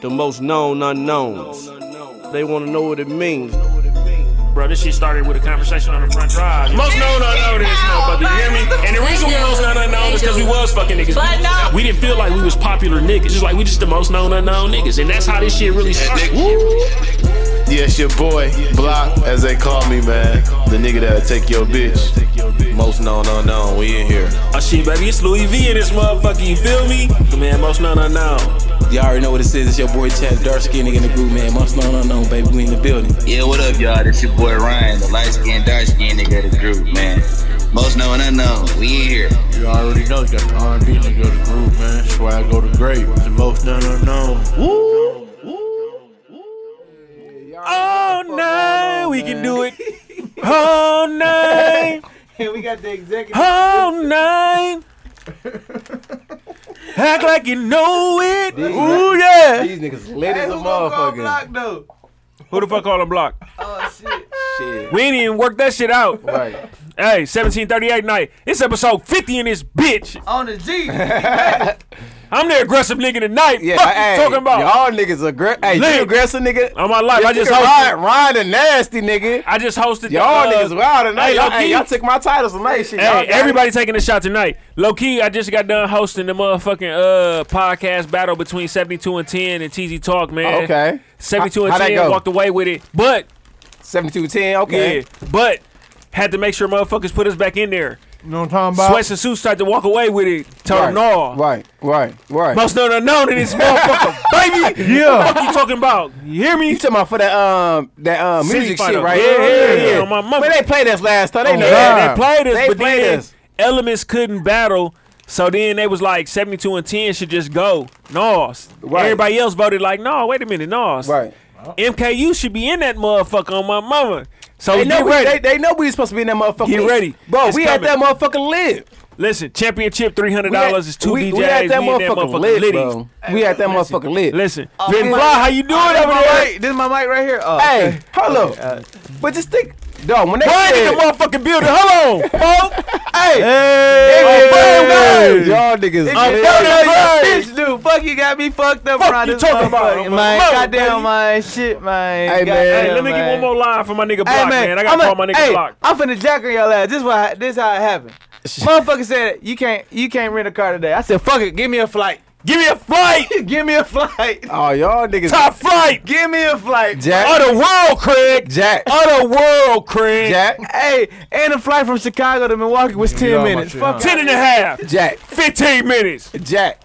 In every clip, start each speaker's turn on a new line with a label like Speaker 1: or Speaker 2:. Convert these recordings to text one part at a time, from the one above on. Speaker 1: the most known unknowns. They wanna know what it means.
Speaker 2: Bro, this shit started with a conversation on the front drive. Most known unknown is this motherfucker, you hear me? And the reason we most known unknown is because we was fucking niggas.
Speaker 3: But no.
Speaker 2: We didn't feel like we was popular niggas, just like we just the most known unknown niggas. And that's how this shit really started. Woo.
Speaker 4: Yes, your boy, Block, as they call me, man. The nigga that'll take your bitch. Most known unknown, we in here.
Speaker 2: Oh shit, baby, it's Louis V in this motherfucker, you feel me? Man, most known unknown.
Speaker 5: Y'all already know what it is. It's your boy Chad, dark skin nigga in the group, man. Most known unknown, baby. We in the building.
Speaker 6: Yeah, what up, y'all? This your boy Ryan, the light skinned, dark skinned nigga of the group, man. Most known unknown, we in here.
Speaker 7: You already know, got the R&B nigga of the group, man. That's why I go to great. The most known unknown.
Speaker 2: All night, we can do it. All night,
Speaker 8: And we got the executive.
Speaker 2: all night. Act like you know it. Ooh, yeah.
Speaker 8: These niggas lit
Speaker 7: as a motherfucker.
Speaker 8: Block, though.
Speaker 2: Who the fuck call him block?
Speaker 8: Oh shit.
Speaker 2: We ain't even worked that shit out.
Speaker 7: Right.
Speaker 2: Hey, 1738 night. It's episode 50 in this bitch.
Speaker 8: On the G.
Speaker 2: I'm the aggressive nigga tonight.
Speaker 7: Yeah,
Speaker 2: Fuck
Speaker 7: hey,
Speaker 2: you talking about.
Speaker 7: y'all niggas aggressive. Hey,
Speaker 2: Lit.
Speaker 7: you aggressive nigga.
Speaker 2: On my life,
Speaker 7: This
Speaker 2: I just
Speaker 7: nigga
Speaker 2: hosted.
Speaker 7: Ryan, Ryan the nasty nigga.
Speaker 2: I just hosted the,
Speaker 7: Y'all
Speaker 2: uh,
Speaker 7: niggas wild tonight.
Speaker 2: Hey,
Speaker 7: y'all,
Speaker 2: low-key.
Speaker 7: hey, y'all took my titles tonight. Shit, y'all
Speaker 2: Hey,
Speaker 7: got
Speaker 2: everybody taking a shot tonight. Low key, I just got done hosting the motherfucking uh podcast battle between 72 and 10 and TZ Talk, man.
Speaker 7: Okay.
Speaker 2: 72
Speaker 7: How-
Speaker 2: and
Speaker 7: how'd that
Speaker 2: 10
Speaker 7: go?
Speaker 2: walked away with it. But
Speaker 7: 7210. Okay.
Speaker 2: yeah, but had to make sure motherfuckers put us back in there.
Speaker 8: You know what I'm talking about?
Speaker 2: Sweats and suits tried to walk away with it. Told
Speaker 7: Right.
Speaker 2: them no.
Speaker 7: Right. Right. Right.
Speaker 2: Most known unknown in this motherfucker, baby.
Speaker 8: Yeah.
Speaker 2: What you talking about? You hear
Speaker 7: You
Speaker 2: me?
Speaker 7: talking about for that um that um
Speaker 2: City
Speaker 7: music
Speaker 2: Fighter.
Speaker 7: shit, right?
Speaker 2: Yeah, yeah, yeah, on my mama.
Speaker 7: But they played us last
Speaker 8: Oh,
Speaker 7: time. They know
Speaker 2: Yeah,
Speaker 7: that.
Speaker 2: they played us,
Speaker 7: They
Speaker 2: but
Speaker 7: played
Speaker 2: then
Speaker 7: us.
Speaker 2: elements couldn't battle. So then they was like 72 and 10 should just go. No.
Speaker 7: Right.
Speaker 2: Everybody else voted like, no, wait a minute, no.
Speaker 7: Right.
Speaker 2: MKU should be in that motherfucker on my mama. So
Speaker 7: They know,
Speaker 2: get
Speaker 7: we,
Speaker 2: ready.
Speaker 7: they, they know we supposed to be in that motherfucker.
Speaker 2: Get ready.
Speaker 7: Bro,
Speaker 2: It's
Speaker 7: we had
Speaker 2: coming.
Speaker 7: that motherfucker live.
Speaker 2: Listen, championship $300 is two
Speaker 7: we,
Speaker 2: DJs.
Speaker 7: We had that
Speaker 2: we in
Speaker 7: motherfucker, lit,
Speaker 2: litty.
Speaker 7: bro. we had that motherfucker lit.
Speaker 2: Listen,
Speaker 8: Oh,
Speaker 2: Big
Speaker 8: man.
Speaker 2: Fly, how you doing
Speaker 8: This
Speaker 2: over
Speaker 8: my
Speaker 2: there?
Speaker 8: mic. This is my mic right here. Oh,
Speaker 7: Hey, hello. but just think, dog, when they
Speaker 2: Brian in
Speaker 7: said,
Speaker 2: the motherfucking building. Hold on, folks.
Speaker 7: hey,
Speaker 2: Hey,
Speaker 7: hey, y'all niggas,
Speaker 8: I'm
Speaker 7: lit.
Speaker 8: bitch, dude. Fuck you, got me fucked up.
Speaker 2: Fuck
Speaker 8: around
Speaker 2: you
Speaker 8: this
Speaker 2: talking about?
Speaker 8: motherfucker,
Speaker 2: I'm a
Speaker 8: man?
Speaker 2: mother, baby.
Speaker 8: Goddamn, my shit, man.
Speaker 7: Hey, man.
Speaker 8: Goddamn,
Speaker 2: Hey, let me get
Speaker 8: man.
Speaker 2: one more line for my nigga Block,
Speaker 8: Hey,
Speaker 2: man. I gotta
Speaker 8: I'm
Speaker 2: call
Speaker 8: a-
Speaker 2: my nigga
Speaker 8: hey,
Speaker 2: Block.
Speaker 8: I'm finna jack on your ass. This why. This how it happened. Motherfucker said you can't. You can't rent a car today. I said fuck it. Give me a flight.
Speaker 2: Give me a flight,
Speaker 8: give me a flight.
Speaker 7: Oh, y'all niggas,
Speaker 2: top flight
Speaker 8: Give me a flight.
Speaker 7: Jack,
Speaker 2: of the world, Craig.
Speaker 7: Jack,
Speaker 2: Of the world, Craig.
Speaker 7: Jack,
Speaker 8: Hey, and a flight from Chicago to Milwaukee was
Speaker 7: You know
Speaker 8: ten
Speaker 7: how
Speaker 8: minutes.
Speaker 7: much it
Speaker 8: Fuck
Speaker 7: is.
Speaker 2: Ten and a half.
Speaker 7: Jack,
Speaker 2: Fifteen minutes.
Speaker 7: Jack,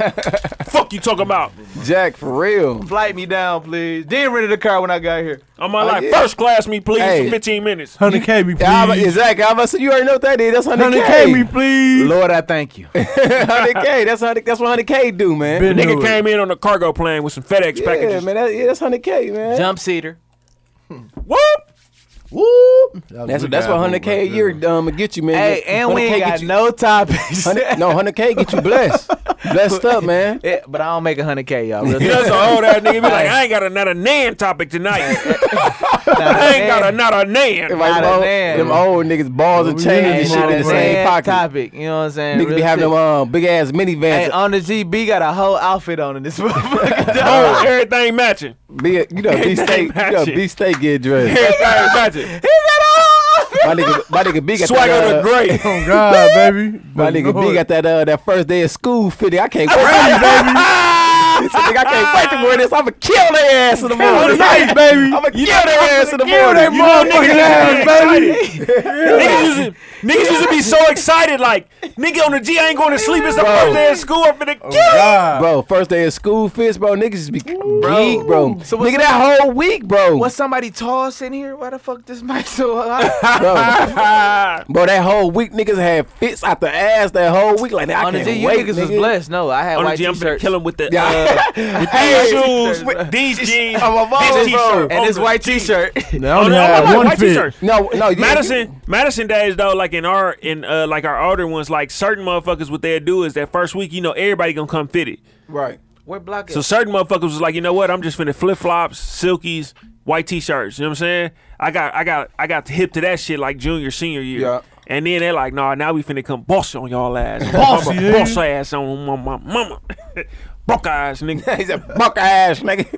Speaker 2: Fuck you talking about?
Speaker 7: Jack, for real.
Speaker 8: flight me down, please. Then rented the car when I got here.
Speaker 2: On my
Speaker 7: Oh,
Speaker 2: life,
Speaker 7: yeah.
Speaker 2: first class me, please.
Speaker 7: Hey.
Speaker 2: For Fifteen minutes.
Speaker 8: Hundred K me,
Speaker 7: Yeah, I'm- exactly. I'm about to say, you already know what that is. That's 100K.
Speaker 8: please. Lord, I thank you.
Speaker 7: 100K. That's 100, That's what 100K do, man.
Speaker 2: The nigga came in on a cargo plane with some FedEx
Speaker 7: yeah,
Speaker 2: packages.
Speaker 7: man. That, yeah, that's 100K, man.
Speaker 8: Jump seater.
Speaker 2: Whoop.
Speaker 7: Whoop. That's what that's what 100K a year um get you, man.
Speaker 8: Hey, and we
Speaker 7: 100K
Speaker 8: ain't
Speaker 7: get
Speaker 8: got
Speaker 7: you-
Speaker 8: no topics.
Speaker 7: 100 no 100K get you blessed, blessed up, man.
Speaker 8: Yeah, but I don't make hundred K, y'all. Real
Speaker 2: You know,
Speaker 8: talk.
Speaker 2: that's an old ass nigga be like, I ain't got another nan topic tonight. I ain't got another nan.
Speaker 7: Like
Speaker 8: Not
Speaker 7: them
Speaker 8: a
Speaker 7: old,
Speaker 8: man.
Speaker 7: them old niggas balls and chains and
Speaker 8: Ain't
Speaker 7: shit
Speaker 8: not
Speaker 7: in
Speaker 8: a
Speaker 7: the same
Speaker 8: man
Speaker 7: pocket.
Speaker 8: topic. You know what I'm saying?
Speaker 7: Niggas be
Speaker 8: Real
Speaker 7: having
Speaker 8: shit.
Speaker 7: them um, big ass minivans.
Speaker 8: Hey, um, on the GB got a whole outfit on in this motherfucker. dog.
Speaker 2: Oh, everything matching.
Speaker 7: be a, you know, B state, you know,
Speaker 2: matching.
Speaker 7: B state get dressed.
Speaker 2: Everything matching.
Speaker 7: My nigga, my nigga B got
Speaker 2: Swagger the
Speaker 7: that. Uh,
Speaker 2: great.
Speaker 9: Oh God, baby.
Speaker 7: my
Speaker 9: But
Speaker 7: nigga
Speaker 9: Lord,
Speaker 7: B got that uh, that first day of school fitting. I can't wait, baby. He said, nigga, I can't wait to wear this. I'ma kill their ass in the morning.
Speaker 9: tonight, baby.
Speaker 7: I'ma kill their ass in the morning. You
Speaker 2: More
Speaker 7: know,
Speaker 2: niggas is excited. niggas, used to, niggas used to be so excited, like, nigga on the G, I ain't going to sleep. It's the
Speaker 7: Bro. Oh,
Speaker 2: first day of school. I'm finna kill it.
Speaker 9: God.
Speaker 7: Bro, first day of school fits, bro. Niggas just be weak, bro.
Speaker 8: So what's
Speaker 7: nigga, that whole week, bro.
Speaker 8: Was somebody tall sitting here? Why the fuck this mic so high?
Speaker 7: bro,
Speaker 2: Ah,
Speaker 7: bro, that whole week niggas had fits out the ass that whole week. Like, I
Speaker 8: On the
Speaker 7: can't
Speaker 8: G, you
Speaker 7: wait,
Speaker 8: niggas was
Speaker 7: nigga.
Speaker 8: blessed. No, I had
Speaker 2: on the
Speaker 8: white
Speaker 2: G, I'm finna
Speaker 8: t-shirts.
Speaker 2: kill him with the uh,
Speaker 7: Yeah.
Speaker 2: these
Speaker 7: hey,
Speaker 2: shoes, with these jeans,
Speaker 7: I'm a baller,
Speaker 2: this
Speaker 7: bro.
Speaker 2: t-shirt,
Speaker 8: and
Speaker 2: on
Speaker 8: this
Speaker 2: the
Speaker 8: white
Speaker 2: G.
Speaker 8: t-shirt.
Speaker 9: They
Speaker 2: Oh,
Speaker 9: only
Speaker 2: no, I
Speaker 9: had
Speaker 2: like
Speaker 9: one
Speaker 2: white
Speaker 9: fit.
Speaker 2: t-shirt.
Speaker 7: no, no, you,
Speaker 2: Madison, Madison days though, like in our in uh like our older ones, like certain motherfuckers, what they'll do is that first week, you know, everybody gonna come fitted.
Speaker 7: right?
Speaker 8: We're blocking.
Speaker 2: So certain motherfuckers was like, you know what? I'm just finna flip flops, silkies, white t-shirts. You know what I'm saying? I got, I got, I got hip to that shit like junior, senior year.
Speaker 7: Yeah.
Speaker 2: And then they're like, nah, now we finna come boss on y'all ass.
Speaker 7: Boss,
Speaker 2: Mama,
Speaker 7: yeah.
Speaker 2: boss ass on my mama. mama. Broke ass nigga.
Speaker 7: he said, "Buck ass, nigga."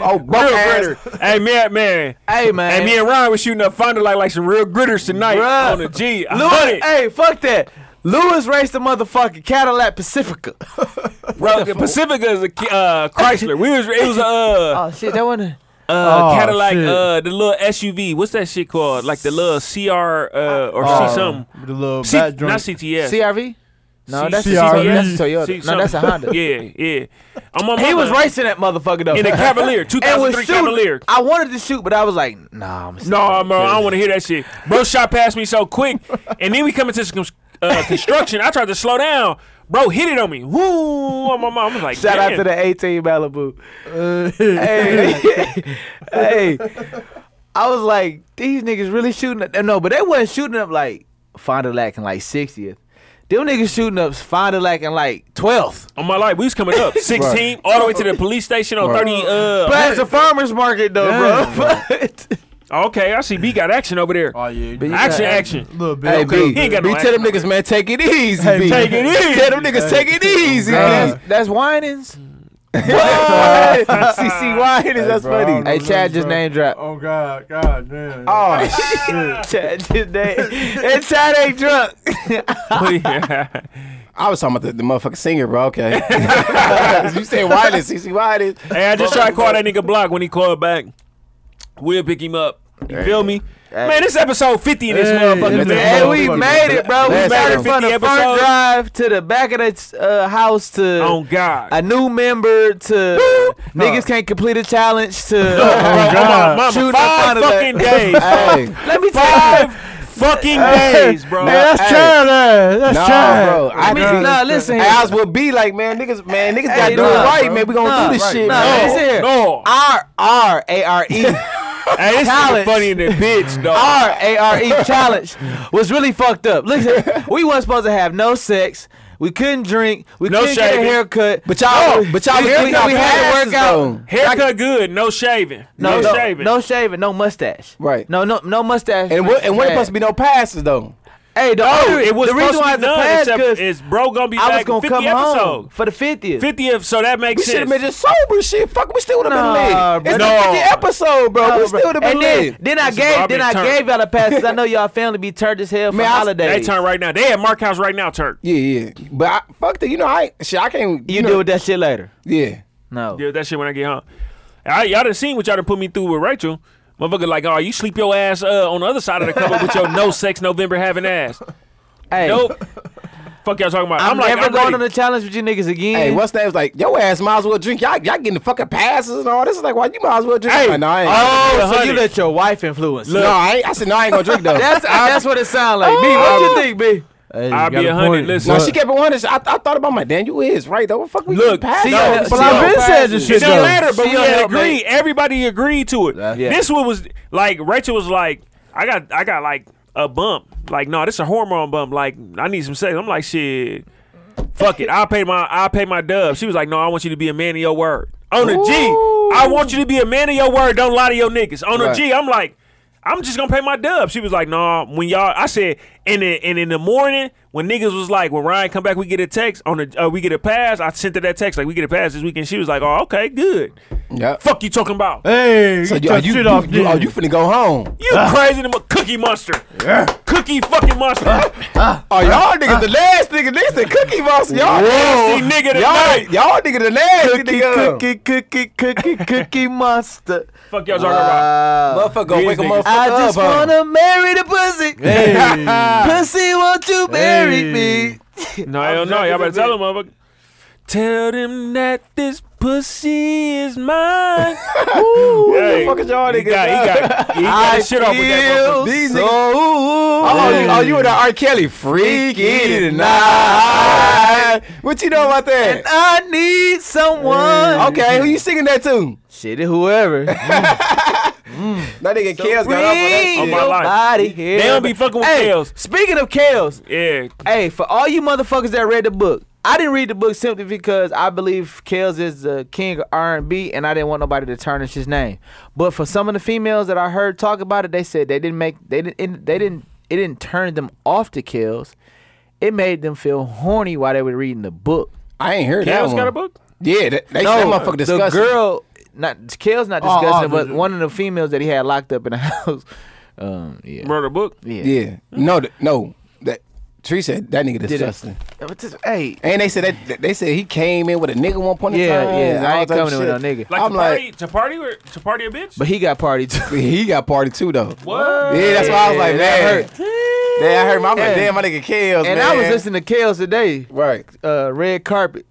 Speaker 7: Oh, buck
Speaker 2: Real
Speaker 7: ass.
Speaker 2: gritter. Hey, man, man.
Speaker 8: Hey man.
Speaker 2: And me and Ryan was shooting up Finder like, like some real gritters tonight
Speaker 8: Bruh.
Speaker 2: on the G. I love
Speaker 8: Lewis,
Speaker 2: it.
Speaker 8: hey, fuck that. Lewis raced the motherfucking Cadillac Pacifica.
Speaker 2: Bro, the Pacifica is a Ki- uh, Chrysler. We was it was a uh,
Speaker 8: oh shit, that wasn't.
Speaker 2: uh,
Speaker 8: oh,
Speaker 2: Cadillac,
Speaker 3: shit.
Speaker 2: uh, the little SUV. What's that shit called? Like the little CR uh, or C something.
Speaker 3: Oh, The little
Speaker 2: C,
Speaker 3: bat
Speaker 2: not
Speaker 3: joint.
Speaker 2: CTS.
Speaker 8: CRV. No,
Speaker 2: C-
Speaker 8: that's a
Speaker 3: CRV.
Speaker 8: Toyota. That's a Toyota.
Speaker 2: C
Speaker 8: no, that's a
Speaker 2: something.
Speaker 8: Honda.
Speaker 2: yeah, yeah. I'm on my
Speaker 8: He was
Speaker 2: mother-
Speaker 8: racing that motherfucker though.
Speaker 2: in a Cavalier,
Speaker 8: and was
Speaker 2: 2003
Speaker 8: shooting.
Speaker 2: Cavalier.
Speaker 8: I wanted to shoot, but I was like, nah, I'm
Speaker 2: No, bro, I don't want to hear that shit. Bro shot past me so quick, and then we come into some uh, construction. I tried to slow down. Bro hit it on me. Woo! On my mom. I was like,
Speaker 8: Shout out
Speaker 2: damn.
Speaker 8: to the 18 Malibu. Uh, hey, hey, I was like, these niggas really shooting up. No, but they wasn't shooting up like Fond du Lac and like 60th. Them niggas shooting up Fond du Lac and like 12th.
Speaker 2: on my life. We was coming up 16 all the way to the police station on 30. Uh,
Speaker 8: But it's a farmer's market though, bro. But-
Speaker 2: Oh, okay, I see B got action over there.
Speaker 3: Oh yeah,
Speaker 7: But you
Speaker 2: Action,
Speaker 7: got-
Speaker 2: action.
Speaker 3: little bit.
Speaker 7: Hey, B,
Speaker 2: He ain't
Speaker 7: B,
Speaker 2: got no
Speaker 7: tell them
Speaker 2: action.
Speaker 7: niggas, man, take it easy.
Speaker 3: Hey,
Speaker 7: B.
Speaker 3: take
Speaker 2: it easy.
Speaker 7: Tell them niggas, take it easy.
Speaker 3: God.
Speaker 7: man.
Speaker 8: that's Winans.
Speaker 7: CC Wynans, that's funny.
Speaker 8: Hey, Chad just name dropped.
Speaker 3: Oh god, god damn.
Speaker 8: Oh, shit. Chad just name. And Chad ain't drunk.
Speaker 7: I was talking about the, the motherfucking singer, bro. Okay. 'Cause you said Wynans, CC Wynans.
Speaker 2: Hey, I just tried to call that nigga block when he called back. We'll pick him up. You feel me? Man, this episode 50 in this
Speaker 3: Hey,
Speaker 2: motherfucker,
Speaker 3: it's
Speaker 2: man.
Speaker 8: Hey, we
Speaker 3: Motherfucker.
Speaker 8: made it, bro. We
Speaker 7: Last
Speaker 8: made it
Speaker 7: episode.
Speaker 8: from the
Speaker 2: 50
Speaker 8: front
Speaker 2: episodes.
Speaker 8: drive to the back of the uh, house to
Speaker 2: On Oh, God.
Speaker 8: a new member to niggas can't complete a challenge to
Speaker 2: Bro,
Speaker 3: God.
Speaker 2: on my mama,
Speaker 8: Shooting
Speaker 2: five
Speaker 8: up under
Speaker 2: fucking
Speaker 8: that.
Speaker 2: days.
Speaker 7: Hey,
Speaker 8: let me tell
Speaker 2: Five
Speaker 8: you.
Speaker 2: fucking days, bro.
Speaker 7: Man,
Speaker 3: that's
Speaker 7: hey.
Speaker 3: Chad ass. That's
Speaker 7: nah,
Speaker 3: Chad.
Speaker 7: bro. I
Speaker 8: Let me-
Speaker 7: be-
Speaker 8: nah, listen
Speaker 7: Hey,
Speaker 8: here.
Speaker 7: I was with B, like, man, niggas, man, niggas got
Speaker 8: Hey,
Speaker 7: to do it
Speaker 8: nah,
Speaker 7: right,
Speaker 8: bro.
Speaker 7: man. We gonna
Speaker 8: Nah,
Speaker 7: do this
Speaker 8: right,
Speaker 7: shit,
Speaker 8: nah,
Speaker 7: man.
Speaker 8: listen here.
Speaker 2: No.
Speaker 8: R R A R E
Speaker 2: Hey, this nigga
Speaker 8: Challenge.
Speaker 2: funny in the bitch, dog.
Speaker 8: R A R E challenge was really fucked up. Listen, we wasn't supposed to have no sex. We couldn't drink. We
Speaker 2: No
Speaker 8: couldn't get a
Speaker 2: shaving.
Speaker 8: haircut.
Speaker 7: But y'all,
Speaker 8: No,
Speaker 7: but y'all,
Speaker 8: we,
Speaker 7: haircut
Speaker 8: we- we had to
Speaker 7: passes,
Speaker 8: work out.
Speaker 7: though.
Speaker 2: Haircut good, no shaving. No,
Speaker 8: No, no
Speaker 2: shaving.
Speaker 8: No shaving, no mustache.
Speaker 7: Right.
Speaker 8: No, no, no mustache.
Speaker 7: And what? And what?
Speaker 8: Bad.
Speaker 7: Supposed to be no passes though.
Speaker 8: Hey, the,
Speaker 2: Oh,
Speaker 8: only-
Speaker 2: it was
Speaker 8: the reason why
Speaker 2: supposed to
Speaker 8: it's
Speaker 2: be
Speaker 8: a
Speaker 2: none,
Speaker 8: pass
Speaker 2: except
Speaker 8: because
Speaker 2: is bro gonna be
Speaker 8: I was
Speaker 2: back
Speaker 8: gonna
Speaker 2: 50
Speaker 8: come
Speaker 2: episode.
Speaker 8: home for the 50th.
Speaker 2: 50th, so that makes
Speaker 7: We should have
Speaker 2: sense.
Speaker 7: been just sober shit. Fuck, we still would have
Speaker 8: Nah,
Speaker 7: been lit. It's
Speaker 2: bro.
Speaker 7: the 50 episode, bro.
Speaker 8: Oh,
Speaker 7: we
Speaker 8: bro.
Speaker 7: still would have been
Speaker 8: and then,
Speaker 7: lit.
Speaker 8: then I
Speaker 2: This is why
Speaker 8: gave
Speaker 2: I've
Speaker 8: then
Speaker 2: been
Speaker 8: I
Speaker 2: turned.
Speaker 8: gave y'all a pass because I know y'all family be turned as hell for
Speaker 7: Man, I-
Speaker 2: they
Speaker 8: holidays.
Speaker 2: turn right now. They at Mark House right now, Turk.
Speaker 7: yeah, yeah. But I, fuck that. You know, I shit. I can't.
Speaker 8: you
Speaker 7: know,
Speaker 8: deal with that shit later.
Speaker 7: Yeah.
Speaker 8: No.
Speaker 2: Yeah, that shit when I get home. I, y'all done seen what y'all done put me through with Rachel. Motherfucker, like, oh, you sleep your ass uh, on the other side of the cupboard with your no sex November having ass.
Speaker 8: Hey,
Speaker 2: Nope. Fuck y'all talking about.
Speaker 8: I'm,
Speaker 2: I'm, like,
Speaker 8: never
Speaker 2: I'm
Speaker 8: going
Speaker 2: ready.
Speaker 8: on the challenge with you niggas again.
Speaker 7: Hey, what's that? It's like your ass might as well drink. Y'all, y'all getting the fucking passes and all this. Is like, why you might as well drink?
Speaker 2: Hey,
Speaker 7: Like, no, I ain't.
Speaker 8: Oh, so
Speaker 2: honey.
Speaker 8: you let your wife influence? you.
Speaker 7: no, I ain't. I said no. I ain't gonna drink though.
Speaker 8: That's that's what it sounds like. B, what you think, B?
Speaker 2: I'll be a hundred. Listen,
Speaker 7: no, she kept it one. and she- I, I thought about my damn. You is right though. What the fuck we
Speaker 2: Look,
Speaker 7: getting
Speaker 8: see,
Speaker 7: passes? though?
Speaker 8: uh,
Speaker 7: But
Speaker 8: see,
Speaker 7: I
Speaker 8: uh,
Speaker 7: been
Speaker 3: said this
Speaker 2: It
Speaker 3: shit
Speaker 2: don't
Speaker 3: though.
Speaker 2: matter, but
Speaker 8: She
Speaker 2: we
Speaker 8: don't
Speaker 2: had
Speaker 8: help,
Speaker 2: agreed.
Speaker 8: mate.
Speaker 2: Everybody agreed to it. This what was like Rachel was like, I got I got like a bump. Like, no, this a hormone bump. Like, I need some sex. I'm like, shit. Fuck it. I'll pay my I'll pay my dub. She was like, No, I want you to be a man of your word. On a G, I want you to be a man of your word. Don't lie to your niggas. On a G, I'm like, I'm just gonna pay my dub. She was like, Nah, when y'all I said and in, and in the morning when niggas was like, when Ryan come back, we get a text on the uh, we get a pass. I sent her that text like we get a pass this weekend. She was like, oh okay, good.
Speaker 7: Yeah.
Speaker 2: Fuck you talking about?
Speaker 7: Eh,
Speaker 3: Hey,
Speaker 7: So
Speaker 3: get
Speaker 7: you, are
Speaker 3: your
Speaker 7: you,
Speaker 3: shit
Speaker 7: you-
Speaker 3: off,
Speaker 7: you- oh,
Speaker 3: dude.
Speaker 7: you finna go home?
Speaker 2: You crazy than a cookie monster. Cookie fucking monster.
Speaker 7: Oh, y'all niggas
Speaker 8: Uh,
Speaker 7: the last nigga. They said Cookie Monster. Y'all
Speaker 2: Nasty nigga
Speaker 7: Y'all,
Speaker 2: tonight.
Speaker 7: y'all nigga the nasty
Speaker 8: Cookie,
Speaker 7: nigga.
Speaker 8: cookie, cookie, cookie, cookie monster.
Speaker 2: Fuck y'all talking about.
Speaker 7: Motherfucker,
Speaker 2: These
Speaker 7: gonna wake a
Speaker 2: niggas.
Speaker 7: motherfucker
Speaker 8: Uh, I just
Speaker 7: up, huh?
Speaker 8: wanna marry the pussy. Pussy, won't you marry
Speaker 3: Hey.
Speaker 8: me?
Speaker 2: No, hell no. Y'all better tell them, motherfucker. Tell them that this pussy is mine.
Speaker 7: What
Speaker 2: Hey,
Speaker 7: the fuck is y'all
Speaker 2: he
Speaker 7: niggas?
Speaker 2: got, he got, he got his shit off with that
Speaker 8: feel
Speaker 2: motherfucker.
Speaker 7: These
Speaker 8: so
Speaker 7: niggas- Oh, you, oh, you were the R. Kelly freaky tonight. What you know about that?
Speaker 8: I need someone.
Speaker 7: Okay, who you singing that to?
Speaker 8: Shit, it whoever.
Speaker 7: That nigga Kels got off on that
Speaker 8: Bring
Speaker 7: shit.
Speaker 2: On Oh, my life.
Speaker 8: nobody here.
Speaker 2: They don't be fucking with
Speaker 8: hey,
Speaker 2: Kels.
Speaker 8: Speaking of Kels,
Speaker 2: Yeah.
Speaker 8: hey, for all you motherfuckers that read the book, I didn't read the book simply because I believe Kels is the king of R&B, and I didn't want nobody to tarnish his name. But for some of the females that I heard talk about it, they said they didn't make they didn't they didn't it didn't turn them off to Kells. It made them feel horny while they were reading the book.
Speaker 7: I ain't heard that
Speaker 2: Kale's
Speaker 7: one.
Speaker 2: got a book?
Speaker 7: Yeah, that, they, that motherfucker
Speaker 8: the
Speaker 7: disgusting.
Speaker 8: girl, not Kells, not
Speaker 3: Oh, oh,
Speaker 8: discussing, it, but
Speaker 3: the-
Speaker 8: one of the females that he had locked up in the house. Um, yeah,
Speaker 2: Murder book?
Speaker 8: yeah.
Speaker 7: Yeah, no, th- no. That Tree said that nigga
Speaker 8: it.
Speaker 7: disgusting.
Speaker 8: But this- hey,
Speaker 7: And they said that- that they said he came in with a nigga one point in
Speaker 8: Yeah,
Speaker 7: time.
Speaker 8: yeah,
Speaker 7: and
Speaker 8: I
Speaker 7: all
Speaker 8: ain't
Speaker 7: type of
Speaker 8: coming with
Speaker 7: shit.
Speaker 8: no nigga.
Speaker 2: Like
Speaker 7: I'm
Speaker 2: to
Speaker 7: like,
Speaker 2: party, to party, or, to party a bitch.
Speaker 8: but he got party too.
Speaker 7: he got party too though.
Speaker 2: what?
Speaker 7: Yeah, that's why I was like,
Speaker 8: Yeah,
Speaker 7: man.
Speaker 8: that
Speaker 7: Damn, I heard my I'm
Speaker 8: Yeah.
Speaker 7: like, damn, my nigga kills.
Speaker 8: And I was listening to Kells today.
Speaker 7: Right.
Speaker 8: Uh, red carpet.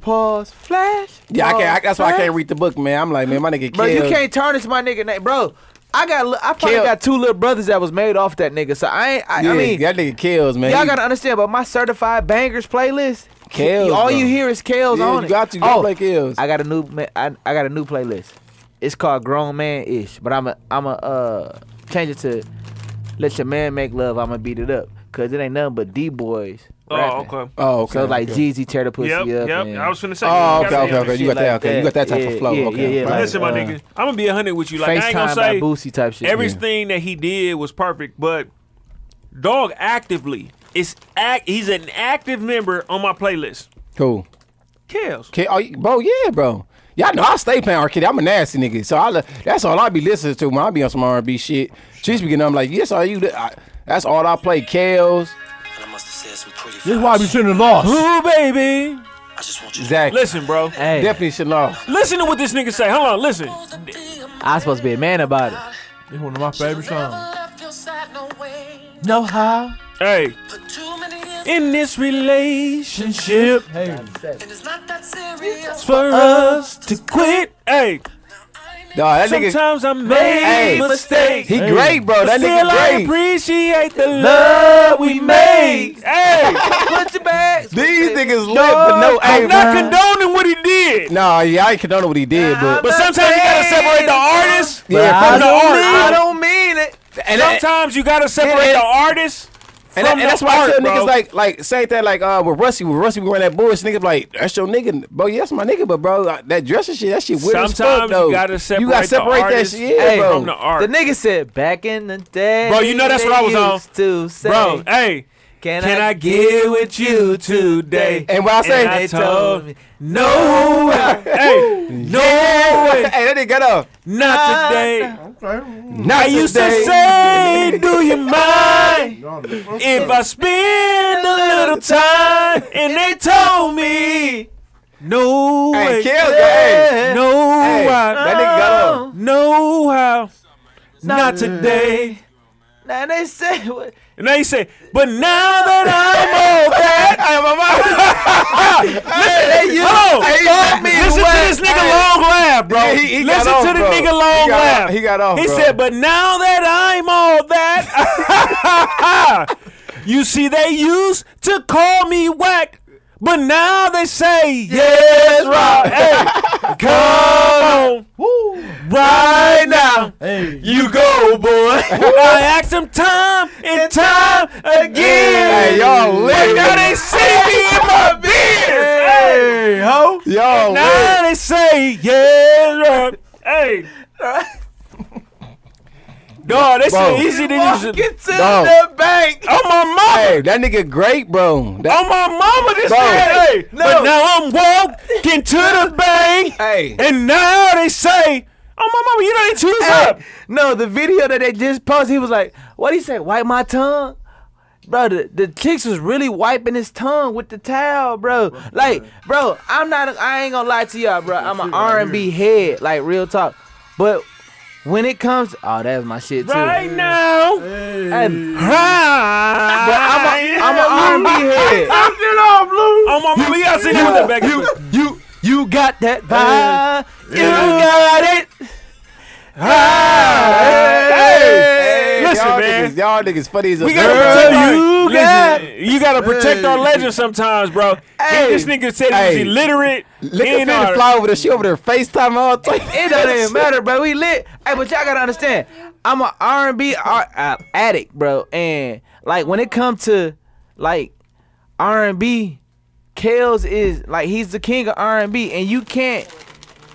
Speaker 8: Pause. Flash.
Speaker 7: Yeah, I can't. I, that's why I
Speaker 8: Pause,
Speaker 7: can't read the book, man. I'm like, man, my nigga
Speaker 8: Bro,
Speaker 7: kills.
Speaker 8: you can't tarnish my nigga name, bro. I got, li- I probably
Speaker 7: Kill.
Speaker 8: got two little brothers that was made off that nigga. So I, ain't, I,
Speaker 7: Yeah,
Speaker 8: I mean,
Speaker 7: that nigga kills, man.
Speaker 8: y'all
Speaker 7: He-
Speaker 8: gotta understand. But my certified bangers playlist,
Speaker 7: Kells,
Speaker 8: all
Speaker 7: bro.
Speaker 8: you hear is Kels
Speaker 7: Yeah,
Speaker 8: on
Speaker 7: you
Speaker 8: it. Oh,
Speaker 7: got to. You gotta play Kells.
Speaker 8: I got a new, ma- I, I got a new playlist. It's called Grown Man Ish, but I'm a, I'm a, uh, change it to Let Your Man Make Love. I'ma beat it up, cause it ain't nothing but D boys.
Speaker 2: Oh, okay.
Speaker 7: Oh, okay.
Speaker 8: So like
Speaker 7: okay.
Speaker 8: Jeezy tear the pussy
Speaker 2: Yep,
Speaker 8: up.
Speaker 2: yep.
Speaker 8: and-
Speaker 2: I was finna say.
Speaker 7: Oh,
Speaker 2: you
Speaker 7: okay,
Speaker 2: gotta
Speaker 7: okay,
Speaker 2: say
Speaker 7: okay. You
Speaker 8: shit
Speaker 7: got that.
Speaker 8: like
Speaker 7: Okay, you
Speaker 8: that.
Speaker 7: got that type
Speaker 8: Yeah,
Speaker 7: of flow.
Speaker 8: yeah,
Speaker 7: okay.
Speaker 8: yeah, yeah,
Speaker 7: Right.
Speaker 8: like-
Speaker 2: Listen, my
Speaker 8: uh,
Speaker 2: nigga, I'm gonna be a hundred with you. Like I ain't gonna
Speaker 8: FaceTime
Speaker 2: say
Speaker 8: by Boosie type shit.
Speaker 2: everything that he did was perfect, but dog actively is act. He's an active member on my playlist.
Speaker 7: Cool.
Speaker 2: Kills.
Speaker 7: K- oh, you- bro, yeah, bro. Y'all know I stay playing R. Kelly. I'm a nasty nigga, so I li- that's all I be listening to when I be on some R&B shit. She's be getting. I'm like, yes, are you? li- I, that's all I play. Kels,
Speaker 3: This why we shouldn't have lost.
Speaker 2: Ooh, baby.
Speaker 7: Zach.
Speaker 2: Listen, bro.
Speaker 8: Hey,
Speaker 7: Definitely should know.
Speaker 2: Listen to what this nigga say. Hold on, listen.
Speaker 8: I was supposed to be a man about it.
Speaker 3: It's one of my favorite songs.
Speaker 8: No how.
Speaker 2: Hey, in this relationship,
Speaker 3: Hey,
Speaker 2: it's for us to quit. Hey,
Speaker 7: Dog, that nigga,
Speaker 2: sometimes I make
Speaker 7: Hey,
Speaker 2: mistakes.
Speaker 7: he great, bro. That
Speaker 2: Still, I
Speaker 7: nigga great.
Speaker 2: appreciate the love we make. Hey,
Speaker 8: Put your back.
Speaker 7: These niggas lit, but no, hey,
Speaker 2: I'm not condoning what he did,
Speaker 7: Nah, yeah, I ain't condoning what he did, but,
Speaker 2: but sometimes you gotta separate the artist.
Speaker 7: yeah,
Speaker 8: I
Speaker 7: from the
Speaker 8: don't
Speaker 7: art,
Speaker 8: mean- I
Speaker 7: I don't-
Speaker 8: don't mean it.
Speaker 7: and, and,
Speaker 2: Sometimes you gotta separate the artist from
Speaker 7: and, and
Speaker 2: the
Speaker 7: that's why I
Speaker 2: art,
Speaker 7: tell
Speaker 2: bro.
Speaker 7: niggas like, like, say that like, uh, with Rusty, with Rusty, we run that bullshit. Niggas like, that's your nigga, bro. Yeah, that's my nigga, but bro, uh, that dressing shit, that shit weird as fuck,
Speaker 2: Sometimes you
Speaker 7: though.
Speaker 2: gotta separate,
Speaker 7: you gotta separate
Speaker 2: the artist
Speaker 7: that shit, yeah,
Speaker 8: Hey,
Speaker 7: bro.
Speaker 2: from the art,
Speaker 8: The nigga said back in the day.
Speaker 2: Bro, you know that's what I was
Speaker 8: they
Speaker 2: on.
Speaker 8: used To say,
Speaker 2: bro. Hey,
Speaker 8: can,
Speaker 2: can I get with you today?
Speaker 7: And when I say,
Speaker 2: And I
Speaker 8: They told me
Speaker 2: No, hey, no
Speaker 7: hey,
Speaker 2: way,
Speaker 7: that nigga got up.
Speaker 2: not today.
Speaker 3: okay.
Speaker 7: Not
Speaker 2: I used to
Speaker 7: today.
Speaker 2: say, do you mind if I spend a little time? And they told me, no
Speaker 7: hey,
Speaker 2: way,
Speaker 7: kill that. Hey,
Speaker 2: no
Speaker 7: hey,
Speaker 2: how,
Speaker 7: that nigga got
Speaker 2: "Oh,
Speaker 7: up.
Speaker 2: no how, not today.
Speaker 8: now they said what?
Speaker 2: And they say, but now that I'm old,
Speaker 7: Hey, my mama.
Speaker 2: Hey, you,
Speaker 7: Hey, fuck me
Speaker 2: listen
Speaker 7: away.
Speaker 2: to this nigga
Speaker 7: Hey.
Speaker 2: long laugh, bro.
Speaker 7: Yeah, he- he got
Speaker 2: listen
Speaker 7: off,
Speaker 2: to the
Speaker 7: bro.
Speaker 2: nigga
Speaker 7: He
Speaker 2: long
Speaker 7: got
Speaker 2: laugh.
Speaker 7: off- he got off,
Speaker 2: He
Speaker 7: bro.
Speaker 2: said, "But now that I'm all that, you see, they used to call me whack, but now they say yes, right. Hey, come on, right now."
Speaker 3: Hey,
Speaker 2: You go, boy. I asked them time and time again.
Speaker 7: Hey, y'all
Speaker 2: But
Speaker 7: lit.
Speaker 2: now they see me in my beard. Hey.
Speaker 3: hey, ho.
Speaker 7: Y'all lit.
Speaker 2: Now they say, yeah, right. hey. Dog, they
Speaker 7: Bro.
Speaker 2: say easy to use.
Speaker 8: Walk
Speaker 2: it.
Speaker 8: into
Speaker 7: Dog.
Speaker 8: the bank.
Speaker 2: On my mama,
Speaker 7: Hey, that nigga great, bro. That,
Speaker 2: on my mama, this
Speaker 7: Bro.
Speaker 2: man. Hey,
Speaker 8: No.
Speaker 2: But now I'm walking to the bank,
Speaker 7: hey,
Speaker 2: and now they say, on my mama, you know they choose up.
Speaker 8: Hey, no, the video that they just posted, he was like, "What he say? Wipe my tongue." Bro, the, the chicks was really wiping his tongue with the towel, bro. Like, bro, I'm not. I ain't gonna lie to y'all, bro. I'm an R&B head, like real talk. But when it comes, oh, that's my shit too.
Speaker 2: Right now,
Speaker 8: And-
Speaker 2: Hi.
Speaker 8: but I'm a, I'm an R&B head.
Speaker 2: on my mama, you gotta sing that with the back. You,
Speaker 8: You you got that vibe. You got it.
Speaker 7: hey,
Speaker 2: Listen,
Speaker 7: y'all
Speaker 2: man.
Speaker 7: Niggas, y'all niggas funny as a
Speaker 2: we
Speaker 7: girl.
Speaker 2: gotta protect our,
Speaker 8: you
Speaker 2: listen,
Speaker 8: got-
Speaker 2: you gotta protect our legends sometimes, bro.
Speaker 8: Hey.
Speaker 2: this nigga said
Speaker 7: Hey.
Speaker 2: he was illiterate.
Speaker 7: Look
Speaker 2: in
Speaker 7: at Finn fly over there. She over there FaceTime all the time.
Speaker 8: It don't even matter, bro. We lit. Hey, but y'all gotta understand, I'm a R&B ar- uh, addict, bro. And like when it comes to like R&B, Kels is like he's the king of R&B, and you can't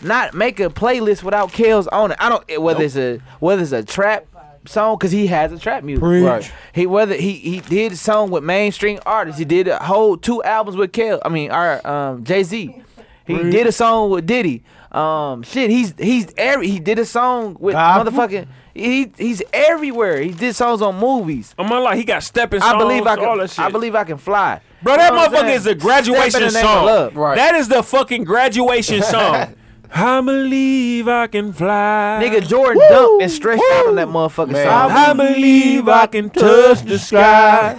Speaker 8: not make a playlist without Kels on it. I don't whether it's a whether it's a trap. song because he has a trap music.
Speaker 7: Right.
Speaker 8: He whether he he did a song with mainstream artists. He did a whole two albums with Kel. I mean, our um, Jay Z. He did a song with Diddy. Um, shit, he's he's every he did a song with
Speaker 3: God.
Speaker 8: motherfucking. He he's everywhere. He did songs on movies.
Speaker 2: I'm not like Oh, he got stepping songs.
Speaker 8: I believe I
Speaker 2: all
Speaker 8: can.
Speaker 2: that shit.
Speaker 8: I believe I can fly.
Speaker 2: Bro,
Speaker 8: You
Speaker 2: that
Speaker 8: know what I'm
Speaker 2: motherfucker
Speaker 8: saying?
Speaker 2: is a
Speaker 8: Step
Speaker 2: graduation
Speaker 8: in the name of
Speaker 2: song.
Speaker 8: love.
Speaker 7: Right.
Speaker 2: That is the fucking graduation song. I believe I can fly.
Speaker 8: Nigga Jordan dumped and stretched out on that motherfucking
Speaker 7: Man.
Speaker 8: song.
Speaker 2: I believe I can touch the sky.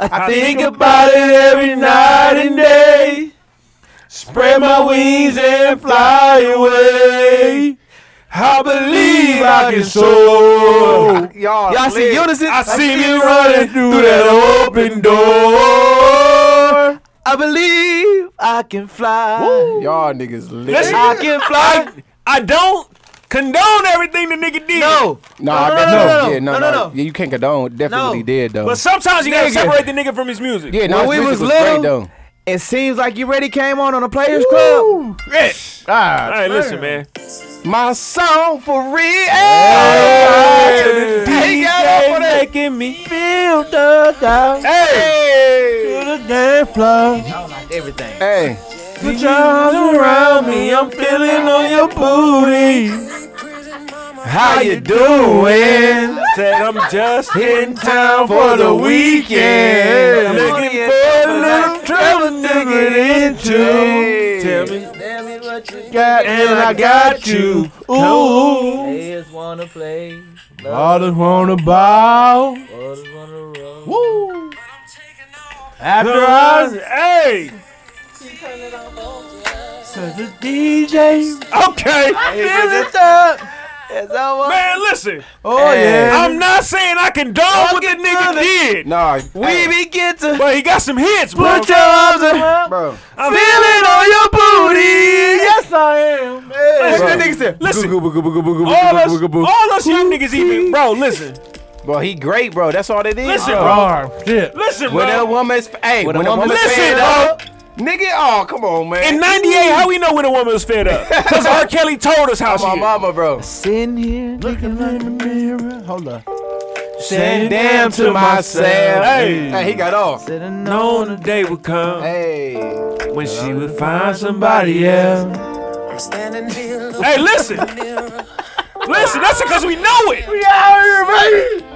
Speaker 2: I think about it every night and day. Spread my wings and fly away. I believe I can soar.
Speaker 7: Y'all,
Speaker 8: Y'all see Unison?
Speaker 2: I see me running through that open door.
Speaker 8: I believe I can fly.
Speaker 7: Y'all niggas lit.
Speaker 2: Listen,
Speaker 8: I can fly.
Speaker 2: I, I don't condone everything the nigga did.
Speaker 8: No.
Speaker 7: No, I
Speaker 8: no,
Speaker 7: bet
Speaker 8: no,
Speaker 7: no.
Speaker 8: no,
Speaker 7: Yeah, no,
Speaker 8: no,
Speaker 7: no,
Speaker 8: no.
Speaker 7: Yeah, you can't condone definitely what he
Speaker 8: No.
Speaker 7: did though.
Speaker 2: But sometimes you gotta
Speaker 8: Nigga.
Speaker 2: separate the nigga from his music.
Speaker 7: yeah, no,
Speaker 8: when we
Speaker 7: his music
Speaker 8: was
Speaker 7: was
Speaker 8: little-
Speaker 7: great though.
Speaker 8: It seems like you already came on on the Players Club.
Speaker 2: Yeah. All
Speaker 7: Ah,
Speaker 2: right, listen, man.
Speaker 7: my song for real.
Speaker 2: Hey,
Speaker 7: Hey,
Speaker 2: DJ
Speaker 7: got up on that.
Speaker 2: making me.
Speaker 8: Feel the doubt.
Speaker 7: Hey,
Speaker 8: The damn flow. Everything.
Speaker 7: hey,
Speaker 2: Put your arms around me. I'm feeling on your booty. How you doing? Said I'm just in town for the weekend. Looking for a little trouble to get into. Tell me,
Speaker 8: Tell me what you
Speaker 7: got
Speaker 2: and I got you. Ooh.
Speaker 8: players wanna play.
Speaker 3: All this wanna bow. After us,
Speaker 2: Hey. DJ. Okay.
Speaker 8: it up. It's over.
Speaker 2: Man, listen.
Speaker 8: oh yeah.
Speaker 2: I'm not saying I condone what the nigga did,
Speaker 7: Nah,
Speaker 8: We begin to
Speaker 2: but he got some hits, bro.
Speaker 8: put your arms around.
Speaker 7: bro.
Speaker 2: I'm
Speaker 8: Feeling on your booty. Yes, I am. Hey.
Speaker 7: Bro.
Speaker 8: What the nigga said?
Speaker 2: Listen,
Speaker 7: Goo, goo, goo, goo, goo, goo,
Speaker 2: all
Speaker 7: goo,
Speaker 2: us,
Speaker 7: goo, goo, goo.
Speaker 2: all us young niggas even, bro. Listen,
Speaker 7: Bro, he great, bro. That's all they did.
Speaker 2: Listen,
Speaker 7: bro.
Speaker 3: hard shit.
Speaker 2: listen,
Speaker 7: When a
Speaker 2: bro.
Speaker 7: woman's hey, when,
Speaker 8: a
Speaker 7: a woman's
Speaker 8: woman's
Speaker 2: Listen,
Speaker 7: fed
Speaker 2: bro.
Speaker 7: up, nigga. Oh, come on, man.
Speaker 2: In '98, how we know when a woman was fed up? Cause R. Kelly told us how she.
Speaker 7: my
Speaker 2: is.
Speaker 7: mama, bro.
Speaker 8: Sitting here looking like
Speaker 3: Hold up.
Speaker 7: Saying damn to myself.
Speaker 2: Hey.
Speaker 7: hey, he got off.
Speaker 8: sitting
Speaker 2: Known the day would come
Speaker 7: Hey.
Speaker 2: when she would find somebody else.
Speaker 5: I'm standing here
Speaker 2: Hey, listen, listen. That's because we know it.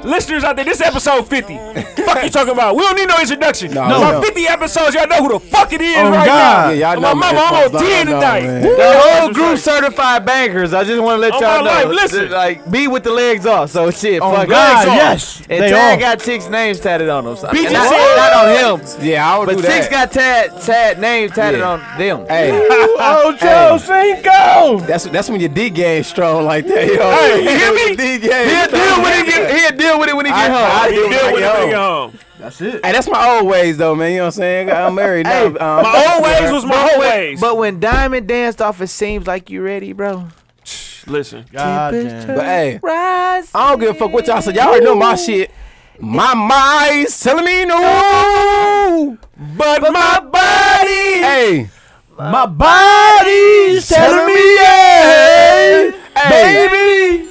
Speaker 2: Listeners out there, this is episode 50. fuck you talking about? We don't need no introduction.
Speaker 7: No,
Speaker 2: about
Speaker 7: no.
Speaker 2: 50 episodes, y'all know who the fuck it is
Speaker 3: Oh,
Speaker 2: right
Speaker 3: God.
Speaker 2: now.
Speaker 7: Yeah, y'all
Speaker 2: my
Speaker 7: know
Speaker 2: mama,
Speaker 7: that
Speaker 2: I'm on
Speaker 7: fuck's
Speaker 2: 10
Speaker 7: not- no,
Speaker 2: tonight.
Speaker 7: man.
Speaker 2: Woo!
Speaker 8: The
Speaker 2: That's
Speaker 8: whole
Speaker 2: what's
Speaker 8: group
Speaker 2: right.
Speaker 8: certified bankers. I just want to let
Speaker 2: On my
Speaker 8: y'all know.
Speaker 2: life, listen.
Speaker 8: like be with the legs off. So shit,
Speaker 3: Oh,
Speaker 8: fuck
Speaker 3: God,
Speaker 8: legs off.
Speaker 3: yes.
Speaker 8: And
Speaker 3: They
Speaker 8: Tad
Speaker 3: off.
Speaker 8: got chicks' names tatted on them. So,
Speaker 2: Beat
Speaker 8: and
Speaker 2: your
Speaker 8: not,
Speaker 2: shit.
Speaker 8: not on him.
Speaker 7: Yeah, I would
Speaker 8: But
Speaker 7: do
Speaker 8: chicks
Speaker 7: that.
Speaker 8: got Tad Tad names tatted
Speaker 7: Yeah.
Speaker 8: on them.
Speaker 7: hey.
Speaker 3: Oh,
Speaker 7: Joe
Speaker 3: Cinco.
Speaker 7: That's that's when your D game strong like that, yo.
Speaker 2: Hey, you hear me?
Speaker 7: D game.
Speaker 8: He'll deal with it.
Speaker 7: Hey,
Speaker 8: get- He'll deal with it when he
Speaker 7: I-
Speaker 8: get
Speaker 7: I
Speaker 8: home.
Speaker 2: You
Speaker 7: deal with
Speaker 2: deal
Speaker 7: it
Speaker 2: with
Speaker 7: when I
Speaker 2: it uh,
Speaker 7: get
Speaker 2: when you home.
Speaker 3: That's it.
Speaker 7: that's my old ways though, man. You know what I'm saying? I'm married now.
Speaker 8: Hey,
Speaker 7: um,
Speaker 2: My old ways was my old ways.
Speaker 8: But when Diamond danced off, it seems like you ready, bro.
Speaker 2: Listen,
Speaker 3: God
Speaker 7: But hey,
Speaker 8: Rise.
Speaker 7: I don't give a fuck what y'all say. Y'all already know my shit. My mind's telling me no,
Speaker 2: but my body.
Speaker 7: Hey,
Speaker 3: My body's
Speaker 7: telling me yeah, hey,
Speaker 2: Baby,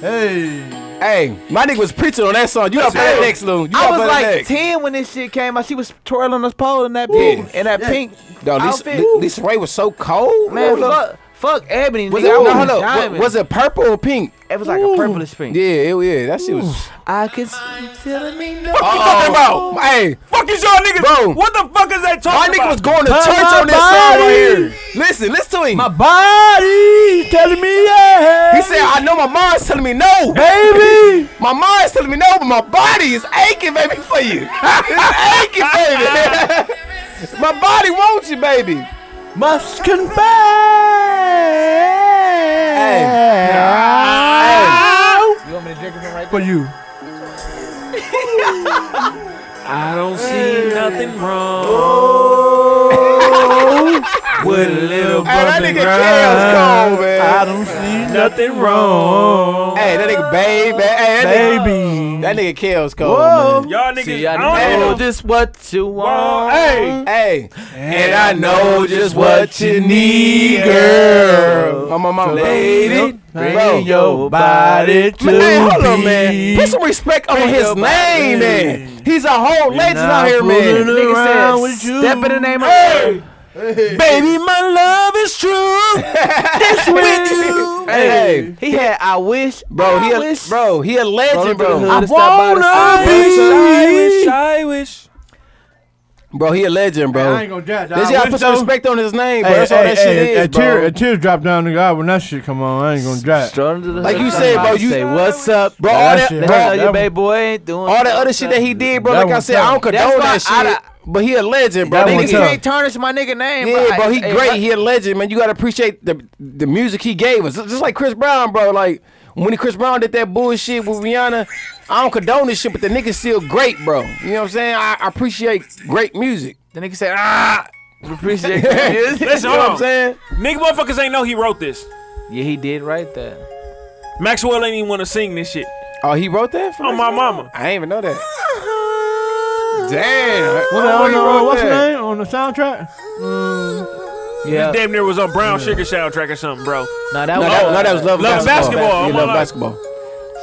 Speaker 3: Hey.
Speaker 7: hey. My nigga was preaching on that song. You up for that
Speaker 2: Hey,
Speaker 7: next, Lou? You
Speaker 8: I
Speaker 7: up
Speaker 8: was
Speaker 7: for
Speaker 8: like
Speaker 7: that next?
Speaker 8: 10 when this shit came out. She was twirling this pole in that
Speaker 7: Yeah.
Speaker 8: pink. In that pink.
Speaker 7: Dog, Lisa,
Speaker 8: outfit.
Speaker 7: Li- Lisa Ray was so cold.
Speaker 8: Man,
Speaker 7: Hold up.
Speaker 8: fuck, fuck Ebony.
Speaker 7: was
Speaker 8: nigga.
Speaker 7: it?
Speaker 8: I
Speaker 7: No,
Speaker 8: want
Speaker 7: hold up. Wa-
Speaker 8: diamond.
Speaker 7: Was it purple or pink?
Speaker 8: It was like a purplish pink.
Speaker 7: Yeah, it, yeah. That shit was.
Speaker 8: I can see telling me no.
Speaker 7: What you talking
Speaker 8: Oh.
Speaker 7: about? Hey,
Speaker 2: fuck is y'all niggas?
Speaker 7: Bro.
Speaker 2: What the fuck is they
Speaker 7: my
Speaker 2: talking
Speaker 7: nigga was
Speaker 2: about?
Speaker 7: going to
Speaker 3: Turn
Speaker 7: church
Speaker 3: my
Speaker 7: on this song right
Speaker 3: body.
Speaker 7: here. Listen, listen to him.
Speaker 3: My body's telling me yeah.
Speaker 7: he said, "I know my mom's telling me no.
Speaker 3: baby.
Speaker 7: My mom's telling me no, but my body is aching, baby, for you. it's aching, baby. my body wants you, baby.
Speaker 3: must confess
Speaker 8: You want me to drink it from right
Speaker 3: for you.
Speaker 2: I don't see nothing wrong with a little
Speaker 7: that
Speaker 2: bump and
Speaker 7: nigga
Speaker 2: grind.
Speaker 7: Kale's cold, man.
Speaker 3: I don't see
Speaker 2: Nothing wrong.
Speaker 7: Hey, that nigga babe, man. Hey, that nigga,
Speaker 3: baby.
Speaker 7: that nigga Kale's cold, man.
Speaker 2: Y'all niggas,
Speaker 8: See, I,
Speaker 2: I don't
Speaker 8: know
Speaker 2: know.
Speaker 8: just what you want.
Speaker 2: Hey,
Speaker 7: Hey,
Speaker 3: And I know just what you need,
Speaker 7: girl. I'm on my
Speaker 3: Lady,
Speaker 7: Bro.
Speaker 3: bring your body to
Speaker 7: Man, hey, hold on,
Speaker 3: me.
Speaker 7: man. Put some respect on his name, man. He's a whole legend
Speaker 3: I'm
Speaker 7: out here, man.
Speaker 3: fooling
Speaker 7: Nigga said,
Speaker 3: around with you.
Speaker 8: Step in the name of hey.
Speaker 3: Baby, my love is true.
Speaker 7: with you. Hey,
Speaker 8: He had I wish,
Speaker 7: bro,
Speaker 8: I
Speaker 7: he a,
Speaker 8: wish.
Speaker 7: bro, he a legend, bro.
Speaker 8: I
Speaker 3: wanna
Speaker 2: I
Speaker 3: be-
Speaker 8: wanna
Speaker 2: wish, I wish.
Speaker 7: Bro, he a legend,
Speaker 3: I ain't
Speaker 7: bro.
Speaker 3: gonna judge.
Speaker 7: This
Speaker 3: I
Speaker 7: y'all
Speaker 3: wish
Speaker 7: put some
Speaker 3: though-
Speaker 7: respect on his name, bro.
Speaker 3: Hey,
Speaker 7: That's all
Speaker 3: hey,
Speaker 7: that
Speaker 3: hey,
Speaker 7: shit
Speaker 3: a
Speaker 7: is,
Speaker 3: tear,
Speaker 7: bro.
Speaker 3: a tear drop down the guy when that shit come on. I ain't gonna judge.
Speaker 7: Like you said, bro, you-
Speaker 8: say what's up,
Speaker 7: Bro,
Speaker 8: bro.
Speaker 3: That
Speaker 7: all that,
Speaker 3: shit
Speaker 8: Hell,
Speaker 3: hurt.
Speaker 7: bro,
Speaker 3: that
Speaker 8: your
Speaker 3: one-
Speaker 8: baby boy ain't doing
Speaker 7: all that other shit that he did, bro.
Speaker 3: That
Speaker 7: Like I
Speaker 3: one
Speaker 7: said, I don't
Speaker 3: tough.
Speaker 7: condone that
Speaker 8: That's why I
Speaker 7: shit. But he a legend, bro.
Speaker 3: That
Speaker 7: Niggas
Speaker 3: one
Speaker 8: Niggas
Speaker 3: tough.
Speaker 7: can't
Speaker 8: can't tarnish my nigga name.
Speaker 7: Yeah, bro, he
Speaker 8: Hey,
Speaker 7: great.
Speaker 8: hey,
Speaker 7: He a legend, man. You gotta appreciate the the music he gave us. Just like Chris Brown, bro. Like when Chris Brown did that bullshit with Rihanna, I don't condone this shit, but the nigga's still great, bro. You know what I'm saying? I, I appreciate great music.
Speaker 8: The nigga said, ah. Appreciate that.
Speaker 2: Listen,
Speaker 7: You know
Speaker 2: hold
Speaker 7: what
Speaker 2: on.
Speaker 7: I'm saying?
Speaker 2: Nigga, motherfuckers ain't know he wrote this.
Speaker 8: Yeah, he did right there.
Speaker 2: Maxwell ain't even want to sing this shit.
Speaker 7: Oh, he wrote that for
Speaker 2: On
Speaker 7: us?
Speaker 2: my mama.
Speaker 7: I ain't even know that. Damn.
Speaker 3: What,
Speaker 7: Oh,
Speaker 3: on
Speaker 7: he
Speaker 3: the-
Speaker 7: wrote
Speaker 3: what's the
Speaker 7: that.
Speaker 3: name on the soundtrack?
Speaker 8: Yeah.
Speaker 2: Damn near was on Brown Sugar soundtrack or something, bro.
Speaker 8: No, that
Speaker 7: No,
Speaker 8: was.
Speaker 7: that, no, that was Love,
Speaker 2: Love Basketball.
Speaker 7: Yeah,
Speaker 2: I'm
Speaker 7: love
Speaker 2: like-
Speaker 7: basketball.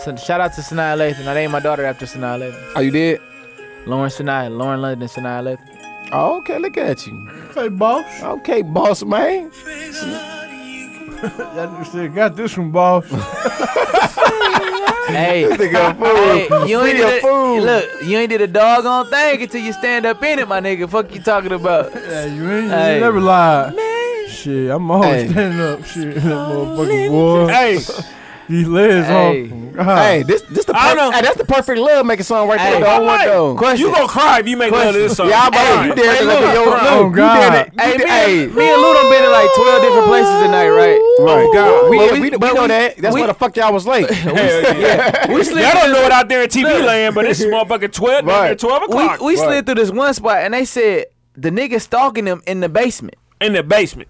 Speaker 8: So shout out to Sanaa Lathan. I named my daughter after Sanaa Lathan.
Speaker 7: Oh, you did?
Speaker 8: Lauren Sanaa, Lauren London, Sanaa Lathan.
Speaker 7: Oh, okay, look at you.
Speaker 3: Hey, boss.
Speaker 7: Okay, boss man.
Speaker 3: That nigga said, got this one, boss.
Speaker 8: Hey,
Speaker 7: Nigga,
Speaker 8: hey,
Speaker 7: fool.
Speaker 8: you ain't
Speaker 7: Nigga,
Speaker 8: did a,
Speaker 7: fool.
Speaker 8: look, you ain't did a doggone thing until you stand up in it, my nigga. Fuck you talking about?
Speaker 3: Yeah, you ain't you
Speaker 8: Hey.
Speaker 3: never lied. Shit, I'm always
Speaker 7: Hey.
Speaker 3: standing up. Shit, that motherfucking
Speaker 8: Uh,
Speaker 3: boy.
Speaker 2: Hey,
Speaker 3: These legs
Speaker 8: Hey.
Speaker 3: on.
Speaker 7: Hey, this this the
Speaker 2: I know.
Speaker 7: perfect, hey, that's the perfect love making song right
Speaker 8: Hey,
Speaker 7: there. though. I want
Speaker 2: like-
Speaker 7: though.
Speaker 8: Question.
Speaker 2: you gonna cry if you make love to this song.
Speaker 7: Yeah, I'm
Speaker 2: Hey,
Speaker 7: about you dare to look at your
Speaker 3: look, oh,
Speaker 7: look. You dare to-
Speaker 3: God.
Speaker 8: Hey,
Speaker 7: you
Speaker 8: me,
Speaker 7: dare-
Speaker 8: hey.
Speaker 7: Hey.
Speaker 8: me and Lou done been in like 12 different places tonight, right?
Speaker 7: Right.
Speaker 3: Oh,
Speaker 2: God.
Speaker 7: We,
Speaker 8: But
Speaker 7: we,
Speaker 8: we-
Speaker 7: we,
Speaker 8: but
Speaker 7: know
Speaker 8: we-
Speaker 7: that. That's
Speaker 8: we-
Speaker 7: why the fuck y'all was late.
Speaker 8: We slid,
Speaker 2: Y'all don't know it out there in TV land, but it's motherfucking 12,
Speaker 7: Right.
Speaker 2: 12 o'clock
Speaker 8: we, we slid through this one spot and they said the nigga stalking them in the basement.
Speaker 2: in the basement.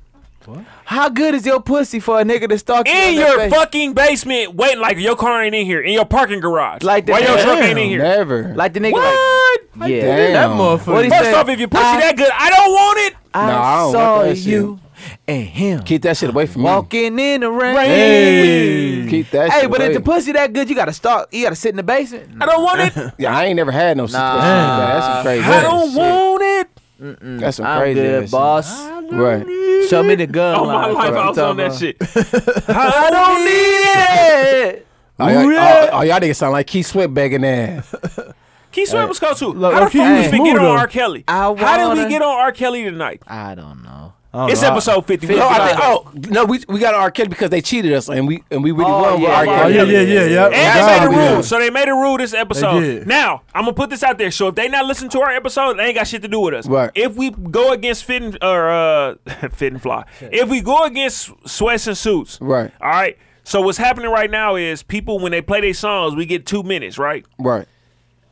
Speaker 8: How good is your pussy for a nigga to stalk you
Speaker 2: In
Speaker 8: the
Speaker 2: your
Speaker 8: basement?
Speaker 2: fucking basement, waiting like your car ain't in here, in your parking garage.
Speaker 8: Like the-
Speaker 2: why your truck ain't in
Speaker 3: Damn,
Speaker 2: here.
Speaker 7: Never.
Speaker 8: Like the nigga,
Speaker 2: What?
Speaker 8: like, yeah.
Speaker 7: Damn.
Speaker 3: That motherfucker.
Speaker 8: What he
Speaker 2: First
Speaker 8: said,
Speaker 2: off, if your pussy
Speaker 8: I-
Speaker 2: that good, I don't want it.
Speaker 8: I
Speaker 7: Nah, I don't
Speaker 8: saw
Speaker 7: like that shit.
Speaker 8: you and him
Speaker 7: Keep that shit away from me.
Speaker 8: walking in the rain.
Speaker 3: Hey.
Speaker 7: Keep that shit
Speaker 8: Hey, but if
Speaker 7: away.
Speaker 8: the pussy that good, you gotta stalk. You gotta sit in the basement.
Speaker 2: I don't want it.
Speaker 7: Yeah, I ain't never had no situation like
Speaker 8: Nah.
Speaker 7: that. That's some crazy
Speaker 2: I don't
Speaker 7: shit.
Speaker 2: want it.
Speaker 7: That's some
Speaker 8: I'm
Speaker 7: crazy ass
Speaker 8: good,
Speaker 7: shit.
Speaker 8: boss.
Speaker 7: Right.
Speaker 8: Show me the gun.
Speaker 2: All Oh, my
Speaker 8: line.
Speaker 2: life
Speaker 8: Fuck
Speaker 2: I
Speaker 8: you
Speaker 2: was on
Speaker 8: talking
Speaker 2: that
Speaker 8: about.
Speaker 2: shit. I don't need it.
Speaker 7: Oh, y'all, oh, oh, y'all niggas sound like Keith Sweat begging ass.
Speaker 2: Keith Sweat was cool too.
Speaker 3: Look,
Speaker 2: How the
Speaker 3: look, he
Speaker 2: fuck
Speaker 3: was
Speaker 2: did we
Speaker 3: smooth,
Speaker 2: get on
Speaker 3: though.
Speaker 2: R. Kelly?
Speaker 8: I
Speaker 2: How did
Speaker 8: wanna-
Speaker 2: we get on R. Kelly tonight?
Speaker 8: I don't know.
Speaker 2: It's episode 50. We
Speaker 7: No,
Speaker 2: talked
Speaker 7: I think,
Speaker 2: about that.
Speaker 7: oh no, we we got R. Kelly because they cheated us and we and we really
Speaker 8: Oh,
Speaker 7: won with
Speaker 8: yeah,
Speaker 7: R.
Speaker 8: yeah,
Speaker 3: Oh,
Speaker 7: Kelly.
Speaker 3: yeah, yeah, yeah. yeah.
Speaker 2: And
Speaker 7: Oh,
Speaker 2: they made
Speaker 7: God,
Speaker 2: a
Speaker 7: yeah.
Speaker 2: rule. So they made a rule this episode.
Speaker 3: did.
Speaker 2: Now, I'm gonna put this out there. So if they not listen to our episode, they ain't got shit to do with us.
Speaker 7: Right.
Speaker 2: If we go against fit and or uh fit and fly. If we go against sweats and suits.
Speaker 7: Right.
Speaker 2: All right. So what's happening right now is people when they play their songs, we get two minutes, right?
Speaker 7: Right.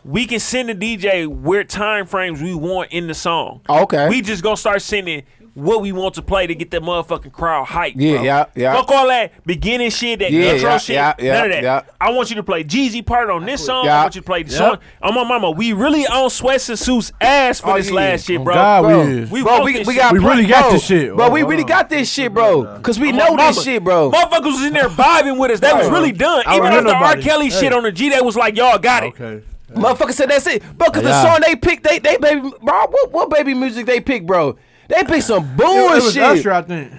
Speaker 2: We can send the DJ where time frames we want in the song.
Speaker 7: Oh, Okay.
Speaker 2: We just gonna start sending what we want to play to get that motherfucking crowd hyped.
Speaker 7: Yeah,
Speaker 2: bro.
Speaker 7: yeah, yeah.
Speaker 2: Fuck all that beginning shit, that
Speaker 7: Yeah,
Speaker 2: intro
Speaker 7: yeah,
Speaker 2: shit,
Speaker 7: yeah, yeah,
Speaker 2: none of that.
Speaker 7: yeah.
Speaker 2: I want you to play Jeezy part on this song.
Speaker 7: Yeah.
Speaker 2: I want you to play the song. I'm on mama. We really on Sweats and Suits ass for
Speaker 7: Oh,
Speaker 2: this
Speaker 7: yeah.
Speaker 2: last shit,
Speaker 3: Oh,
Speaker 2: bro.
Speaker 3: God,
Speaker 7: Bro,
Speaker 3: we is.
Speaker 2: We
Speaker 7: bro,
Speaker 2: want
Speaker 7: we,
Speaker 2: this
Speaker 7: we
Speaker 2: shit.
Speaker 7: got
Speaker 3: We really
Speaker 7: bro,
Speaker 3: got this shit.
Speaker 7: Bro,
Speaker 3: Oh,
Speaker 7: we
Speaker 3: hold
Speaker 7: really
Speaker 3: on.
Speaker 7: got this shit, bro. Cause we
Speaker 2: I'm
Speaker 7: know
Speaker 2: on
Speaker 7: this
Speaker 2: mama.
Speaker 7: shit, bro.
Speaker 2: Motherfuckers was in there vibing with us. That was really done.
Speaker 3: I
Speaker 2: Even
Speaker 3: don't
Speaker 2: after
Speaker 3: hear
Speaker 2: R.
Speaker 3: nobody.
Speaker 2: Kelly shit
Speaker 3: Hey.
Speaker 2: on the G, they was like, y'all got it.
Speaker 3: Okay.
Speaker 7: Motherfucker said that's it, bro. Cause the
Speaker 3: Yeah.
Speaker 7: song they picked, they they baby, bro. What, what baby music they picked, bro? They picked some
Speaker 3: It was
Speaker 7: bullshit.
Speaker 3: Usher, I think.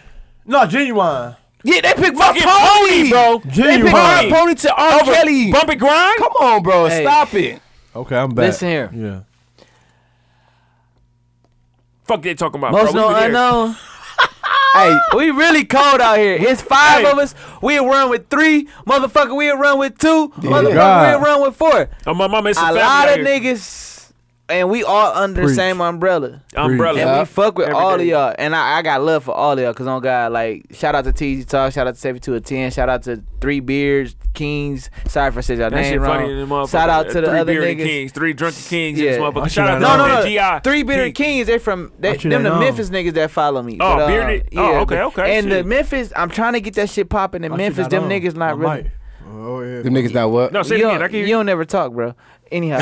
Speaker 3: No, genuine.
Speaker 7: yeah, they picked my
Speaker 2: Fucking
Speaker 7: pony,
Speaker 2: Pony.
Speaker 7: bro. They picked my
Speaker 3: Genuine.
Speaker 7: pony to R. Kelly.
Speaker 2: Bump it grind.
Speaker 7: Come on, bro.
Speaker 8: Hey.
Speaker 7: Stop it.
Speaker 3: Okay, I'm back.
Speaker 8: Listen here.
Speaker 3: Yeah.
Speaker 2: Fuck they talking about.
Speaker 8: Most
Speaker 2: bro.
Speaker 8: no
Speaker 2: We was there.
Speaker 8: unknown.
Speaker 7: Hey,
Speaker 8: We really cold out here. It's five of us. We'll run with three. Motherfucker, we'll run with two. Motherfucker,
Speaker 3: God.
Speaker 8: we'll run with four.
Speaker 2: Oh, my mama, it's a
Speaker 8: A
Speaker 2: family
Speaker 8: lot
Speaker 2: out
Speaker 8: of
Speaker 2: here.
Speaker 8: niggas and we all under the same umbrella.
Speaker 2: Umbrella.
Speaker 8: And we fuck with
Speaker 2: Every
Speaker 8: all
Speaker 2: day.
Speaker 8: of y'all. And I, I got love for all of y'all. Cause on God, like shout out to TG Talk, shout out to Seventy Two of Ten, shout out to Three Beers Kings. Sorry for saying y'all
Speaker 2: That
Speaker 8: name
Speaker 2: shit
Speaker 8: wrong.
Speaker 2: funny than motherfucker.
Speaker 8: shout out to the
Speaker 2: three
Speaker 8: other
Speaker 2: bearded
Speaker 8: niggas.
Speaker 2: kings, three drunken kings. Yeah.
Speaker 8: Yeah.
Speaker 2: This
Speaker 8: Why
Speaker 2: motherfucker.
Speaker 9: should
Speaker 2: Shout
Speaker 9: I
Speaker 2: out to
Speaker 8: No,
Speaker 9: know?
Speaker 2: all
Speaker 8: no, no.
Speaker 2: that GI.
Speaker 8: Three Bearded
Speaker 2: Kings.
Speaker 8: Kings, they from they,
Speaker 9: What you
Speaker 8: them
Speaker 9: they
Speaker 8: the
Speaker 9: know?
Speaker 8: Memphis niggas that follow me.
Speaker 2: Oh,
Speaker 8: But, uh,
Speaker 2: bearded- oh,
Speaker 8: yeah,
Speaker 2: okay,
Speaker 8: but-
Speaker 2: okay,
Speaker 8: And
Speaker 2: shit.
Speaker 8: the Memphis, I'm trying to get that shit popping in
Speaker 9: I should
Speaker 8: Memphis.
Speaker 9: not
Speaker 8: Them
Speaker 9: own.
Speaker 8: niggas
Speaker 9: I
Speaker 8: not really.
Speaker 9: might. Oh yeah.
Speaker 7: Them niggas not what?
Speaker 2: No, say it
Speaker 8: you,
Speaker 2: again. I
Speaker 8: don't,
Speaker 2: can
Speaker 8: you
Speaker 2: hear you.
Speaker 8: don't never talk, bro. Anyhow,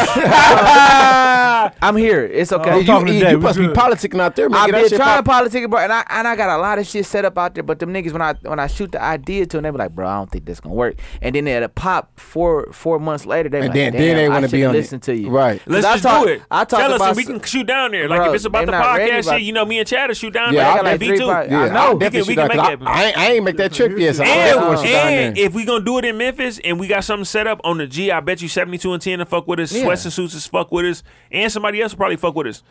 Speaker 8: I'm here. It's okay.
Speaker 7: Hey,
Speaker 9: I'm
Speaker 7: you,
Speaker 9: talking
Speaker 7: you,
Speaker 9: today,
Speaker 7: you
Speaker 9: we
Speaker 7: must be
Speaker 9: good.
Speaker 7: politicking out there, man.
Speaker 8: I've
Speaker 7: Get that
Speaker 8: been
Speaker 7: shit
Speaker 8: trying
Speaker 7: pop-
Speaker 8: to politic, bro, and I and I got a lot of shit set up out there. But them niggas, when I when I shoot the idea to them, they be like, "Bro, I don't think this gonna work." And then it'll pop four four months later. They be like,
Speaker 7: And then-
Speaker 8: "Damn,
Speaker 7: then they
Speaker 8: I
Speaker 7: wanna be
Speaker 8: should've
Speaker 7: on it."
Speaker 8: listened to you,
Speaker 7: Right.
Speaker 8: 'Cause
Speaker 2: Let's
Speaker 8: I
Speaker 2: just
Speaker 8: talk-
Speaker 2: do it.
Speaker 8: I talk
Speaker 2: Tell us
Speaker 8: about
Speaker 2: and we
Speaker 8: some-
Speaker 2: can shoot down there. Like
Speaker 8: Bro,
Speaker 2: if it's about
Speaker 8: they
Speaker 2: the
Speaker 8: not ready
Speaker 2: podcast
Speaker 8: about-
Speaker 2: shit, you know, me and Chad will shoot down
Speaker 7: Yeah,
Speaker 2: there.
Speaker 7: I
Speaker 2: Like
Speaker 8: got like
Speaker 2: V2.
Speaker 8: three pod-
Speaker 7: Yeah,
Speaker 8: I know.
Speaker 7: I'll
Speaker 8: We
Speaker 2: can-
Speaker 7: definitely
Speaker 2: we
Speaker 7: shoot
Speaker 2: can
Speaker 7: that,
Speaker 2: make
Speaker 7: 'cause
Speaker 2: that.
Speaker 7: I, I, ain't, I ain't make that trip yet, so I
Speaker 2: And,
Speaker 7: definitely want to down
Speaker 2: and
Speaker 7: there.
Speaker 2: if we gonna do it in Memphis and we got something set up on the G, I bet you seventy two and ten to fuck with us,
Speaker 8: Yeah.
Speaker 2: sweats and suits is fuck with us, and somebody else will probably fuck with us.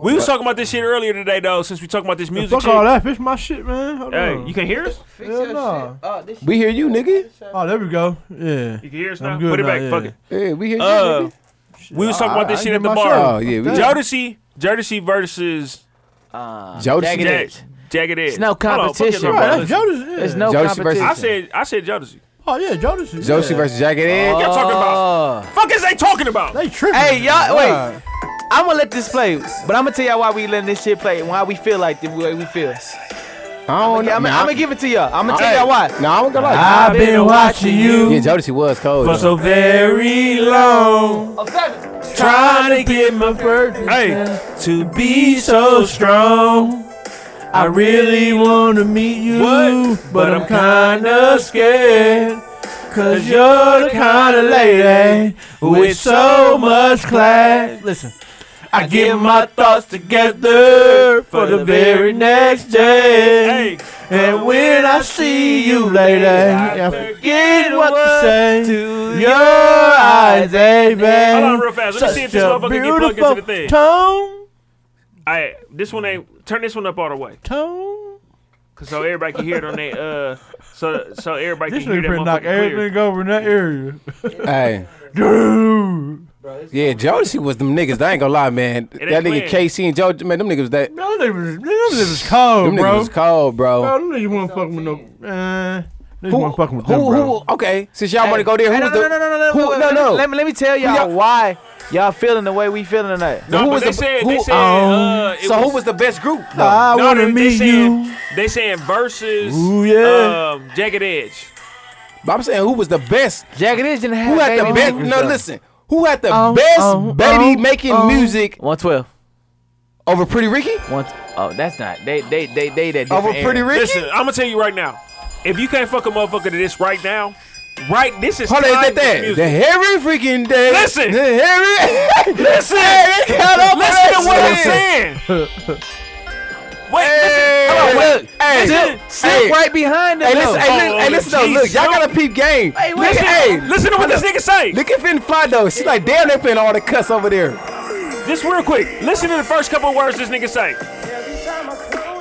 Speaker 2: We was talking about this shit earlier today though, since we talking about this music.
Speaker 9: Fuck
Speaker 2: shit.
Speaker 9: all that. Fix my shit, man. Hold
Speaker 2: Hey,
Speaker 9: on.
Speaker 2: you can hear us?
Speaker 8: Fix
Speaker 9: Hell
Speaker 8: your
Speaker 9: nah.
Speaker 8: shit. Oh, this shit-
Speaker 7: We hear you, nigga.
Speaker 9: Oh, there we go. Yeah.
Speaker 2: You can hear us
Speaker 9: I'm
Speaker 2: now.
Speaker 9: good
Speaker 2: Put it
Speaker 9: now,
Speaker 2: back.
Speaker 9: yeah.
Speaker 2: Fuck it.
Speaker 7: Yeah, we hear you,
Speaker 2: Uh,
Speaker 7: nigga.
Speaker 2: we was talking
Speaker 7: I-
Speaker 2: about this
Speaker 7: I
Speaker 2: shit
Speaker 7: get
Speaker 2: at the
Speaker 7: my
Speaker 2: bar.
Speaker 7: shot. Oh, yeah, we-
Speaker 2: Jodeci, Jodeci versus
Speaker 8: uh,
Speaker 7: Jodeci.
Speaker 8: Jagged
Speaker 7: Jagged
Speaker 8: Edge.
Speaker 2: Jagged, Jagged Edge.
Speaker 8: It's no
Speaker 2: Hold on, fuck it,
Speaker 8: competition,
Speaker 2: look,
Speaker 8: bro.
Speaker 9: Right,
Speaker 2: listen.
Speaker 9: that's Jodeci. Yeah.
Speaker 8: There's no
Speaker 7: Jodeci versus-
Speaker 8: competition.
Speaker 2: I said, I said Jodeci.
Speaker 9: Oh yeah, Jodeci.
Speaker 7: Josie
Speaker 9: yeah.
Speaker 7: versus Jagged Edge.
Speaker 2: Y'all talking about?
Speaker 9: Uh.
Speaker 8: Oh.
Speaker 2: Fuck is they talking about?
Speaker 9: They tripping.
Speaker 8: Hey, y'all,
Speaker 9: Right.
Speaker 8: wait. I'm gonna let this play, but I'm gonna tell y'all why we letting this shit play and why we feel like the way we feel. Oh.
Speaker 7: I don't know.
Speaker 8: I'm
Speaker 7: man,
Speaker 8: gonna give it to y'all. I'm gonna
Speaker 2: Hey.
Speaker 8: tell y'all why.
Speaker 7: No, I don't gonna lie.
Speaker 9: I've been watching you
Speaker 7: Yeah, Jodeci was cold.
Speaker 2: For
Speaker 7: though.
Speaker 2: so very long, trying to get my
Speaker 9: first.
Speaker 2: hey to
Speaker 9: Be so strong. I really wanna meet you,
Speaker 2: What?
Speaker 9: but I'm kinda scared. Cause you're the kinda lady with so much class. Listen, I get my thoughts together for the very next
Speaker 2: Hey,
Speaker 9: day. And when I see you, lady, I forget what to say. To your eyes, baby.
Speaker 2: hold on real fast. Let me see if this
Speaker 9: Such a
Speaker 2: motherfucker get plugged into the
Speaker 9: beautiful
Speaker 2: thing.
Speaker 9: Tone,
Speaker 2: Hey, this one ain't. Turn this one up all the way,
Speaker 9: tone.
Speaker 2: cause so everybody can hear it on they uh, so so everybody
Speaker 9: This
Speaker 2: can hear
Speaker 9: nigga
Speaker 2: that
Speaker 9: finna
Speaker 2: motherfucker
Speaker 9: knock
Speaker 2: clear.
Speaker 9: everything over in that area.
Speaker 7: Hey.
Speaker 9: Dude.
Speaker 7: Yeah, Jodeci was them niggas. I ain't gonna lie, man.
Speaker 2: ain't
Speaker 7: That nigga
Speaker 2: playing.
Speaker 7: KC and Joe, man, them niggas that.
Speaker 9: Them niggas, them niggas cold,
Speaker 7: Them
Speaker 9: bro.
Speaker 7: niggas was cold,
Speaker 9: Bro,
Speaker 7: bro.
Speaker 9: them niggas won't fuck with no. Uh, niggas
Speaker 7: Who,
Speaker 9: won't fuck
Speaker 7: who,
Speaker 9: with them, bro.
Speaker 7: who, okay, since y'all wanna go there,
Speaker 8: Hey,
Speaker 7: who
Speaker 8: no,
Speaker 7: was
Speaker 8: no,
Speaker 7: the.
Speaker 8: no, no, no, no,
Speaker 7: who-
Speaker 8: wait,
Speaker 7: no,
Speaker 8: wait,
Speaker 7: no.
Speaker 8: Let me, let me tell y'all
Speaker 7: y'all-
Speaker 8: why y'all feeling the way we feeling tonight.
Speaker 2: No,
Speaker 7: Who
Speaker 2: but
Speaker 7: was
Speaker 2: they
Speaker 7: the-
Speaker 2: said they
Speaker 7: who-
Speaker 2: said
Speaker 9: um,
Speaker 2: uh, it
Speaker 7: So
Speaker 2: was,
Speaker 7: who was the best group? though?
Speaker 9: I
Speaker 2: no,
Speaker 9: wanna
Speaker 2: they, they
Speaker 9: meet
Speaker 2: saying,
Speaker 9: you.
Speaker 2: They saying versus
Speaker 9: Ooh, yeah.
Speaker 2: um Jagged Edge.
Speaker 7: But I'm saying who was the best?
Speaker 8: Jagged Edge didn't have
Speaker 7: Who had the
Speaker 8: baby
Speaker 7: best?
Speaker 8: moves,
Speaker 7: No,
Speaker 8: though.
Speaker 7: listen. Who had the
Speaker 9: Um,
Speaker 8: Oh,
Speaker 7: best
Speaker 8: oh,
Speaker 7: baby
Speaker 8: oh,
Speaker 7: making
Speaker 8: oh.
Speaker 7: music
Speaker 8: 112.
Speaker 7: over Pretty Ricky?
Speaker 8: One, oh, that's not. They, they, they, they that different
Speaker 7: Over
Speaker 8: era.
Speaker 7: Pretty Ricky?
Speaker 2: Listen, I'm gonna tell you right now. If you can't fuck a motherfucker to this right now, right this is
Speaker 7: Hold on, is that
Speaker 2: timeless
Speaker 7: that? The
Speaker 2: music.
Speaker 7: hairy freaking day.
Speaker 2: Listen.
Speaker 7: The hairy.
Speaker 2: Listen,
Speaker 7: Hey, they got up
Speaker 2: listen to what I'm
Speaker 7: there.
Speaker 2: saying. Wait,
Speaker 7: Hey,
Speaker 2: listen, hold on, wait.
Speaker 7: look, hey,
Speaker 2: Listen,
Speaker 8: Silk
Speaker 7: hey,
Speaker 8: right behind them.
Speaker 7: Hey, listen, hey,
Speaker 2: Oh,
Speaker 7: listen, hey, listen though,
Speaker 2: geez,
Speaker 7: look,
Speaker 2: Silk.
Speaker 7: y'all gotta peep game.
Speaker 8: Hey, wait,
Speaker 7: listen,
Speaker 2: Listen,
Speaker 7: hey,
Speaker 2: listen to what this nigga say.
Speaker 7: look at Finn Fly though. She's like, damn, they playing all the cuss over there.
Speaker 2: Just real quick, listen to the first couple words this nigga say.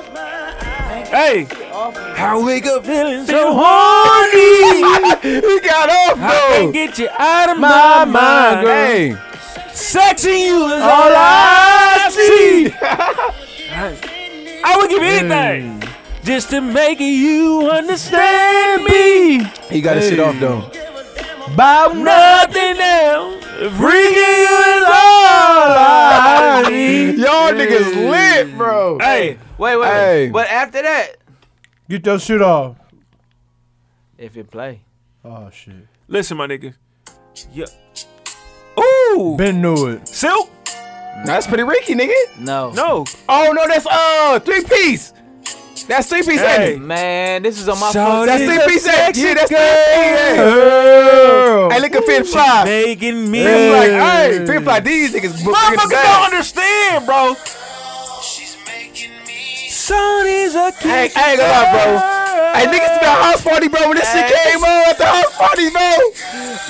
Speaker 2: Hey,
Speaker 7: I wake up feeling
Speaker 2: so horny.
Speaker 7: he got
Speaker 2: I
Speaker 7: off though.
Speaker 2: can't get you out of my,
Speaker 9: My mind,
Speaker 2: mind.
Speaker 9: girl.
Speaker 7: Hey,
Speaker 2: Sex in you is all
Speaker 9: All
Speaker 2: I
Speaker 9: I
Speaker 2: see. I would give anything just to make you understand me.
Speaker 7: he got his shit off though.
Speaker 9: Bob
Speaker 2: Nothing else. Bringing you is all I need. Mm.
Speaker 7: Y'all niggas lit, bro.
Speaker 2: Hey,
Speaker 8: Wait, wait,
Speaker 7: Hey.
Speaker 8: wait. But after that,
Speaker 9: Get your shit off.
Speaker 8: if it play,
Speaker 9: Oh, shit.
Speaker 2: listen, my nigga. Yeah. Ooh,
Speaker 9: Ben knew it.
Speaker 2: silk?
Speaker 7: That's pretty Ricky, nigga.
Speaker 8: no,
Speaker 2: No.
Speaker 7: Oh no, that's uh three piece. That's three piece.
Speaker 2: Hey.
Speaker 7: ain't it?
Speaker 8: man, this is on my.
Speaker 2: So
Speaker 8: phone.
Speaker 7: that's
Speaker 2: She's
Speaker 7: three
Speaker 2: a
Speaker 7: piece. ain't it?
Speaker 2: sexy
Speaker 7: Yeah, that's three piece. ain't it?
Speaker 9: Girl.
Speaker 7: Hey, look at Finn Fly.
Speaker 2: Making me
Speaker 7: He
Speaker 2: like,
Speaker 7: like,
Speaker 2: hey.
Speaker 7: hey, Finn Fly. These niggas.
Speaker 2: Motherfuckers don't understand, bro. Sun is a
Speaker 7: Hey, I ain't gonna lie, bro. Hey, niggas been house party, bro. When this shit came on at the house party, bro,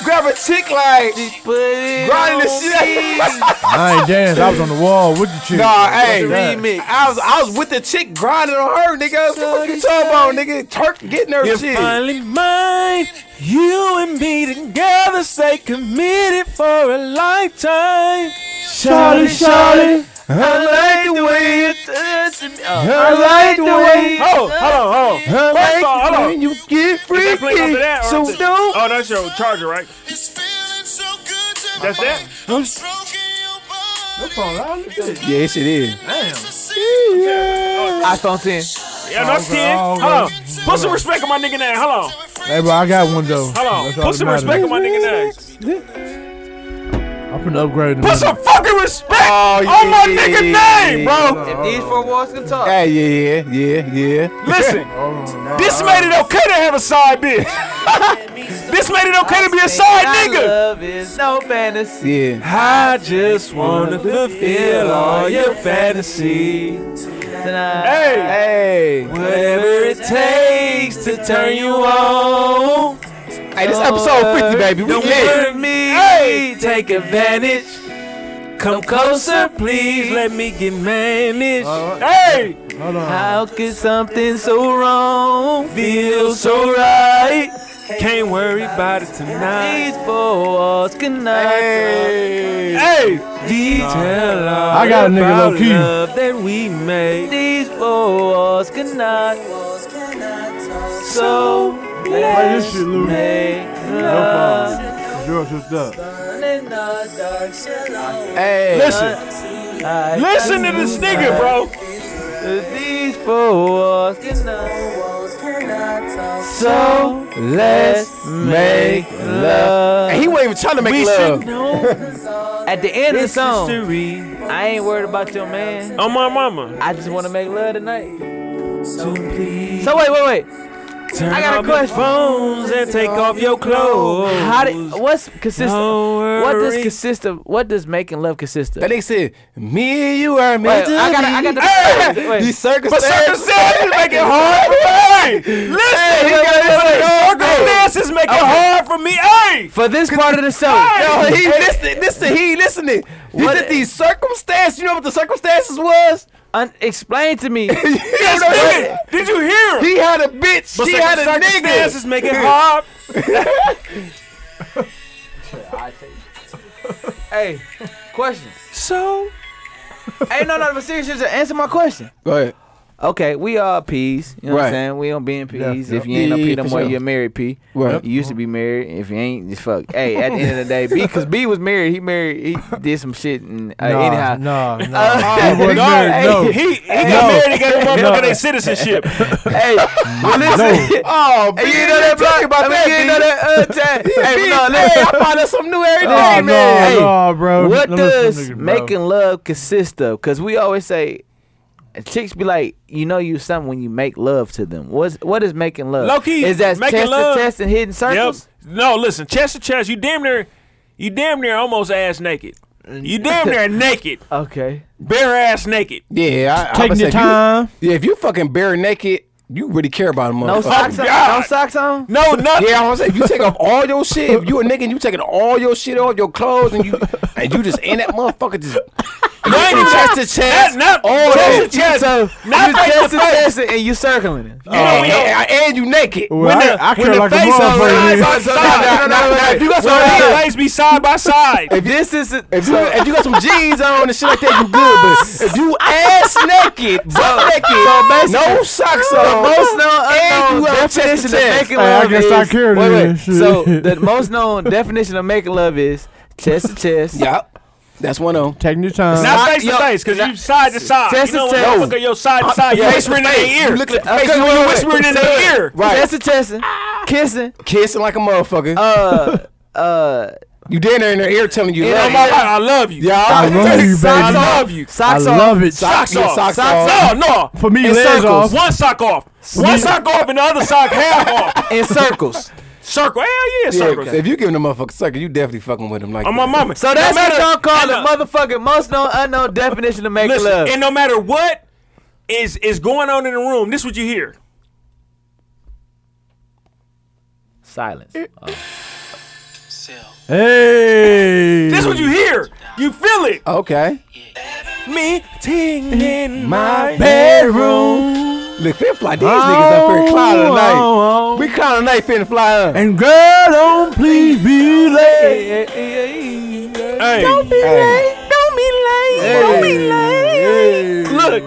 Speaker 7: grab a chick like
Speaker 8: Put it
Speaker 7: grinding the
Speaker 8: on
Speaker 7: shit.
Speaker 8: me.
Speaker 9: I ain't danced. I was on the wall with the chick.
Speaker 7: Nah, hey,
Speaker 9: that?
Speaker 7: I was I was with the chick grinding on her, nigga. What the fuck you talking about, nigga? Turk getting her
Speaker 2: You're
Speaker 7: shit.
Speaker 2: finally mine. You and me together stay committed for a lifetime.
Speaker 9: Charlie, Charlie.
Speaker 8: I like the way you touch me.
Speaker 9: I like the way.
Speaker 2: Oh, Hold on, hold on, hold on.
Speaker 9: I like
Speaker 2: all, hold
Speaker 9: the
Speaker 2: on.
Speaker 9: way you get
Speaker 2: That play
Speaker 9: freaky.
Speaker 2: after that, or
Speaker 9: So
Speaker 2: is it-
Speaker 9: don't.
Speaker 2: Oh, that's your charger, right? That's that.
Speaker 7: Yeah, this shit is.
Speaker 8: iPhone 10.
Speaker 2: Yeah, no, that's ten.
Speaker 9: all
Speaker 2: Hold on. Put some respect on my nigga name. Hold on,
Speaker 9: Hey, bro, I got one though.
Speaker 2: hold on.
Speaker 9: That's all
Speaker 2: Put some
Speaker 9: that
Speaker 2: respect on my
Speaker 9: matters.
Speaker 2: nigga name.
Speaker 9: I'm finna upgrade. in a
Speaker 2: Put some
Speaker 9: minute.
Speaker 2: fucking respect
Speaker 7: Oh,
Speaker 2: on my
Speaker 7: yeah,
Speaker 2: nigga
Speaker 7: yeah,
Speaker 2: name,
Speaker 7: yeah.
Speaker 2: bro.
Speaker 8: If these four walls can talk.
Speaker 7: Hey, yeah, yeah, yeah, yeah.
Speaker 2: Listen,
Speaker 9: Hold on, nah.
Speaker 2: this made it okay to have a side bitch. this made it okay to be a side
Speaker 8: I
Speaker 2: nigga.
Speaker 8: Love is no fantasy.
Speaker 7: Yeah.
Speaker 9: I just wanna fulfill all your fantasies.
Speaker 8: Tonight.
Speaker 2: Hey,
Speaker 7: Hey.
Speaker 9: Whatever it takes to turn you on.
Speaker 7: Hey, this episode 50, baby. We
Speaker 9: Don't
Speaker 7: lit.
Speaker 9: hurt me. Hey. Take advantage. Come closer, please. Let me get managed.
Speaker 2: hey,
Speaker 8: How could something so wrong
Speaker 9: Feel so right. Can't worry about it tonight.
Speaker 8: These four walls cannot
Speaker 2: hey.
Speaker 9: Detail I got a nigga low key. Love that we
Speaker 8: talk.
Speaker 9: made.
Speaker 8: These four walls cannot So let's make love in the dark shallow.
Speaker 7: Hey.
Speaker 2: Listen, listen to this nigga, bro.
Speaker 8: These four walls cannot So
Speaker 7: Let's make love. And he wasn't even trying to make love.
Speaker 8: At the end of the song, I ain't worried about your man.
Speaker 2: On my mama.
Speaker 8: I just want to make love tonight. So wait, wait, wait. I got a question.
Speaker 9: Phones and take off your clothes.
Speaker 8: How did what's consistent?
Speaker 9: Don't
Speaker 8: What does
Speaker 9: worry.
Speaker 8: consist of? What does making love consist of?
Speaker 7: That nigga said, "Me and you are
Speaker 8: Wait,
Speaker 7: meant to
Speaker 8: I got, I got
Speaker 7: be."
Speaker 8: the.
Speaker 7: Hey,
Speaker 8: wait,
Speaker 7: These circumstances.
Speaker 2: But circumstances make it hard for me. Hey, listen,
Speaker 7: Hey, he got that
Speaker 2: listen. circumstances make it hard for me. Hey,
Speaker 8: for this part of the show,
Speaker 7: Yo, he listening. Listen, he listening. He
Speaker 8: What-
Speaker 7: said these circumstances. You know what the circumstances was?
Speaker 8: un- explain to me.
Speaker 2: this nigga, did you hear? him?
Speaker 7: He had a bitch. she had a
Speaker 2: circumstances
Speaker 7: nigga.
Speaker 2: make it hard.
Speaker 8: hey, question.
Speaker 2: So
Speaker 8: hey, no, no, but seriously, just answer my question.
Speaker 7: Go ahead.
Speaker 8: Okay, we all P's. You know what I'm
Speaker 7: Right.
Speaker 8: saying? We don't be in P's. If you
Speaker 7: Yeah,
Speaker 8: ain't no
Speaker 7: yeah,
Speaker 8: P
Speaker 7: yeah,
Speaker 8: no
Speaker 7: for
Speaker 8: more,
Speaker 7: sure.
Speaker 8: you're married P.
Speaker 7: Right.
Speaker 8: You used to be married. If you ain't, just fuck. Hey, at the end of the day, B, because B was married. He married. He did some shit and uh, anyhow.
Speaker 9: no, no.
Speaker 8: Uh,
Speaker 9: He wasn't
Speaker 8: no,
Speaker 9: married, no.
Speaker 8: hey,
Speaker 2: he he got married and got a motherfucker their citizenship.
Speaker 8: Hey, well, listen.
Speaker 7: Oh,
Speaker 8: Hey, you know that block about that? You know that? Uh, time. hey, no,
Speaker 7: Hey,
Speaker 8: listen.
Speaker 7: I found out something new every day,
Speaker 9: Oh,
Speaker 7: man.
Speaker 8: hey,
Speaker 9: no, no, bro.
Speaker 8: What
Speaker 9: No, listen,
Speaker 8: does
Speaker 9: nigga, bro.
Speaker 8: making love consist of? Because we always say, chicks be like, you know, you something when you make love to them. What's what is making love?
Speaker 2: Low-key,
Speaker 8: is that
Speaker 2: making
Speaker 8: test
Speaker 2: love-
Speaker 8: to test and hidden
Speaker 2: Yep.
Speaker 8: circles?
Speaker 2: No, listen, chest to chest, you damn near, you damn near almost ass naked. You damn near naked,
Speaker 8: Okay.
Speaker 2: bare ass naked.
Speaker 7: Yeah, I, I
Speaker 9: Taking
Speaker 7: would say
Speaker 9: your
Speaker 7: if you-
Speaker 9: time.
Speaker 7: yeah, if you fucking bare naked, you really care about a motherfucker.
Speaker 8: No socks on.
Speaker 2: Oh, God.
Speaker 8: No socks on.
Speaker 2: No, nothing.
Speaker 7: Yeah, I'm saying if you take off all your shit, if you a nigga and you taking all your shit off, your clothes, and you and you just in that motherfucker just
Speaker 2: Not even
Speaker 7: chest to chest,
Speaker 2: Not, not
Speaker 7: all
Speaker 2: chest
Speaker 7: that.
Speaker 2: to chest.
Speaker 8: So
Speaker 2: Not
Speaker 8: you
Speaker 2: face
Speaker 8: test
Speaker 2: to
Speaker 8: and
Speaker 2: face.
Speaker 8: test it and you circling it.
Speaker 2: You know, you know,
Speaker 7: and, and you naked.
Speaker 9: Well, I,
Speaker 2: the-
Speaker 9: I care
Speaker 2: Oh, when
Speaker 9: like a
Speaker 2: the face
Speaker 9: motherfucker.
Speaker 2: eyes
Speaker 9: nigga.
Speaker 2: on side.
Speaker 7: no, no, no. If you got some,
Speaker 2: When the face be side by side.
Speaker 7: if this is if you, if you got some jeans on and shit like that, you good. But if you ass naked, butt naked, no socks on,
Speaker 8: most known
Speaker 7: and
Speaker 8: unknown
Speaker 7: you out chest
Speaker 8: definition of
Speaker 7: to chest.
Speaker 8: making
Speaker 9: Hey, I
Speaker 8: love
Speaker 9: guess
Speaker 8: is
Speaker 9: I carried
Speaker 8: wait,
Speaker 9: it
Speaker 8: wait.
Speaker 9: and shit.
Speaker 8: So the most known definition of making love is chest to chest.
Speaker 7: Yep, that's one of them.
Speaker 9: Taking your time.
Speaker 2: Not face to
Speaker 7: yo,
Speaker 2: face, cause you side to side.
Speaker 8: Chest
Speaker 2: You know
Speaker 8: to
Speaker 2: when
Speaker 8: chest.
Speaker 2: motherfucker your side to side, Uh, you whispering in their ear.
Speaker 7: You looking at the
Speaker 8: Okay,
Speaker 7: face, you
Speaker 8: wait,
Speaker 7: you
Speaker 8: wait,
Speaker 7: whispering in
Speaker 2: wait.
Speaker 7: their ear.
Speaker 8: Chest
Speaker 7: Right,
Speaker 8: to chesting, kissing.
Speaker 7: kissing like a motherfucker.
Speaker 8: Uh, uh,
Speaker 7: You down there in their ear telling you
Speaker 8: You
Speaker 7: love
Speaker 2: Oh
Speaker 8: know
Speaker 2: my
Speaker 7: you.
Speaker 2: God, I love you.
Speaker 7: Yeah,
Speaker 9: I love you, baby.
Speaker 2: I love you.
Speaker 9: I
Speaker 8: socks off.
Speaker 9: love it.
Speaker 2: Socks
Speaker 7: Yeah,
Speaker 2: off.
Speaker 7: socks
Speaker 2: off. No, no.
Speaker 9: For me,
Speaker 2: In
Speaker 9: legs
Speaker 2: circles.
Speaker 9: off.
Speaker 2: One sock off. One
Speaker 9: me-
Speaker 2: sock off and the other sock half off.
Speaker 8: in circles.
Speaker 2: Circle. Hell yeah,
Speaker 7: Yeah,
Speaker 2: circle.
Speaker 7: If you giving a motherfucker sucker, you definitely fucking with him like
Speaker 2: On my
Speaker 7: that.
Speaker 2: mama.
Speaker 8: So that's
Speaker 2: no matter,
Speaker 8: what y'all call
Speaker 2: and
Speaker 8: the
Speaker 2: no-
Speaker 8: motherfucking most known unknown definition of making
Speaker 2: Listen,
Speaker 8: love.
Speaker 2: and no matter what is is going on in the room, this is what you hear.
Speaker 8: Silence. Uh,
Speaker 9: Hey.
Speaker 2: This is what you hear. You feel it.
Speaker 7: Okay.
Speaker 2: Me ting in my
Speaker 9: bedroom.
Speaker 7: Look, they fly these niggas up here cloud tonight.
Speaker 9: oh, oh.
Speaker 7: We cloud tonight finna fly up.
Speaker 9: And girl, don't please be late.
Speaker 2: Hey,
Speaker 7: Hey.
Speaker 9: Don't be
Speaker 2: Look,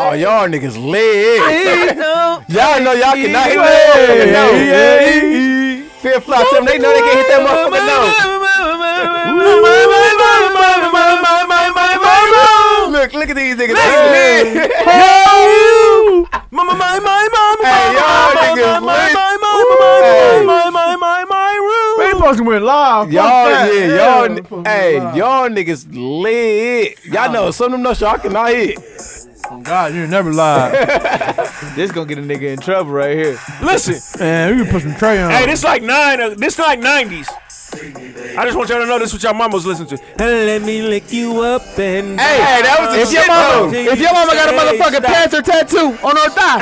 Speaker 7: Oh, y'all niggas lit.
Speaker 8: No.
Speaker 7: y'all know y'all cannot hit that motherfucking note. Fear fly tell them they know they can hit that motherfucking note. Look, look at these niggas. They lit. Hey, y'all niggas lit.
Speaker 9: They supposed to went live.
Speaker 7: Hey, Y'all, yeah, y'all, hey, y'all niggas lit. Y'all know some of them notes y'all cannot hit.
Speaker 9: God, you never live.
Speaker 8: This gonna get a nigga in trouble right here.
Speaker 2: listen.
Speaker 9: Man, we can put some Trey on.
Speaker 2: Hey, this like nine. Uh, this like nineties. I just want y'all to know this is what y'all mamas listen to. And let me lick you up and
Speaker 7: Hey, that was a if your mama,
Speaker 2: though.
Speaker 7: If your mama got a
Speaker 2: Hey,
Speaker 7: motherfucking
Speaker 2: stop.
Speaker 7: panther tattoo on her thigh.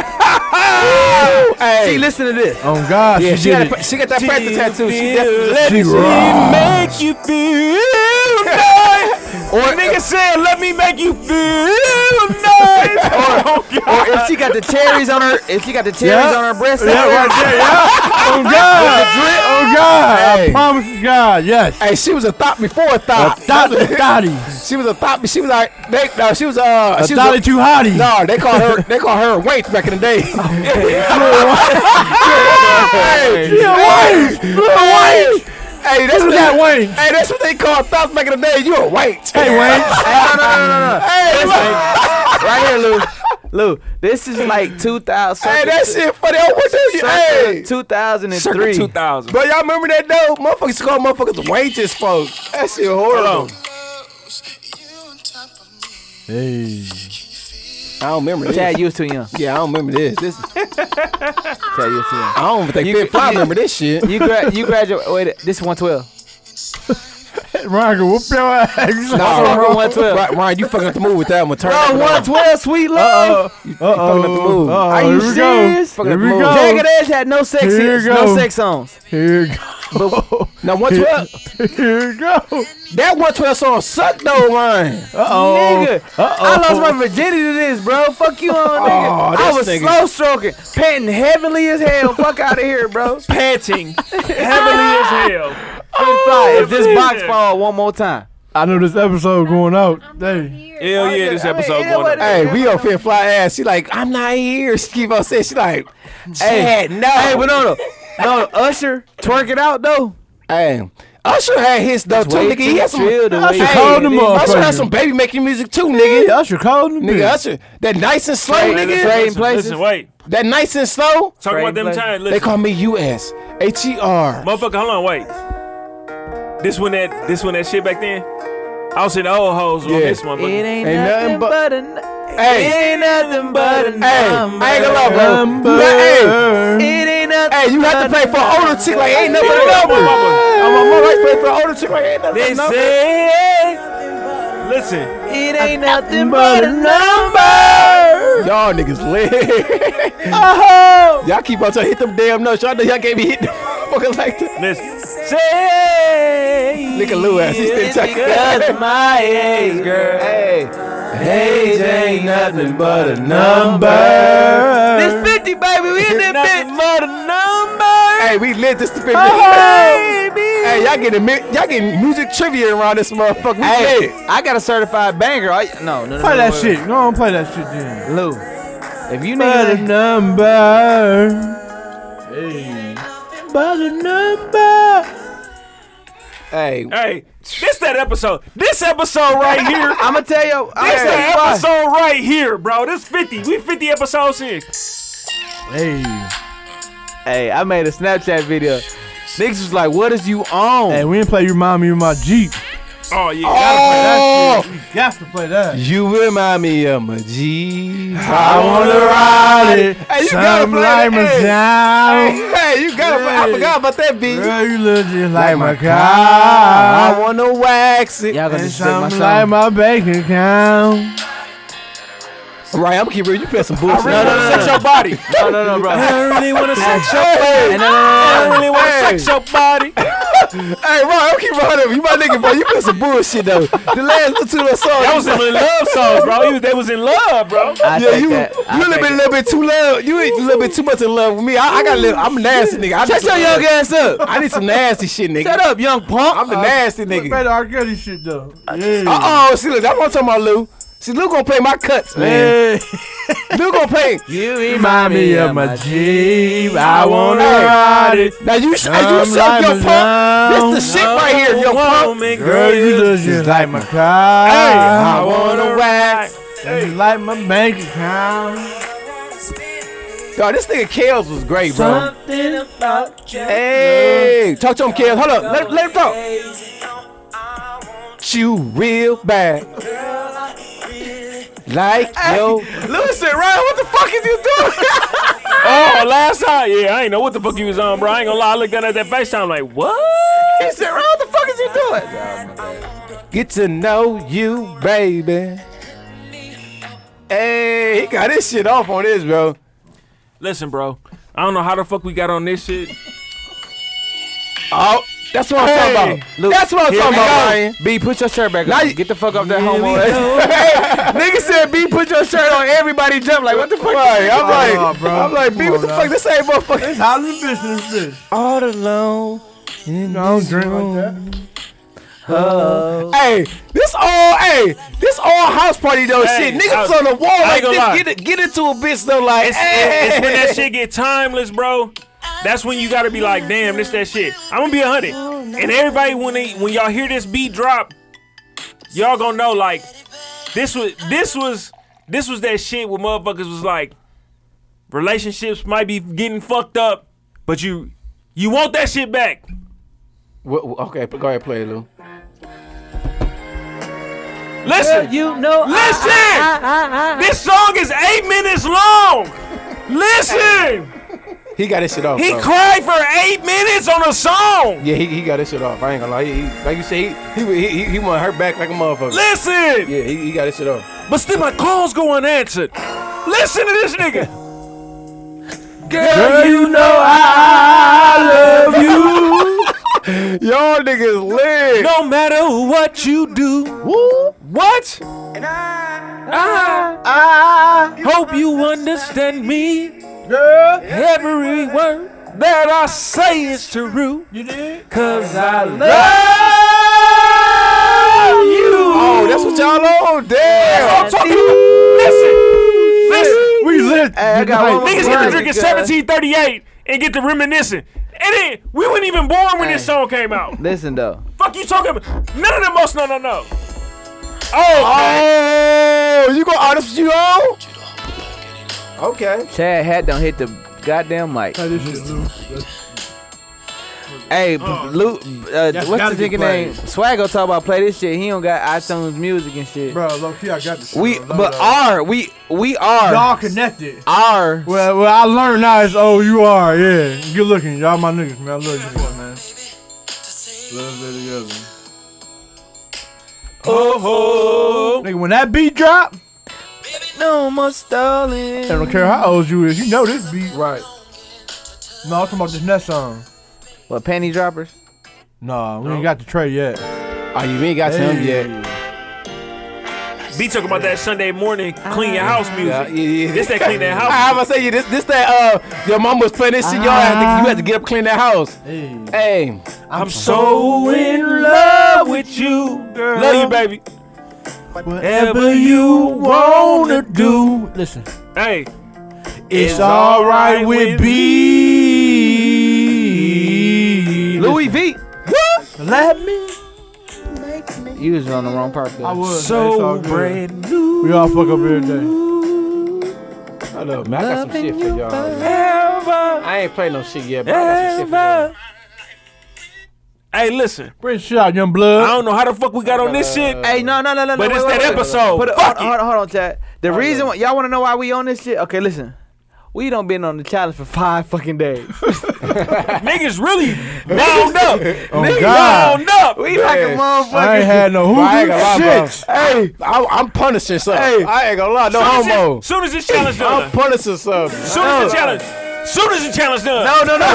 Speaker 7: Woo! hey.
Speaker 8: See, listen to this.
Speaker 9: on God,
Speaker 7: yeah,
Speaker 9: she,
Speaker 7: she,
Speaker 9: did
Speaker 7: got a, she got that
Speaker 2: Do
Speaker 7: panther
Speaker 2: you
Speaker 7: tattoo. She
Speaker 2: feel
Speaker 7: definitely
Speaker 2: let
Speaker 9: it. She raw.
Speaker 2: make you feel nice.
Speaker 7: Or,
Speaker 2: Nigga said, let me make you feel nice. oh, God.
Speaker 8: Or if she got the cherries on her, if she got the cherries
Speaker 9: Uh, Yeah.
Speaker 8: on her breast,
Speaker 9: Yeah, right there. Yeah. On God. On God.
Speaker 7: Hey.
Speaker 9: I promise you, God. Yes.
Speaker 7: hey, she was a thought before a thought.
Speaker 9: Dotty, Dotty.
Speaker 7: She was a thought. She was like, they, no, she was uh,
Speaker 9: A
Speaker 7: she was
Speaker 9: Dotty too hottie.
Speaker 7: no, they called her, they called her a wank back in the day. hey,
Speaker 9: She a wank.
Speaker 7: Hey,
Speaker 9: She a wank.
Speaker 7: Hey, that's what
Speaker 9: That
Speaker 7: they-
Speaker 9: wank.
Speaker 7: Hey, that's what they called thoughts back in the day. You a wank.
Speaker 9: Hey, Wayne.
Speaker 8: No, no, no, no, no, no.
Speaker 7: Hey, look,
Speaker 8: Right here, Lou. Lou, this is like 2000.
Speaker 7: hey, that shit funny. Oh, what you, hey,
Speaker 8: Hey, 2003.
Speaker 2: 2000.
Speaker 7: bro, y'all remember that though? Motherfuckers called motherfuckers wages, folks. That shit horrible.
Speaker 9: Hey.
Speaker 7: I don't remember this.
Speaker 8: Chad, you was too young.
Speaker 7: yeah, I don't remember this. This,
Speaker 8: Chad, you was too young.
Speaker 7: I don't even think Fit Fly remember this shit.
Speaker 8: You gra- you graduated. This 112.
Speaker 9: Ryan, go whoop your ass.
Speaker 7: Nah,
Speaker 8: fucking
Speaker 7: Ron,
Speaker 8: 112.
Speaker 7: Ron, Ron, you fucking up the move with that Oh, one. Uh, Turn it
Speaker 8: Bro,
Speaker 7: around.
Speaker 8: 112, sweet love.
Speaker 9: Uh-oh.
Speaker 7: fucking up the move.
Speaker 9: Uh-oh.
Speaker 8: Are you
Speaker 9: Here we
Speaker 8: serious?
Speaker 9: Go.
Speaker 8: Fucking
Speaker 9: Here we
Speaker 7: move.
Speaker 8: Jagged
Speaker 9: go.
Speaker 8: Edge had no sex,
Speaker 9: Here you
Speaker 8: no
Speaker 9: go.
Speaker 8: sex songs.
Speaker 9: Here we go.
Speaker 7: Now 112,
Speaker 9: Here we go.
Speaker 7: that 112 song sucked though, Ryan.
Speaker 9: Uh-oh.
Speaker 8: Nigga,
Speaker 9: Uh-oh.
Speaker 8: I lost my virginity to this, bro. Fuck you
Speaker 2: Oh,
Speaker 8: on, nigga.
Speaker 7: this
Speaker 8: I was
Speaker 7: nigga.
Speaker 8: slow stroking, panting heavily as hell. Fuck out of here, bro. Spit
Speaker 2: Panting heavily as hell. Oh,
Speaker 8: fly. If this box
Speaker 2: Jesus.
Speaker 8: fall one more time,
Speaker 9: I know this episode going out. Hey.
Speaker 2: Hell yeah, this
Speaker 8: I mean,
Speaker 2: episode
Speaker 8: you know
Speaker 2: going
Speaker 8: what?
Speaker 2: up.
Speaker 7: Hey, we on Fit Fly ass. She like, I'm not here. She keep on saying, she like, hey, no.
Speaker 8: hey, but no, no, no, Usher, twerk it out though.
Speaker 7: Hey, Usher had his though too,
Speaker 8: way
Speaker 7: nigga. He
Speaker 8: too
Speaker 7: had some.
Speaker 8: chill the way
Speaker 9: he called him up.
Speaker 7: Usher had some baby making music too, nigga.
Speaker 9: Usher called him.
Speaker 7: Nigga, Usher, that nice and slow,
Speaker 8: Trading-
Speaker 7: nigga.
Speaker 8: trading
Speaker 2: Listen,
Speaker 8: places.
Speaker 2: Listen, wait.
Speaker 7: That nice and slow.
Speaker 2: Talk
Speaker 8: Trading
Speaker 2: about them
Speaker 8: places.
Speaker 2: times.
Speaker 7: They
Speaker 2: Listen,
Speaker 7: call me U.S. H.E.R.
Speaker 2: motherfucker, hold on, wait. This one that this one that shit back then. I was in the old hoes on
Speaker 7: Yeah.
Speaker 2: this one,
Speaker 8: It
Speaker 2: but
Speaker 8: ain't,
Speaker 7: Ain't
Speaker 8: nothing
Speaker 7: nothing
Speaker 8: but,
Speaker 7: but-
Speaker 8: a. n-
Speaker 7: Hey.
Speaker 8: It ain't nothing but a
Speaker 7: Hey, I ain't gonna lie, bro.
Speaker 9: Number.
Speaker 7: Nah, hey,
Speaker 8: It ain't nothing.
Speaker 7: hey, you have to play for an older chick like ain't nothing but a number. I'm on my right, play for an older chick like ain't nothing but
Speaker 2: they
Speaker 7: a number.
Speaker 2: said. Listen,
Speaker 8: It ain't nothing but a number.
Speaker 7: Y'all niggas lit. y'all keep on trying to hit them damn notes. Y'all know y'all can't be hitting them fucking like that.
Speaker 2: listen. Say.
Speaker 7: Look at Lou ass. He's still talking.
Speaker 8: Because my age, girl.
Speaker 9: Age ain't nothing but a number.
Speaker 8: This 50, baby. We in this bitch.
Speaker 2: Nothing but a number.
Speaker 7: Hey, we lit this to 50. Hey, y'all getting mi- y'all getting music trivia around this motherfucker. We
Speaker 8: Hey,
Speaker 7: lit.
Speaker 8: I got a certified banger. I, no, no, no.
Speaker 9: Play
Speaker 8: no,
Speaker 9: that
Speaker 8: wait,
Speaker 9: shit. No, don't play that shit then.
Speaker 8: wait. Lou. If you
Speaker 9: But a
Speaker 8: need
Speaker 9: number. Hey. But a number.
Speaker 7: Hey,
Speaker 2: Hey, this that episode. This episode right here.
Speaker 8: I'm gonna tell you. I'm
Speaker 2: This
Speaker 8: gonna
Speaker 2: that
Speaker 8: tell you why.
Speaker 2: episode right here, bro. This 50. We 50 episodes in.
Speaker 9: Hey.
Speaker 8: Hey, I made a Snapchat video. Niggas was like, "What is you on?"
Speaker 9: Hey, we didn't play You Remind Me of My Jeep.
Speaker 2: Oh yeah.
Speaker 9: That shit, we got to play that.
Speaker 7: you remind me of my G.
Speaker 9: I wanna ride it.
Speaker 7: Hey, you gotta
Speaker 9: Some
Speaker 7: play
Speaker 9: like
Speaker 7: that. Hey.
Speaker 9: my sound.
Speaker 7: Hey, you got to I
Speaker 9: Hey.
Speaker 7: forgot about that beat.
Speaker 9: Girl, you look just like my
Speaker 7: I
Speaker 9: car.
Speaker 7: wanna wax it.
Speaker 8: Y'all gonna
Speaker 9: And
Speaker 8: just take my
Speaker 9: something
Speaker 8: song.
Speaker 9: like my bank account.
Speaker 7: Right, I'm gonna keep reading. You play some bullshit.
Speaker 2: I really wanna sex your body.
Speaker 8: no, no, no, bro.
Speaker 2: I really wanna sex your
Speaker 7: Hey, Oh,
Speaker 2: I really wanna sex your body.
Speaker 7: Hey, Ron, don't keep Ron up. You my nigga, bro. You been some bullshit though. The last two of us songs.
Speaker 2: That was them in love songs, bro. He was- They was in love, bro.
Speaker 8: I
Speaker 7: yeah,
Speaker 8: take
Speaker 7: you
Speaker 8: that. I
Speaker 7: you really
Speaker 8: take
Speaker 7: been
Speaker 8: that.
Speaker 7: a little bit too love. You ain't a little bit too much in love with me. I, I got a little. I'm a nasty nigga. I need
Speaker 8: Shut
Speaker 7: some-
Speaker 8: your young ass up.
Speaker 7: I need some nasty shit, nigga.
Speaker 8: Shut up, young punk. Uh,
Speaker 7: I'm the nasty nigga.
Speaker 9: Better R. Kelly shit though.
Speaker 7: Uh oh, see, look, that's what I'm talking about, Lou. See, Lou gonna play my cuts, man.
Speaker 9: Hey,
Speaker 7: Lou gonna play.
Speaker 8: You remind
Speaker 9: remind me of my Jeep. I wanna ride it.
Speaker 7: Now you, sh- you
Speaker 9: I'm
Speaker 7: suck your
Speaker 9: lying
Speaker 7: punk.
Speaker 9: down.
Speaker 7: This the shit right here, yo punk.
Speaker 9: Girl, you look just like my car.
Speaker 7: I wanna ride.
Speaker 9: You like my bank account.
Speaker 7: Yo, this nigga Kales was great, bro. Hey, talk to him, Kels. Hold up, let, let him talk. You real bad, like yo.
Speaker 8: Listen, Ryan, what the fuck is you doing?
Speaker 2: Oh, last time, yeah, I ain't know what the fuck you was on, bro. I ain't gonna lie, I looked down at that FaceTime like, what?
Speaker 8: He said, Ryan, what the fuck is you doing?
Speaker 7: Get to know you, baby. Hey, he got his shit off on this, bro.
Speaker 2: Listen, bro, I don't know how the fuck we got on this shit.
Speaker 7: Oh, that's what I'm talking
Speaker 2: Hey,
Speaker 7: about. That's what I'm
Speaker 8: Here
Speaker 7: talking
Speaker 8: we
Speaker 7: about,
Speaker 8: go.
Speaker 7: Ryan.
Speaker 8: B, put your shirt back
Speaker 7: Now
Speaker 8: on.
Speaker 7: you-
Speaker 8: Get the fuck off that homo.
Speaker 7: Nigga said, B, put your shirt on. Everybody jump. Like, what the fuck? Right, I'm
Speaker 9: Oh,
Speaker 7: like,
Speaker 9: bro.
Speaker 7: I'm like, B,
Speaker 9: Come
Speaker 7: what
Speaker 9: on
Speaker 7: the
Speaker 9: now.
Speaker 7: fuck? This ain't motherfucking.
Speaker 9: How the business this?
Speaker 7: All alone.
Speaker 9: No, I don't drink like that.
Speaker 7: Hey, this all, hey, this all house party though
Speaker 2: Hey,
Speaker 7: shit. Niggas
Speaker 2: I-
Speaker 7: on the wall
Speaker 2: ain't
Speaker 7: like
Speaker 2: gonna
Speaker 7: this.
Speaker 2: lie.
Speaker 7: Get, it, get into a bitch though, like,
Speaker 2: It's,
Speaker 7: hey.
Speaker 2: it's when that shit get timeless, bro. That's when you gotta be like, damn, this that shit. I'm gonna be a hundred, and everybody when they when y'all hear this beat drop, y'all gonna know like this was this was this was that shit where motherfuckers was like, relationships might be getting fucked up, but you you want that shit back.
Speaker 7: Okay, go ahead, play it, Lou.
Speaker 2: Listen,
Speaker 8: You know,
Speaker 2: listen. this song is eight minutes long. Listen,
Speaker 7: He got his shit off.
Speaker 2: he
Speaker 7: bro.
Speaker 2: cried for eight minutes on a song.
Speaker 7: Yeah, he, he got his shit off. I ain't gonna lie. He, he- like you say, he he he, he want her back like a motherfucker.
Speaker 2: Listen,
Speaker 7: Yeah, he, he got his shit off.
Speaker 2: but still my calls go unanswered. Listen to this nigga.
Speaker 9: Girl, you know I love you.
Speaker 7: Y'all niggas lit.
Speaker 2: No matter what you do, what? I,
Speaker 8: Ah,
Speaker 2: hope you understand me. Every word that I say is true. You did? Cause I love you.
Speaker 7: Oh, that's what y'all on. Damn.
Speaker 2: I'm talking about. Listen, listen.
Speaker 9: We lit.
Speaker 8: I got
Speaker 9: tonight.
Speaker 8: one more
Speaker 2: Niggas get to
Speaker 8: Right,
Speaker 2: drinking 1738
Speaker 8: because-
Speaker 2: and get to reminiscing. And then we weren't even born when this song came out.
Speaker 8: Listen though.
Speaker 2: Fuck you talking about? None of them most no no no. Oh,
Speaker 7: Oh, you gonna honest you on? Okay.
Speaker 8: Chad hat don't hit the goddamn mic.
Speaker 9: This shit, Lou.
Speaker 8: Hey, oh, Luke, uh,
Speaker 9: That's
Speaker 8: what's
Speaker 9: gotta
Speaker 8: the
Speaker 9: be
Speaker 8: nigga
Speaker 9: played.
Speaker 8: name? Swaggo talk about play this shit. He don't got iTunes music and shit.
Speaker 9: Bro, low key, I got this. shit
Speaker 8: we,
Speaker 9: on low,
Speaker 8: but
Speaker 9: though.
Speaker 8: are we? We are.
Speaker 9: y'all connected.
Speaker 8: Are.
Speaker 9: Well, well, I learned now it's oh you are, yeah. Good looking, y'all my niggas, man. I love you, niggas, man. Love it together. Oh, nigga, when that beat drop,
Speaker 8: No more
Speaker 9: I
Speaker 8: stalling.
Speaker 9: don't care how old you is, you know this beat.
Speaker 7: Right.
Speaker 9: No, I'm talking about this next song.
Speaker 8: What panty droppers?
Speaker 9: Nah, we ain't got the tray yet.
Speaker 7: Oh, you ain't got him yet.
Speaker 2: B talking about that Sunday morning clean your house music.
Speaker 7: Yeah, yeah, yeah.
Speaker 2: This that clean that house.
Speaker 7: I have to say you this this that uh your mom was playing this shit. Y'all had to, you had to get up clean that house.
Speaker 9: Hey,
Speaker 7: Hey,
Speaker 2: I'm so in love with you, girl.
Speaker 7: love you, baby.
Speaker 9: whatever you wanna do, listen,
Speaker 2: Hey,
Speaker 9: it's alright with B.
Speaker 8: Louis V.
Speaker 9: Let me.
Speaker 8: You was on the wrong part. though.
Speaker 9: I was
Speaker 2: so Oh, brand new.
Speaker 9: We all fuck up every day.
Speaker 7: Hold up, man. I got some shit for y'all. man.
Speaker 2: Ever,
Speaker 7: I ain't playing no shit yet, but I got some shit for y'all.
Speaker 2: ever. Hey, listen.
Speaker 9: Bring shit out, young
Speaker 2: I
Speaker 9: blood.
Speaker 2: don't know how the fuck we got on this shit,
Speaker 8: Hey, no, no, no, no.
Speaker 2: but
Speaker 8: no,
Speaker 2: it's
Speaker 8: wait,
Speaker 2: that
Speaker 8: wait, wait.
Speaker 2: episode.
Speaker 8: Put it,
Speaker 2: Fuck
Speaker 8: hold,
Speaker 2: it.
Speaker 8: hold, hold on, Chad. The reason why, y'all want to know why we on this shit? Okay, listen. We done been on the challenge for five fucking days.
Speaker 2: Niggas really wound up.
Speaker 8: Oh,
Speaker 2: Niggas
Speaker 9: God.
Speaker 2: wound up.
Speaker 8: we like a
Speaker 9: I ain't
Speaker 8: motherfucker.
Speaker 9: had no
Speaker 7: I ain't
Speaker 9: hoodoo
Speaker 7: gonna lie, bro.
Speaker 9: shit.
Speaker 7: Hey, I, I'm punishing something.
Speaker 8: Hey.
Speaker 7: I ain't gonna lie, no
Speaker 2: Soon as it-
Speaker 7: homo.
Speaker 2: Soon as this challenge
Speaker 7: I'm
Speaker 2: done.
Speaker 7: punishing something.
Speaker 2: Soon as the challenge. Soon as the challenge done.
Speaker 7: No, no, no.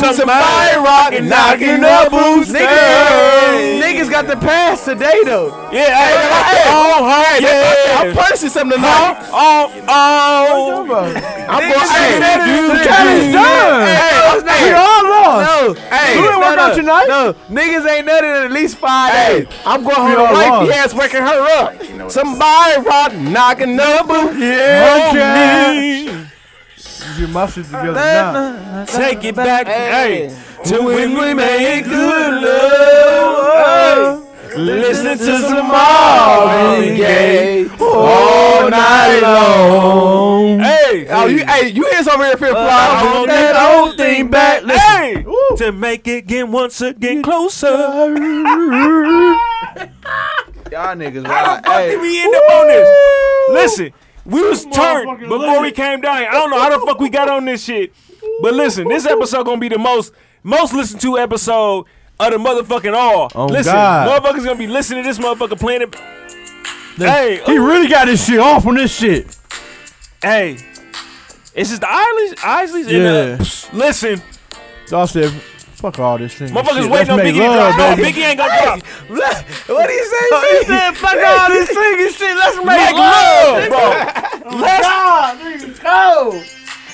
Speaker 2: something
Speaker 7: some
Speaker 2: about it.
Speaker 7: fire rock and knocking the boots down.
Speaker 8: Niggas got the pass today though.
Speaker 2: Yeah, hey, hey,
Speaker 7: Oh, hey,
Speaker 2: Yeah.
Speaker 7: I'm purchasing something tonight.
Speaker 2: oh, oh.
Speaker 7: I'm going to
Speaker 8: Hey, that is-
Speaker 7: do
Speaker 8: the job is done.
Speaker 7: Hey, hey,
Speaker 8: all lost. No,
Speaker 7: Hey.
Speaker 8: you didn't work
Speaker 7: No, no,
Speaker 8: out tonight. No, niggas ain't nothing in at least five
Speaker 7: Hey,
Speaker 8: days.
Speaker 7: I'm going home
Speaker 9: all
Speaker 7: to
Speaker 9: wrong.
Speaker 7: wife your ass waking her up. Somebody rock knocking the boots. Yeah,
Speaker 9: Get my shit together
Speaker 8: Nah,
Speaker 9: now.
Speaker 8: nah, nah,
Speaker 2: Take it
Speaker 8: nah,
Speaker 2: back,
Speaker 8: nah.
Speaker 2: hey.
Speaker 7: To when we make good love.
Speaker 8: love.
Speaker 7: Listen to some Marvin Gaye all night long. Hey, Uh, oh, you, hey, you hear this over here, Fit Fly?
Speaker 2: I want that old thing back. Hey, to make it get once again closer.
Speaker 8: Y'all niggas,
Speaker 2: How
Speaker 8: wild.
Speaker 2: the fuck
Speaker 8: Hey.
Speaker 2: did we end up on this? Listen, we was turned before we came down. I don't know how the fuck we got on this shit. But listen, this episode gonna be the most most listened to episode of the motherfucking all.
Speaker 9: Oh,
Speaker 2: listen,
Speaker 9: God.
Speaker 2: motherfuckers gonna be listening to this motherfucker playing it. Hey,
Speaker 9: He really got his shit off on this shit.
Speaker 2: hey. It's just the Isleys, Isleys in
Speaker 9: Yeah.
Speaker 2: the. Listen,
Speaker 9: Y'all said, fuck all this thing.
Speaker 2: motherfuckers waiting on Biggie to drop. No, Biggie ain't gonna drop.
Speaker 8: What do you say? He said, "Fuck all this singing shit. Let's make,
Speaker 2: Make love, bro.
Speaker 8: go."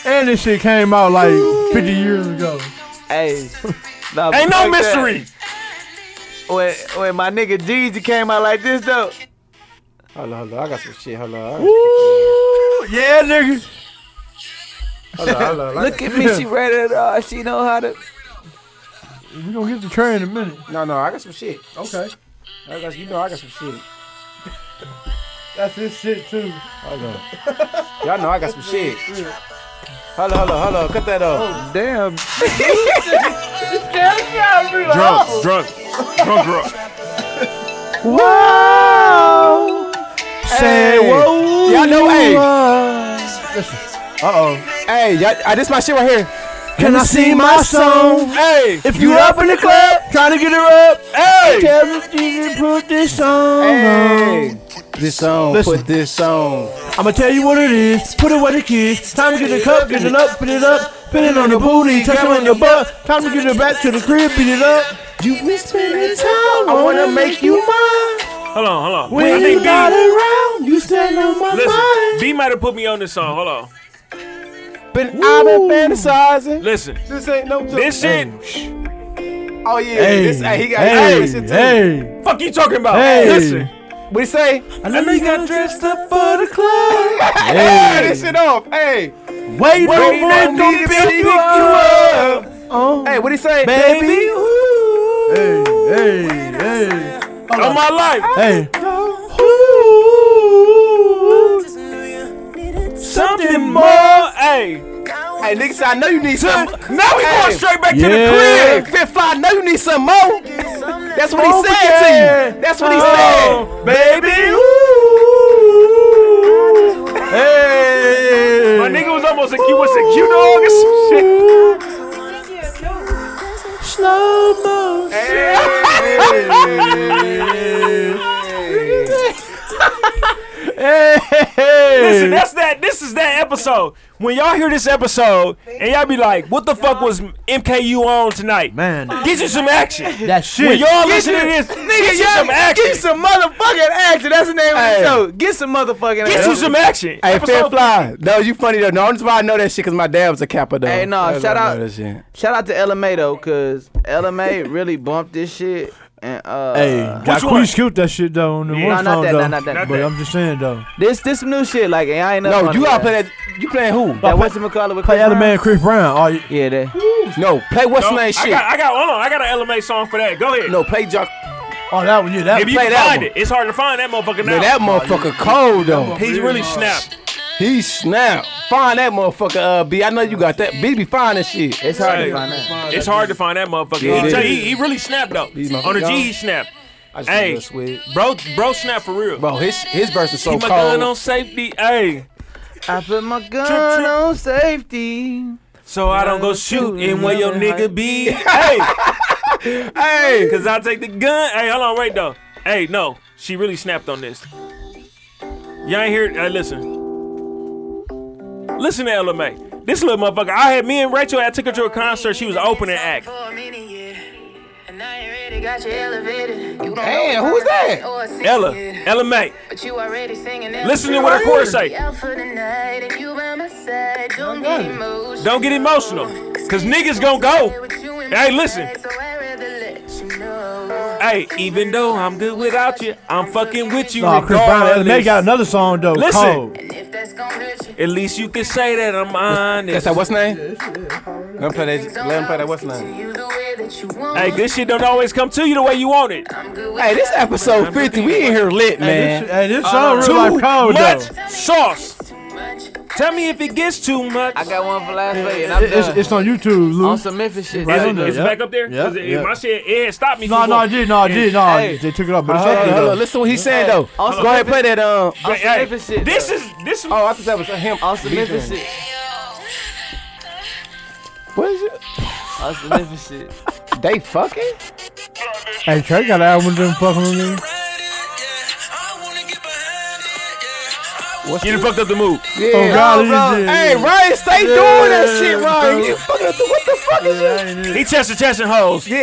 Speaker 9: And this shit came out like 50 years ago.
Speaker 8: Hey, nah,
Speaker 2: Ain't no
Speaker 8: fuck that.
Speaker 2: mystery.
Speaker 8: When when my nigga Jeezy came out like this though,
Speaker 7: Hold on, hold on. I got some shit. Hold on.
Speaker 9: Yeah, nigga.
Speaker 7: Hold on, hold on.
Speaker 8: look at me. She read it all. She know how to.
Speaker 9: We gonna get the train in a minute.
Speaker 7: No, no, I got some shit.
Speaker 9: Okay.
Speaker 7: I got, you know I got some shit.
Speaker 9: That's his shit too.
Speaker 7: Y'all know I got some shit. Hold on, hold on, hold on. Cut that off.
Speaker 8: Damn.
Speaker 2: Drunk, drunk, drunk, drunk.
Speaker 9: Whoa. Say whoa.
Speaker 7: Y'all know, hey.
Speaker 9: Uh oh.
Speaker 7: Hey, y'all, uh, this my shit right here.
Speaker 9: Can I see my song?
Speaker 2: Hey,
Speaker 9: If you up in the club, trying to get her up,
Speaker 2: hey.
Speaker 9: tell the DJ to put this song on.
Speaker 7: Hey, this song.
Speaker 9: Listen.
Speaker 7: Put this song.
Speaker 9: I'ma tell you what it is. Put it where the kids. Time to get the cup, get it up, put it up. Pin it on the booty, touch it on the butt. Time to get it back to the crib, beat it up. You we spending time, I wanna make you mine.
Speaker 2: Hold on, hold on. I
Speaker 9: When
Speaker 2: think
Speaker 9: you not
Speaker 2: B,
Speaker 9: around, you stand on my
Speaker 2: listen,
Speaker 9: mind.
Speaker 2: B might have put me on this song. Hold on.
Speaker 7: But I've been fantasizing.
Speaker 2: Listen,
Speaker 7: This ain't no joke.
Speaker 2: this shit.
Speaker 7: Oh yeah,
Speaker 9: Hey,
Speaker 7: this, hey, he got hey,
Speaker 9: hey,
Speaker 7: this shit too.
Speaker 9: hey,
Speaker 2: Fuck you talking about?
Speaker 9: Hey.
Speaker 2: Listen,
Speaker 7: What he say?
Speaker 9: I know you got dressed up for the club.
Speaker 7: Hey,
Speaker 9: Hey,
Speaker 7: this shit off. Hey,
Speaker 9: wait
Speaker 2: Wait
Speaker 9: no
Speaker 2: a
Speaker 9: more,
Speaker 2: minute,
Speaker 9: to
Speaker 2: bitch,
Speaker 9: pick
Speaker 2: pick
Speaker 9: you
Speaker 2: you
Speaker 9: up,
Speaker 7: Uh-huh. hey, what he say?
Speaker 9: baby. Ooh. Hey, hey, hey,
Speaker 2: on my life.
Speaker 9: hey.
Speaker 2: Something more. Hey,
Speaker 7: Hey, niggas, I know you need some.
Speaker 2: now we going straight back to the
Speaker 7: Hey,
Speaker 2: crib. Oh,
Speaker 7: Fifth Fly, I know you need some more. That's what he said
Speaker 9: yeah.
Speaker 7: to you. That's what
Speaker 2: Uh-huh.
Speaker 7: he
Speaker 9: Oh, baby. Ooh. Hey.
Speaker 2: My nigga was almost a Q, was a Q dog or some shit.
Speaker 9: Slow motion.
Speaker 2: Listen, that's that. This is that episode. When y'all hear this episode and y'all be like, "What the fuck was MKU on tonight?"
Speaker 9: Man,
Speaker 2: Get you some action. When
Speaker 9: that shit.
Speaker 2: y'all listen to this, get you some action.
Speaker 8: Get some motherfucking action. That's the name of
Speaker 7: Hey.
Speaker 8: the show. Get some motherfucking action.
Speaker 2: Get you some action.
Speaker 7: said. Hey, Fifth
Speaker 2: Episode-
Speaker 7: Fly, no, you funny though. No, that's why I know that shit because my dad was a Kappa though.
Speaker 8: Hey, no,
Speaker 7: That's
Speaker 8: shout
Speaker 7: why I
Speaker 8: out-
Speaker 7: know that shit.
Speaker 8: Shout out to LMA though, cause LMA really bumped this shit. And uh,
Speaker 9: Hey,
Speaker 2: Which one?
Speaker 9: Jacquees killed that shit though on the
Speaker 2: Yeah.
Speaker 9: one
Speaker 8: No, not
Speaker 9: song
Speaker 8: that,
Speaker 9: though.
Speaker 8: not that, not
Speaker 9: but
Speaker 2: that.
Speaker 9: I'm just saying though.
Speaker 8: this this some new shit. Like, and I ain't nothing
Speaker 7: No,
Speaker 8: on
Speaker 7: you
Speaker 8: it,
Speaker 7: gotta
Speaker 8: yeah.
Speaker 7: play that. You playing who?
Speaker 8: That what's it called with
Speaker 9: Play
Speaker 8: Chris
Speaker 9: Adam
Speaker 8: Brown?
Speaker 9: Man, Chris Brown. Oh, yeah.
Speaker 8: Yeah, that.
Speaker 7: No, play what's
Speaker 2: No,
Speaker 7: name
Speaker 2: I
Speaker 7: shit.
Speaker 2: got, I got, hold on, I got an LMA song for that. Go ahead.
Speaker 7: No, play Jock.
Speaker 9: oh that one. Yeah, that.
Speaker 2: if you
Speaker 7: play
Speaker 2: can
Speaker 7: that
Speaker 2: find
Speaker 7: one.
Speaker 2: it, it's hard to find that motherfucker now.
Speaker 7: Man, oh, that motherfucker cold though.
Speaker 2: He's really snapped.
Speaker 7: He snapped. Find that motherfucker, uh, B. I know you got that. B be fine and shit.
Speaker 8: It's hard
Speaker 2: Hey.
Speaker 8: to find out.
Speaker 2: It's hard to find that motherfucker.
Speaker 7: Yeah.
Speaker 2: he, tell- he, he really snapped though.
Speaker 7: motherfuckers
Speaker 2: On the G,
Speaker 7: gone.
Speaker 2: he snapped.
Speaker 7: I just
Speaker 2: Hey,
Speaker 7: feel sweet.
Speaker 2: bro, bro, snap for real.
Speaker 7: Bro, his his verse is so
Speaker 2: Keep my gun on
Speaker 7: cold.
Speaker 2: safety, hey,
Speaker 8: I put my gun
Speaker 2: Trip, trip.
Speaker 8: on safety.
Speaker 2: so I don't go shooting where your nigga be. hey,
Speaker 7: Hey,
Speaker 2: cause I take the gun. Hey, hold on, wait though. Hey, no, she really snapped on this. Y'all ain't hear? Hey, listen, listen to LMA. This little motherfucker. I had me and Rachel. I took her to a concert. She was opening act.
Speaker 7: Damn,
Speaker 10: Damn,
Speaker 7: who is that?
Speaker 2: Ella, Ella May.
Speaker 10: But you already singing
Speaker 2: Listen to what the chorus say.
Speaker 10: Out for the night and you by my side. Don't get emotional.
Speaker 2: Don't get emotional, cause niggas gonna go. Hey, listen. Hey, even though I'm good without you, I'm fucking with you.
Speaker 9: Oh, Chris Brown and LMA
Speaker 2: regardless.
Speaker 9: got another song though.
Speaker 2: Listen.
Speaker 9: Cold.
Speaker 2: At least you can say that I'm honest.
Speaker 7: That's that what's name? Let him play that. Let him play that what's name.
Speaker 2: Hey, good shit don't always come to you the way you want it.
Speaker 7: Hey, this episode fifty, we in here lit,
Speaker 9: Hey,
Speaker 7: man.
Speaker 9: this, hey, this song
Speaker 2: Too
Speaker 9: real life cold
Speaker 2: much
Speaker 9: though.
Speaker 2: sauce. Tell me if it gets too much.
Speaker 8: I got one for last week, and I'm
Speaker 9: It- It's,
Speaker 8: done.
Speaker 9: it's on YouTube, Lou.
Speaker 8: on some Memphis shit.
Speaker 9: Right
Speaker 2: Is it-
Speaker 9: on there,
Speaker 2: is it
Speaker 9: yeah.
Speaker 2: back up there? 'Cause
Speaker 9: Yeah,
Speaker 2: it-
Speaker 9: yeah.
Speaker 2: My shit, it had stopped me.
Speaker 9: No,
Speaker 2: from
Speaker 9: no, I
Speaker 2: going.
Speaker 9: did, no, I did, no.
Speaker 8: Hey.
Speaker 9: They took it off, but it's
Speaker 7: Hold
Speaker 9: up
Speaker 7: on,
Speaker 9: there
Speaker 7: hold on.
Speaker 9: though.
Speaker 7: Listen what he's saying though. Go
Speaker 8: also-
Speaker 7: ahead, play that. Um.
Speaker 8: On some
Speaker 2: Hey,
Speaker 8: Memphis shit.
Speaker 2: This is this.
Speaker 7: Oh, I thought that was him.
Speaker 8: on some Memphis shit.
Speaker 7: What is it?
Speaker 8: On some Memphis shit.
Speaker 7: They fucking?
Speaker 9: Hey, Trey got an album with them fucking with me.
Speaker 2: You done fucked up the mood.
Speaker 7: Yeah.
Speaker 9: Oh God, he
Speaker 8: bro.
Speaker 9: did.
Speaker 7: Hey, Ryan, stay doing that shit,
Speaker 9: Yeah,
Speaker 7: Ryan.
Speaker 9: bro.
Speaker 7: You fucking up the what the fuck is you?
Speaker 2: He testing testing hoes.
Speaker 7: Yeah.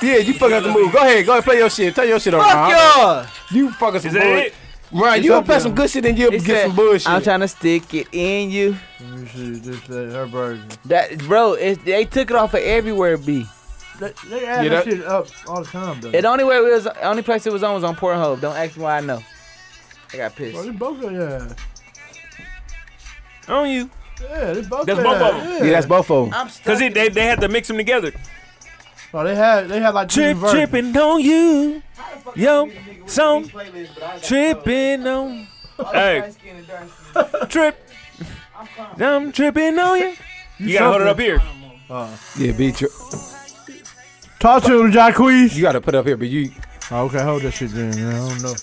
Speaker 7: yeah, you fucking up the move. Go ahead, go ahead, play your shit. Tell your shit on
Speaker 8: Fuck y'all.
Speaker 7: You fucking some
Speaker 2: Is that
Speaker 7: bullshit.
Speaker 2: it?
Speaker 7: Ryan, you gonna play some good shit and you'll
Speaker 8: He
Speaker 7: get
Speaker 8: said,
Speaker 7: some bullshit.
Speaker 8: I'm trying to stick it in you.
Speaker 9: Let me see, this, that, her version.
Speaker 8: That bro, it, they took it off of everywhere. B.
Speaker 9: They, they add
Speaker 7: Yeah,
Speaker 9: that
Speaker 7: that-
Speaker 9: shit up all the time though.
Speaker 8: It only way it was, only place it was on was on Pornhub. Don't ask me why I know. I got pissed.
Speaker 9: Bro, they Oh, both got yeah.
Speaker 2: On you.
Speaker 9: Yeah, they both
Speaker 2: That's
Speaker 9: got
Speaker 2: both
Speaker 9: that.
Speaker 2: of
Speaker 9: Yeah.
Speaker 7: yeah, that's both of them.
Speaker 8: I'm stuck.
Speaker 2: Cause it, they they had to mix them together.
Speaker 9: Oh, they had they had like two
Speaker 2: Trip
Speaker 9: versions.
Speaker 2: tripping on you. Yo, some tripping on. Hey, trip. I'm tripping on you. You gotta hold it up here.
Speaker 7: Yeah, beat you.
Speaker 9: Talk to him, Jacquees.
Speaker 7: You gotta put up here, but you.
Speaker 9: Oh, okay, hold that shit then. man. I don't know.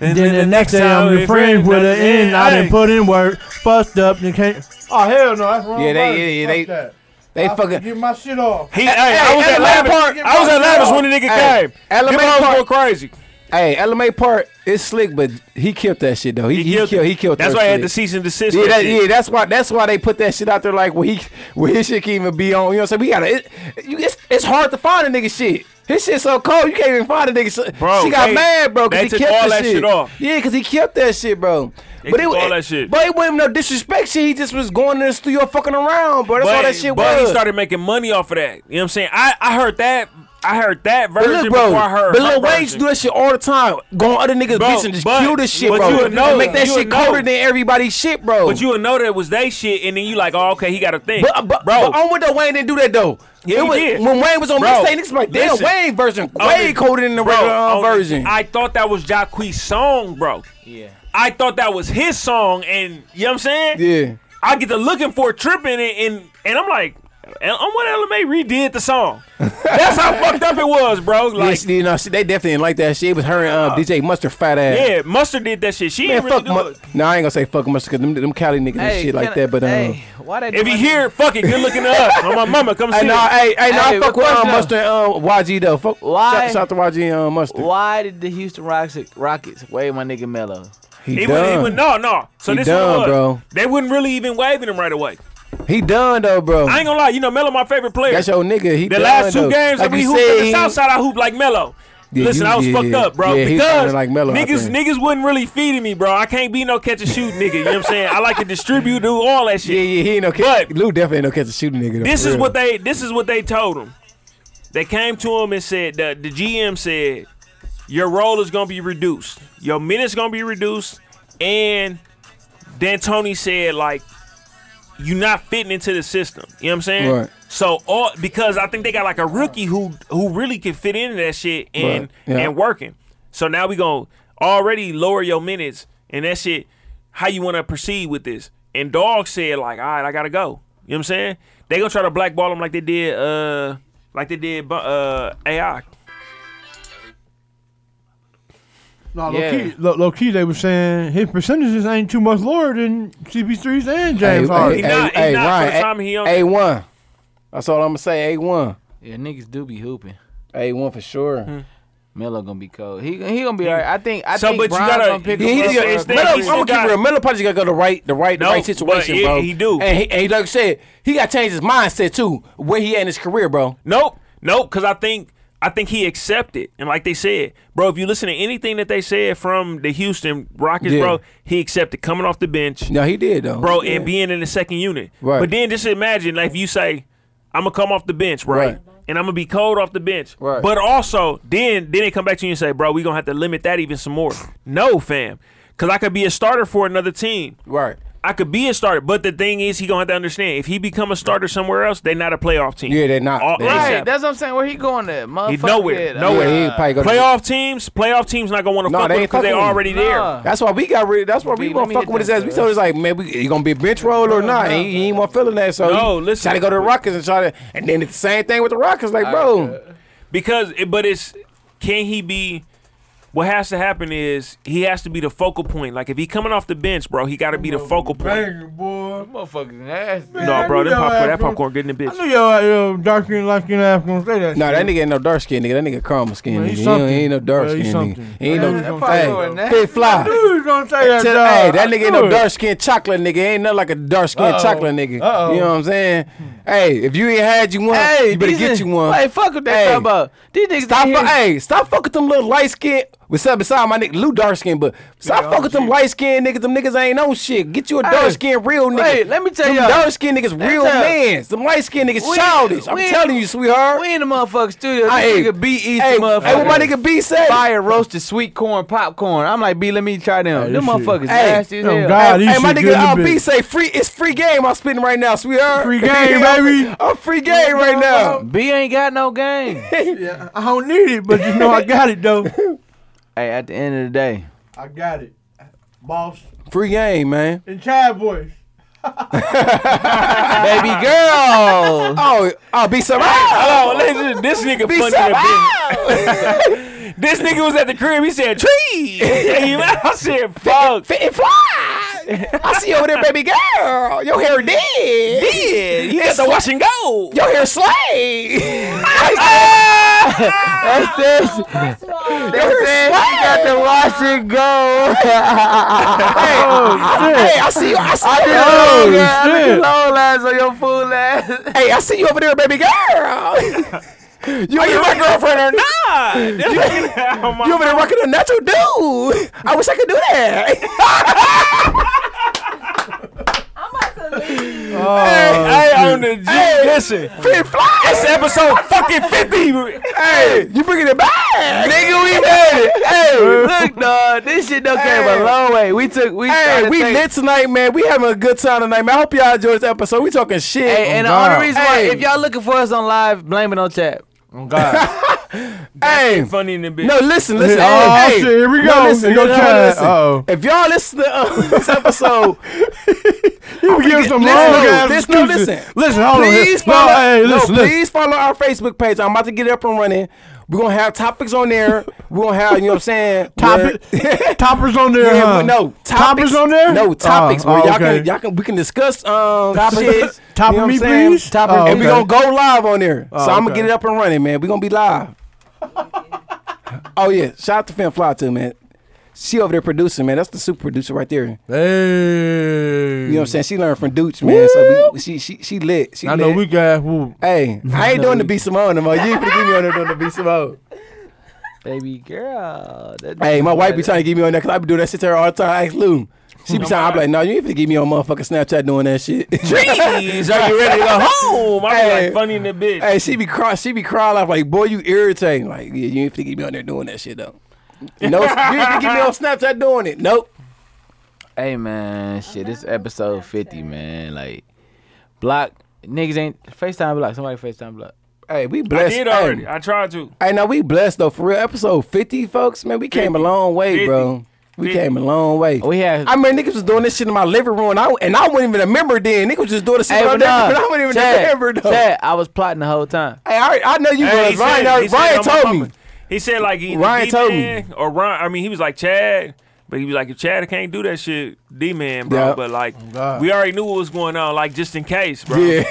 Speaker 2: And
Speaker 9: Then the next day I'm your friend with an N. I didn't put in work. Fucked up. You can't. Oh hell no, that's wrong.
Speaker 7: Yeah, they-
Speaker 9: version.
Speaker 7: yeah, yeah,
Speaker 9: Fuck
Speaker 7: they-
Speaker 9: that.
Speaker 7: They
Speaker 9: I
Speaker 7: fucking.
Speaker 9: Get my shit off.
Speaker 2: He, hey, I was
Speaker 7: hey,
Speaker 2: at
Speaker 7: Lamar
Speaker 2: Lavish.
Speaker 7: Park.
Speaker 2: I was at Lavish when the nigga
Speaker 7: Hey,
Speaker 2: came.
Speaker 7: Lamar
Speaker 2: Them hoes
Speaker 7: Park.
Speaker 2: going crazy.
Speaker 7: Hey, LMA part is slick, but he killed that shit though. He, he killed. He killed.
Speaker 2: That's
Speaker 7: that
Speaker 2: why I had
Speaker 7: shit.
Speaker 2: to cease and desist.
Speaker 7: Yeah,
Speaker 2: that
Speaker 7: that,
Speaker 2: shit.
Speaker 7: yeah, that's why. That's why they put that shit out there. Like, where he, where his shit can even be on. You know what I'm saying? We gotta. It, you, it's, it's hard to find a nigga shit. His shit so cold, you can't even find a nigga. So,
Speaker 2: Bro,
Speaker 7: she got
Speaker 2: they-
Speaker 7: mad, bro, because
Speaker 2: they
Speaker 7: he
Speaker 2: took
Speaker 7: kept
Speaker 2: all
Speaker 7: the
Speaker 2: that
Speaker 7: shit.
Speaker 2: shit off.
Speaker 7: Yeah, because he kept that shit, bro.
Speaker 2: They took all that shit.
Speaker 7: But it wasn't no disrespect shit. He just was going in the studio fucking around, bro. That's all
Speaker 2: But-
Speaker 7: that shit
Speaker 2: but
Speaker 7: was.
Speaker 2: he started making money off of that. You know what I'm saying? I, I heard that. I heard that
Speaker 7: but
Speaker 2: version
Speaker 7: look,
Speaker 2: before
Speaker 7: bro.
Speaker 2: I heard.
Speaker 7: But
Speaker 2: her
Speaker 7: Lil Wayne
Speaker 2: version.
Speaker 7: used to do that shit all the time. Go on other niggas'
Speaker 2: Bro,
Speaker 7: beats and just
Speaker 2: but-
Speaker 7: kill this shit,
Speaker 2: but
Speaker 7: bro.
Speaker 2: you would know-
Speaker 7: make that
Speaker 2: you
Speaker 7: shit
Speaker 2: would know.
Speaker 7: colder than everybody's shit, bro.
Speaker 2: But you would know that it was they shit, and then you like, oh, okay, he got a thing,
Speaker 7: But, but,
Speaker 2: bro.
Speaker 7: but on with the Wayne didn't do that though.
Speaker 2: Yeah,
Speaker 7: It
Speaker 2: he
Speaker 7: was-
Speaker 2: did.
Speaker 7: When Wayne was on
Speaker 2: Bro,
Speaker 7: mixtape, niggas like, damn,
Speaker 2: listen.
Speaker 7: Wayne version
Speaker 2: On
Speaker 7: way
Speaker 2: the-
Speaker 7: colder than the
Speaker 2: bro,
Speaker 7: regular uh,
Speaker 2: on the-
Speaker 7: version.
Speaker 2: I thought that was Jacquees' song, bro.
Speaker 8: Yeah.
Speaker 2: I thought that was his song, and you know what I'm saying?
Speaker 7: yeah,
Speaker 2: I get to looking for a trip in it, and and I'm like, El- I'm what LMA redid the song. That's how fucked up it was, bro. Like,
Speaker 7: yes, you know, she- they definitely didn't like that shit. It was her and uh, DJ Mustard fat ass.
Speaker 2: yeah, Mustard did that shit. She
Speaker 7: Man,
Speaker 2: didn't really
Speaker 7: fuck
Speaker 2: do
Speaker 7: Mu-
Speaker 2: it.
Speaker 7: No, I ain't gonna say fuck Mustard because them, them Cali niggas and shit
Speaker 8: can
Speaker 7: like
Speaker 8: I-
Speaker 7: that. But um,
Speaker 8: hey,
Speaker 7: hey,
Speaker 8: why they
Speaker 2: If you
Speaker 8: doing
Speaker 2: hear, fuck it, good looking to us. Oh, my mama, come see.
Speaker 7: no,
Speaker 2: us.
Speaker 7: hey, hey, no,
Speaker 8: Hey,
Speaker 7: I fuck
Speaker 8: what
Speaker 7: with um,
Speaker 8: question?
Speaker 7: Mustard and um, YG though. Fuck,
Speaker 8: Why?
Speaker 7: Shout, shout to YG and um, Mustard.
Speaker 8: that? Why did the Houston Rockets, Rockets wave my nigga Mello?
Speaker 2: He
Speaker 7: He,
Speaker 2: wouldn't
Speaker 7: done.
Speaker 2: even no, no. So
Speaker 7: He
Speaker 2: this is what it
Speaker 7: done,
Speaker 2: was.
Speaker 7: bro.
Speaker 2: They wouldn't really even waving him right away.
Speaker 7: he done though, bro.
Speaker 2: I ain't gonna lie, you know Melo my favorite player.
Speaker 7: That's your nigga. He
Speaker 2: the
Speaker 7: done,
Speaker 2: last two
Speaker 7: though.
Speaker 2: games
Speaker 7: like
Speaker 2: that we
Speaker 7: you
Speaker 2: hooped in the
Speaker 7: said,
Speaker 2: South Side, I hooped like Melo.
Speaker 7: Yeah,
Speaker 2: Listen,
Speaker 7: you-
Speaker 2: I was
Speaker 7: yeah,
Speaker 2: fucked
Speaker 7: yeah.
Speaker 2: up, bro.
Speaker 7: Yeah, he
Speaker 2: because
Speaker 7: sounded like Melo, I
Speaker 2: niggas,
Speaker 7: think.
Speaker 2: niggas wasn't really feeding me, bro. I can't be no catch and shoot nigga. You know what I'm saying? I like to distribute, do all that shit.
Speaker 7: Yeah, yeah, he ain't no catch.
Speaker 2: But-
Speaker 7: Lou definitely ain't no catch a shooting nigga. though,
Speaker 2: This
Speaker 7: for
Speaker 2: is
Speaker 7: real.
Speaker 2: what they this is what they told him. They came to him and said the, the GM said your role is gonna be reduced, your minutes gonna be reduced, and D'Antoni said like you're not fitting into the system. You know what I'm saying?
Speaker 7: Right.
Speaker 2: So all because I think they got like a rookie who who really can fit into that shit and
Speaker 7: Right, yeah.
Speaker 2: and working. So now we gonna already lower your minutes and that shit. How you want to proceed with this? And Dog said like, all right, I gotta go. You know what I'm saying? They gonna try to blackball him like they did, uh, like they did, bu- uh, AI.
Speaker 9: No,
Speaker 8: Yeah.
Speaker 9: low key, low, low key, they were saying his percentages ain't too much lower than CP3's and James Harden.
Speaker 2: He not- he not for the time he on-
Speaker 7: A one. That's all I'm gonna say. A one.
Speaker 8: Yeah, niggas do be hooping.
Speaker 2: Hmm.
Speaker 7: A one for sure.
Speaker 8: Melo gonna be cold. He he gonna be alright. I think. I
Speaker 2: So,
Speaker 8: think
Speaker 2: but you
Speaker 8: Bron's
Speaker 2: gotta-
Speaker 8: gonna pick
Speaker 2: Yeah, he
Speaker 8: him
Speaker 2: just gotta-
Speaker 8: up.
Speaker 2: Instead, Melo- he still
Speaker 7: I'm gonna keep
Speaker 2: got-
Speaker 7: real. Miller Party got to go to right, the right,
Speaker 2: No,
Speaker 7: the right situation,
Speaker 2: but yeah,
Speaker 7: bro.
Speaker 2: he do.
Speaker 7: And he, and he like I said, he got to change his mindset too. Where he at in his career, bro.
Speaker 2: Nope, nope. Because I think I think he accepted, and like they said, bro, if you listen to anything that they said from the Houston Rockets,
Speaker 7: Yeah.
Speaker 2: bro, he accepted coming off the bench,
Speaker 7: No, he did though,
Speaker 2: bro,
Speaker 7: Yeah.
Speaker 2: and being in the second unit.
Speaker 7: Right.
Speaker 2: But then just imagine, like, if you say, "I'm gonna come off the bench," right.
Speaker 7: Right.
Speaker 2: And I'm gonna be cold off the bench,
Speaker 7: Right.
Speaker 2: but also then then they come back to you and say, "Bro, we gonna have to limit that even some more." No, fam, because I could be a starter for another team.
Speaker 7: right.
Speaker 2: I could be a starter, but the thing is, he gonna have to understand if he become a starter somewhere else, they not a playoff team.
Speaker 7: Yeah, they not.
Speaker 2: All-
Speaker 7: They-
Speaker 2: ASAP.
Speaker 8: Right, that's what I'm saying. Where he going at? Motherfucker,
Speaker 2: nowhere,
Speaker 8: at, uh,
Speaker 2: nowhere.
Speaker 7: Yeah, he probably go to-
Speaker 2: playoff teams, playoff teams not gonna want to
Speaker 7: No,
Speaker 2: fuck
Speaker 7: they
Speaker 2: with him
Speaker 7: ain't
Speaker 2: because they
Speaker 7: fucking with him.
Speaker 2: already there.
Speaker 8: Nah.
Speaker 7: That's why we got rid. That's why we
Speaker 8: Let
Speaker 7: won't
Speaker 8: me
Speaker 7: fuck
Speaker 8: hit
Speaker 7: with his
Speaker 8: that
Speaker 7: ass. We told us like, man, we, he gonna be a bench roll or not? he, he ain't want feeling that. So
Speaker 2: No,
Speaker 7: he
Speaker 2: listen.
Speaker 7: try to go to the Rockets and try to, and then it's the same thing with the Rockets. Like, bro,
Speaker 2: Because, it, but it's can he be? What has to happen is he has to be the focal point. Like if he coming off the bench, bro, he got to be the focal point.
Speaker 9: Banger, boy.
Speaker 8: Motherfucker's nasty.
Speaker 2: No, bro,
Speaker 9: I knew
Speaker 2: that
Speaker 9: your
Speaker 2: popcorn, that
Speaker 9: ass
Speaker 2: popcorn getting the
Speaker 9: I
Speaker 2: bitch.
Speaker 9: knew your, your dark skin, light skin ass gonna say that.
Speaker 7: no,
Speaker 9: shit.
Speaker 7: that nigga ain't no dark skin nigga. That nigga caramel skin.
Speaker 9: Man,
Speaker 7: nigga.
Speaker 9: he
Speaker 7: He, don't- he
Speaker 9: something.
Speaker 7: ain't no dark
Speaker 9: Yeah, he
Speaker 7: skin
Speaker 9: something.
Speaker 7: nigga. He ain't
Speaker 9: Yeah,
Speaker 7: no
Speaker 9: that probably
Speaker 8: going
Speaker 7: hey,
Speaker 8: nasty.
Speaker 7: fit fly.
Speaker 9: Dude, gonna say that.
Speaker 7: Tell-
Speaker 9: dog.
Speaker 7: hey, that nigga
Speaker 9: I
Speaker 7: ain't
Speaker 9: knew
Speaker 7: no
Speaker 9: it.
Speaker 7: dark skinned chocolate nigga. Ain't nothing like a dark skinned
Speaker 9: Uh-oh.
Speaker 7: chocolate nigga.
Speaker 9: Uh-oh.
Speaker 7: You know what I'm saying? Hey, if you ain't had you one,
Speaker 8: Hey,
Speaker 7: you better
Speaker 8: these
Speaker 7: get
Speaker 8: niggas-
Speaker 7: you one.
Speaker 8: Hey, fuck what they
Speaker 7: Hey.
Speaker 8: talking about. These niggas
Speaker 7: Stop,
Speaker 8: in
Speaker 7: fu-
Speaker 8: here-
Speaker 7: hey, stop fucking them little light skin. What's up beside my nigga, Lou dark skin, but stop fucking them light skin niggas. Them niggas ain't no shit. Get you a
Speaker 8: Hey,
Speaker 7: dark skin real nigga.
Speaker 8: wait, let me tell
Speaker 7: them
Speaker 8: y'all.
Speaker 7: Dark skin niggas real
Speaker 8: tell-
Speaker 7: men. Some light skin niggas
Speaker 8: We-
Speaker 7: childish. I'm
Speaker 8: we-
Speaker 7: telling you, sweetheart.
Speaker 8: We in the motherfucking studio. This
Speaker 7: I- hey,
Speaker 8: nigga B eats
Speaker 7: hey, hey,
Speaker 8: motherfuckers.
Speaker 7: what my nigga B say?
Speaker 8: Fire roasted sweet corn popcorn. I'm like, B, let me try them. them
Speaker 9: this shit-
Speaker 8: motherfuckers
Speaker 7: Hey,
Speaker 8: nasty as
Speaker 9: them
Speaker 8: hell.
Speaker 9: God,
Speaker 7: Hey,
Speaker 9: these
Speaker 7: hey, my
Speaker 9: shit good
Speaker 7: nigga
Speaker 9: in
Speaker 7: uh,
Speaker 9: the
Speaker 7: B
Speaker 9: bitch.
Speaker 7: say free. It's free game. I'm spitting right now, sweetheart.
Speaker 9: Free game,
Speaker 7: I'm-
Speaker 9: baby.
Speaker 7: I'm free game right now.
Speaker 8: B ain't got no game.
Speaker 9: I don't need it, but you know I got it though.
Speaker 8: hey, at the end of the day,
Speaker 9: I got it, boss.
Speaker 7: Free game, man.
Speaker 9: And Chad boys.
Speaker 8: baby
Speaker 2: Ah.
Speaker 8: girl.
Speaker 7: Oh, I'll be some.
Speaker 2: Oh, listen, this nigga
Speaker 7: Be
Speaker 2: funny than
Speaker 7: some.
Speaker 2: a bitch. This nigga was at the crib. He said tree. I said fuck.
Speaker 7: Fit and fly. I see you over there, baby girl. Your hair dead. Dead.
Speaker 2: He had to wash and go.
Speaker 7: Your hair slay.
Speaker 8: That's this.
Speaker 10: First of all,
Speaker 8: That's it. You got to watch it go.
Speaker 7: Hey, I see you. I see you.
Speaker 8: Oh,
Speaker 7: over
Speaker 8: yeah, look
Speaker 9: shit.
Speaker 8: at Lola ass on your fool ass.
Speaker 7: there. Hey, I see you over there, baby girl. You over there, my girlfriend or not?
Speaker 2: Nah, this nigga, oh my
Speaker 7: You over there rocking a natural dude? I wish I could do that.
Speaker 10: I'm about to leave.
Speaker 7: Oh,
Speaker 2: Hey, I on the G.
Speaker 7: Hey.
Speaker 2: Listen,
Speaker 7: Fit and fly.
Speaker 2: it's episode fucking 50.
Speaker 7: Hey, you bringing it back, nigga? We made it. Hey,
Speaker 8: Look, dog, this shit done came
Speaker 7: Hey.
Speaker 8: a long way. We took, we
Speaker 7: Hey,
Speaker 8: started
Speaker 7: we
Speaker 8: taking-
Speaker 7: lit tonight, man. We having a good time tonight, man. I hope y'all enjoyed this episode. We talking shit.
Speaker 8: Hey, and the
Speaker 9: God.
Speaker 8: only reason why,
Speaker 7: Hey.
Speaker 8: if y'all looking for us on live, blame it on chat.
Speaker 7: hey,
Speaker 2: Funny in the bitch.
Speaker 7: no, listen, listen.
Speaker 9: oh
Speaker 7: hey, hey.
Speaker 9: shit, here we
Speaker 7: No,
Speaker 9: go.
Speaker 7: listen,
Speaker 9: Here go
Speaker 7: no, no,
Speaker 9: Chad.
Speaker 7: listen.
Speaker 9: Uh-oh.
Speaker 7: If y'all listen to uh, this episode,
Speaker 9: You give some
Speaker 7: listen,
Speaker 9: long
Speaker 7: no,
Speaker 9: ass
Speaker 7: listen, no,
Speaker 9: excuses.
Speaker 7: listen.
Speaker 9: Listen, hold on.
Speaker 7: please
Speaker 9: No,
Speaker 7: follow.
Speaker 9: hey,
Speaker 7: no,
Speaker 9: listen, listen.
Speaker 7: please follow our Facebook page. I'm about to get it up and running. We're gonna have topics on there. We're gonna have, you know what I'm saying?
Speaker 9: Topic-
Speaker 7: where-
Speaker 9: Toppers on there,
Speaker 7: Yeah,
Speaker 9: huh?
Speaker 7: well, no topics,
Speaker 9: Toppers on there?
Speaker 7: No topics.
Speaker 9: Oh,
Speaker 7: where
Speaker 9: oh,
Speaker 7: y'all
Speaker 9: okay.
Speaker 7: can y'all can we can discuss um
Speaker 8: Topics.
Speaker 7: shit.
Speaker 9: Top
Speaker 7: you know
Speaker 9: of
Speaker 7: what
Speaker 9: me,
Speaker 7: I'm saying?
Speaker 9: please.
Speaker 8: Top of
Speaker 9: Oh,
Speaker 8: me.
Speaker 7: And we
Speaker 9: okay.
Speaker 7: gonna go live on there. so I'm gonna
Speaker 9: okay.
Speaker 7: get it up and running, man. We gonna be live. oh yeah, shout out to Finn Fly too, man. She over there producing, man. That's the super producer right there.
Speaker 9: Hey.
Speaker 7: You know what I'm saying? She learned from Dooch, man. So we, she she she lit. She
Speaker 9: Mm. I
Speaker 7: lit.
Speaker 9: know we got. Whoa.
Speaker 7: Hey, I ain't doing the B Simone no more. You ain't finna give me on there doing the B Simone.
Speaker 8: Baby girl. that-
Speaker 7: Hey, my wife be trying to get me on there because I be doing that shit to her all the time. I ask Lou. She be trying, I be like, no, you ain't finna get me on motherfucking Snapchat doing that shit.
Speaker 2: Trees, are you ready to go home? I be
Speaker 7: Hey.
Speaker 2: like funny in the bitch.
Speaker 7: Hey, she be cry, she be crying off like, boy, you irritating. Like, yeah, you ain't finna get me on there doing that shit though. No, you ain't finna get me on Snapchat doing it. Nope.
Speaker 8: Hey, man, shit, this episode 50, man. Like, block. Niggas ain't FaceTime block. Somebody FaceTime block.
Speaker 7: Hey, we
Speaker 2: I
Speaker 7: blessed.
Speaker 2: did already.
Speaker 7: Hey,
Speaker 2: I tried to.
Speaker 7: hey, now we blessed though for real. Episode fifty, folks. Man, we came a long way,
Speaker 2: 50.
Speaker 7: bro. We
Speaker 2: 50.
Speaker 7: came a long way.
Speaker 8: We had.
Speaker 7: I mean, niggas was doing this shit in my living room, and I and I wasn't even a member then. Niggas was just doing this shit,
Speaker 8: Hey,
Speaker 7: in my
Speaker 8: but
Speaker 7: living
Speaker 8: nah,
Speaker 7: room, and I wasn't even
Speaker 8: Chad,
Speaker 7: a member though.
Speaker 8: Chad, I was plotting the whole time.
Speaker 7: Hey, I, I know you
Speaker 2: Hey,
Speaker 7: was.
Speaker 2: he
Speaker 7: Ryan,
Speaker 2: said- he
Speaker 7: Ryan,
Speaker 2: said, "I'm
Speaker 7: told
Speaker 2: a
Speaker 7: me.
Speaker 2: fucker." He said like he
Speaker 7: Ryan
Speaker 2: Ryan
Speaker 7: told
Speaker 2: told me or Ryan. I mean, he was like Chad. But he was like, if Chad can't do that shit, D man, bro.
Speaker 7: Yeah.
Speaker 2: But like,
Speaker 7: God.
Speaker 2: we already knew what was going on, like just in case, bro.
Speaker 7: Hey,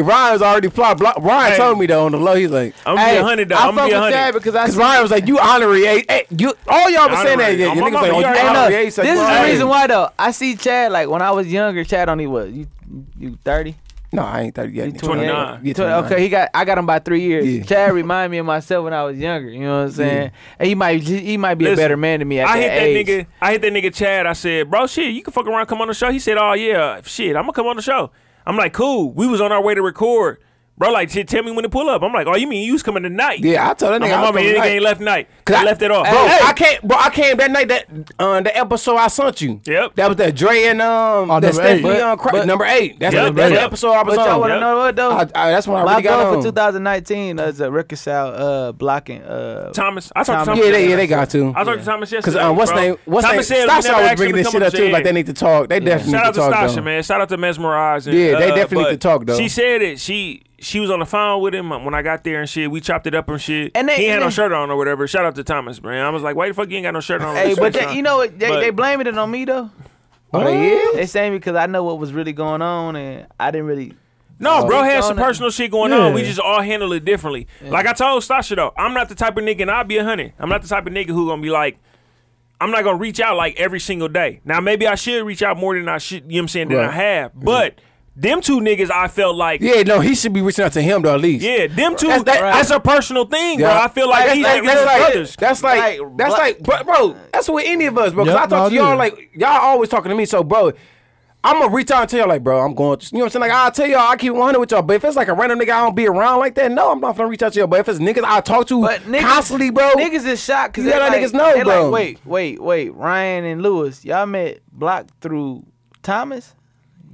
Speaker 7: Ryan's already plot. block- Ryan
Speaker 2: Hey.
Speaker 7: told me though on the low. He's like,
Speaker 2: I'm gonna be a hundred though.
Speaker 8: I
Speaker 2: I'm gonna
Speaker 8: fuck
Speaker 2: be a
Speaker 8: with Chad
Speaker 2: hundred.
Speaker 8: because I
Speaker 7: Because Ryan was like, you honorary. Hey, hey, you, all y'all was saying that.
Speaker 2: Honorary.
Speaker 7: Yeah,
Speaker 2: Oh,
Speaker 7: you
Speaker 2: my
Speaker 7: niggas like,
Speaker 2: mama,
Speaker 7: oh,
Speaker 2: you
Speaker 7: you
Speaker 2: already
Speaker 8: Hey,
Speaker 7: honorary.
Speaker 8: look,
Speaker 7: He's like,
Speaker 8: this is the
Speaker 7: "Hey."
Speaker 8: reason why though. I see Chad like when I was younger. Chad only was you you thirty.
Speaker 7: No, I ain't 30 yet. nigga.
Speaker 2: 29.
Speaker 7: Yeah,
Speaker 8: Tw- Okay, he got I got him by three years.
Speaker 7: Yeah.
Speaker 8: Chad remind me of myself when I was younger. You know what I'm saying? And he might he might be
Speaker 2: Listen,
Speaker 8: a better man than me at
Speaker 2: I hit
Speaker 8: that
Speaker 2: that
Speaker 8: age.
Speaker 2: nigga. I hit that nigga Chad. I said, bro, shit, you can fuck around, come on the show. He said, oh yeah, shit, I'm gonna come on the show. I'm like, cool. We was on our way to record, bro. Like, shit, tell me when to pull up. I'm like, oh, you mean you was coming tonight?
Speaker 7: Yeah, I told
Speaker 2: I'm
Speaker 7: that
Speaker 2: like,
Speaker 7: nigga. I was
Speaker 2: mama,
Speaker 7: coming
Speaker 2: nigga
Speaker 7: tonight.
Speaker 2: ain't left night.
Speaker 7: Cause
Speaker 2: I left it off,
Speaker 7: bro.
Speaker 2: Hey.
Speaker 7: I can't, bro. I came that night that uh, the episode I sent you.
Speaker 2: Yep.
Speaker 7: That was that Dre and um,
Speaker 9: Oh,
Speaker 7: that
Speaker 9: number eight.
Speaker 7: Steph Lee on cra-
Speaker 8: But-
Speaker 7: number eight. That's,
Speaker 2: Yep,
Speaker 7: the, that's
Speaker 2: yep.
Speaker 7: the episode I was
Speaker 8: But y'all
Speaker 7: on.
Speaker 8: want to
Speaker 2: Yep.
Speaker 8: know what though?
Speaker 7: I, I, that's when I
Speaker 8: My
Speaker 7: really got
Speaker 8: goal
Speaker 7: on.
Speaker 8: for 2019 is to reconcile uh, blocking. Uh,
Speaker 2: Thomas, I talked to Thomas.
Speaker 8: Thomas.
Speaker 7: yeah, they, yeah,
Speaker 2: yesterday.
Speaker 7: they got to.
Speaker 2: I talked to Thomas yesterday.
Speaker 7: Cause um, what's
Speaker 2: bro.
Speaker 7: name? What's
Speaker 2: Thomas
Speaker 7: name?
Speaker 2: said we never
Speaker 7: Stasha was
Speaker 2: asked him to
Speaker 7: bringing this
Speaker 2: come
Speaker 7: shit
Speaker 2: on
Speaker 7: up
Speaker 2: the
Speaker 7: too.
Speaker 2: show.
Speaker 7: Like they need to talk. They
Speaker 2: Shout
Speaker 7: definitely need
Speaker 2: out
Speaker 7: to
Speaker 2: to
Speaker 7: talk.
Speaker 2: Stasha,
Speaker 7: though.
Speaker 2: man. Shout out to Mesmerize. and,
Speaker 7: Yeah, they
Speaker 2: uh,
Speaker 7: definitely need to
Speaker 2: but
Speaker 7: talk, though.
Speaker 2: She said it. She she was on the phone with him when I got there and shit. We chopped it up and shit. And
Speaker 8: And they-
Speaker 2: he had
Speaker 8: and
Speaker 2: no
Speaker 8: they-
Speaker 2: shirt on or whatever. Shout out to Thomas, man. I was like, why the fuck you ain't got no shirt on?
Speaker 8: hey, but
Speaker 2: Respect,
Speaker 8: they,
Speaker 2: son.
Speaker 8: you know what? They,
Speaker 2: But-
Speaker 8: they blaming it on me though.
Speaker 7: Oh, they is?
Speaker 8: They saying because I know what was really going on and I didn't really.
Speaker 7: Oh,
Speaker 2: No, bro had some
Speaker 8: Donna-
Speaker 2: personal shit going on. We just all handle it differently. Like I told Stasha though, I'm not the type of nigga, and I'll be a hundred. I'm not the type of nigga who gonna be like, I'm not gonna reach out like every single day. Now maybe I should reach out more than I should. You know what I'm saying? Than I
Speaker 7: Right.
Speaker 2: have, but. Them two niggas, I felt like
Speaker 7: Yeah, no, he should be reaching out to him though at least.
Speaker 2: Yeah, them two.
Speaker 7: That's-
Speaker 2: That's,
Speaker 7: that-
Speaker 2: a personal thing, bro.
Speaker 7: Yeah.
Speaker 2: I feel like
Speaker 7: that's,
Speaker 2: these
Speaker 7: like,
Speaker 2: niggas
Speaker 7: that's,
Speaker 2: are
Speaker 7: like,
Speaker 2: brothers.
Speaker 7: that's like
Speaker 8: Like,
Speaker 7: that's
Speaker 8: black-
Speaker 7: like bro, bro, that's with any of us, bro. Cause
Speaker 9: Yup,
Speaker 7: I talk to
Speaker 9: no, I
Speaker 7: y'all
Speaker 9: do.
Speaker 7: like y'all always talking to me, so bro. I'm gonna reach out and tell y'all like, bro, I'm going. through- You know what I'm saying? Like, I'll tell y'all, I keep 100 with y'all. But if it's like a random nigga, I don't be around like that. No, I'm not gonna reach out to y'all. But if it's niggas I talk to
Speaker 8: But niggas,
Speaker 7: constantly, bro,
Speaker 8: niggas is shocked because
Speaker 7: You gotta
Speaker 8: like,
Speaker 7: let niggas know,
Speaker 8: they
Speaker 7: bro.
Speaker 8: Like, wait, wait, wait. Ryan and Lewis, y'all met block through Thomas.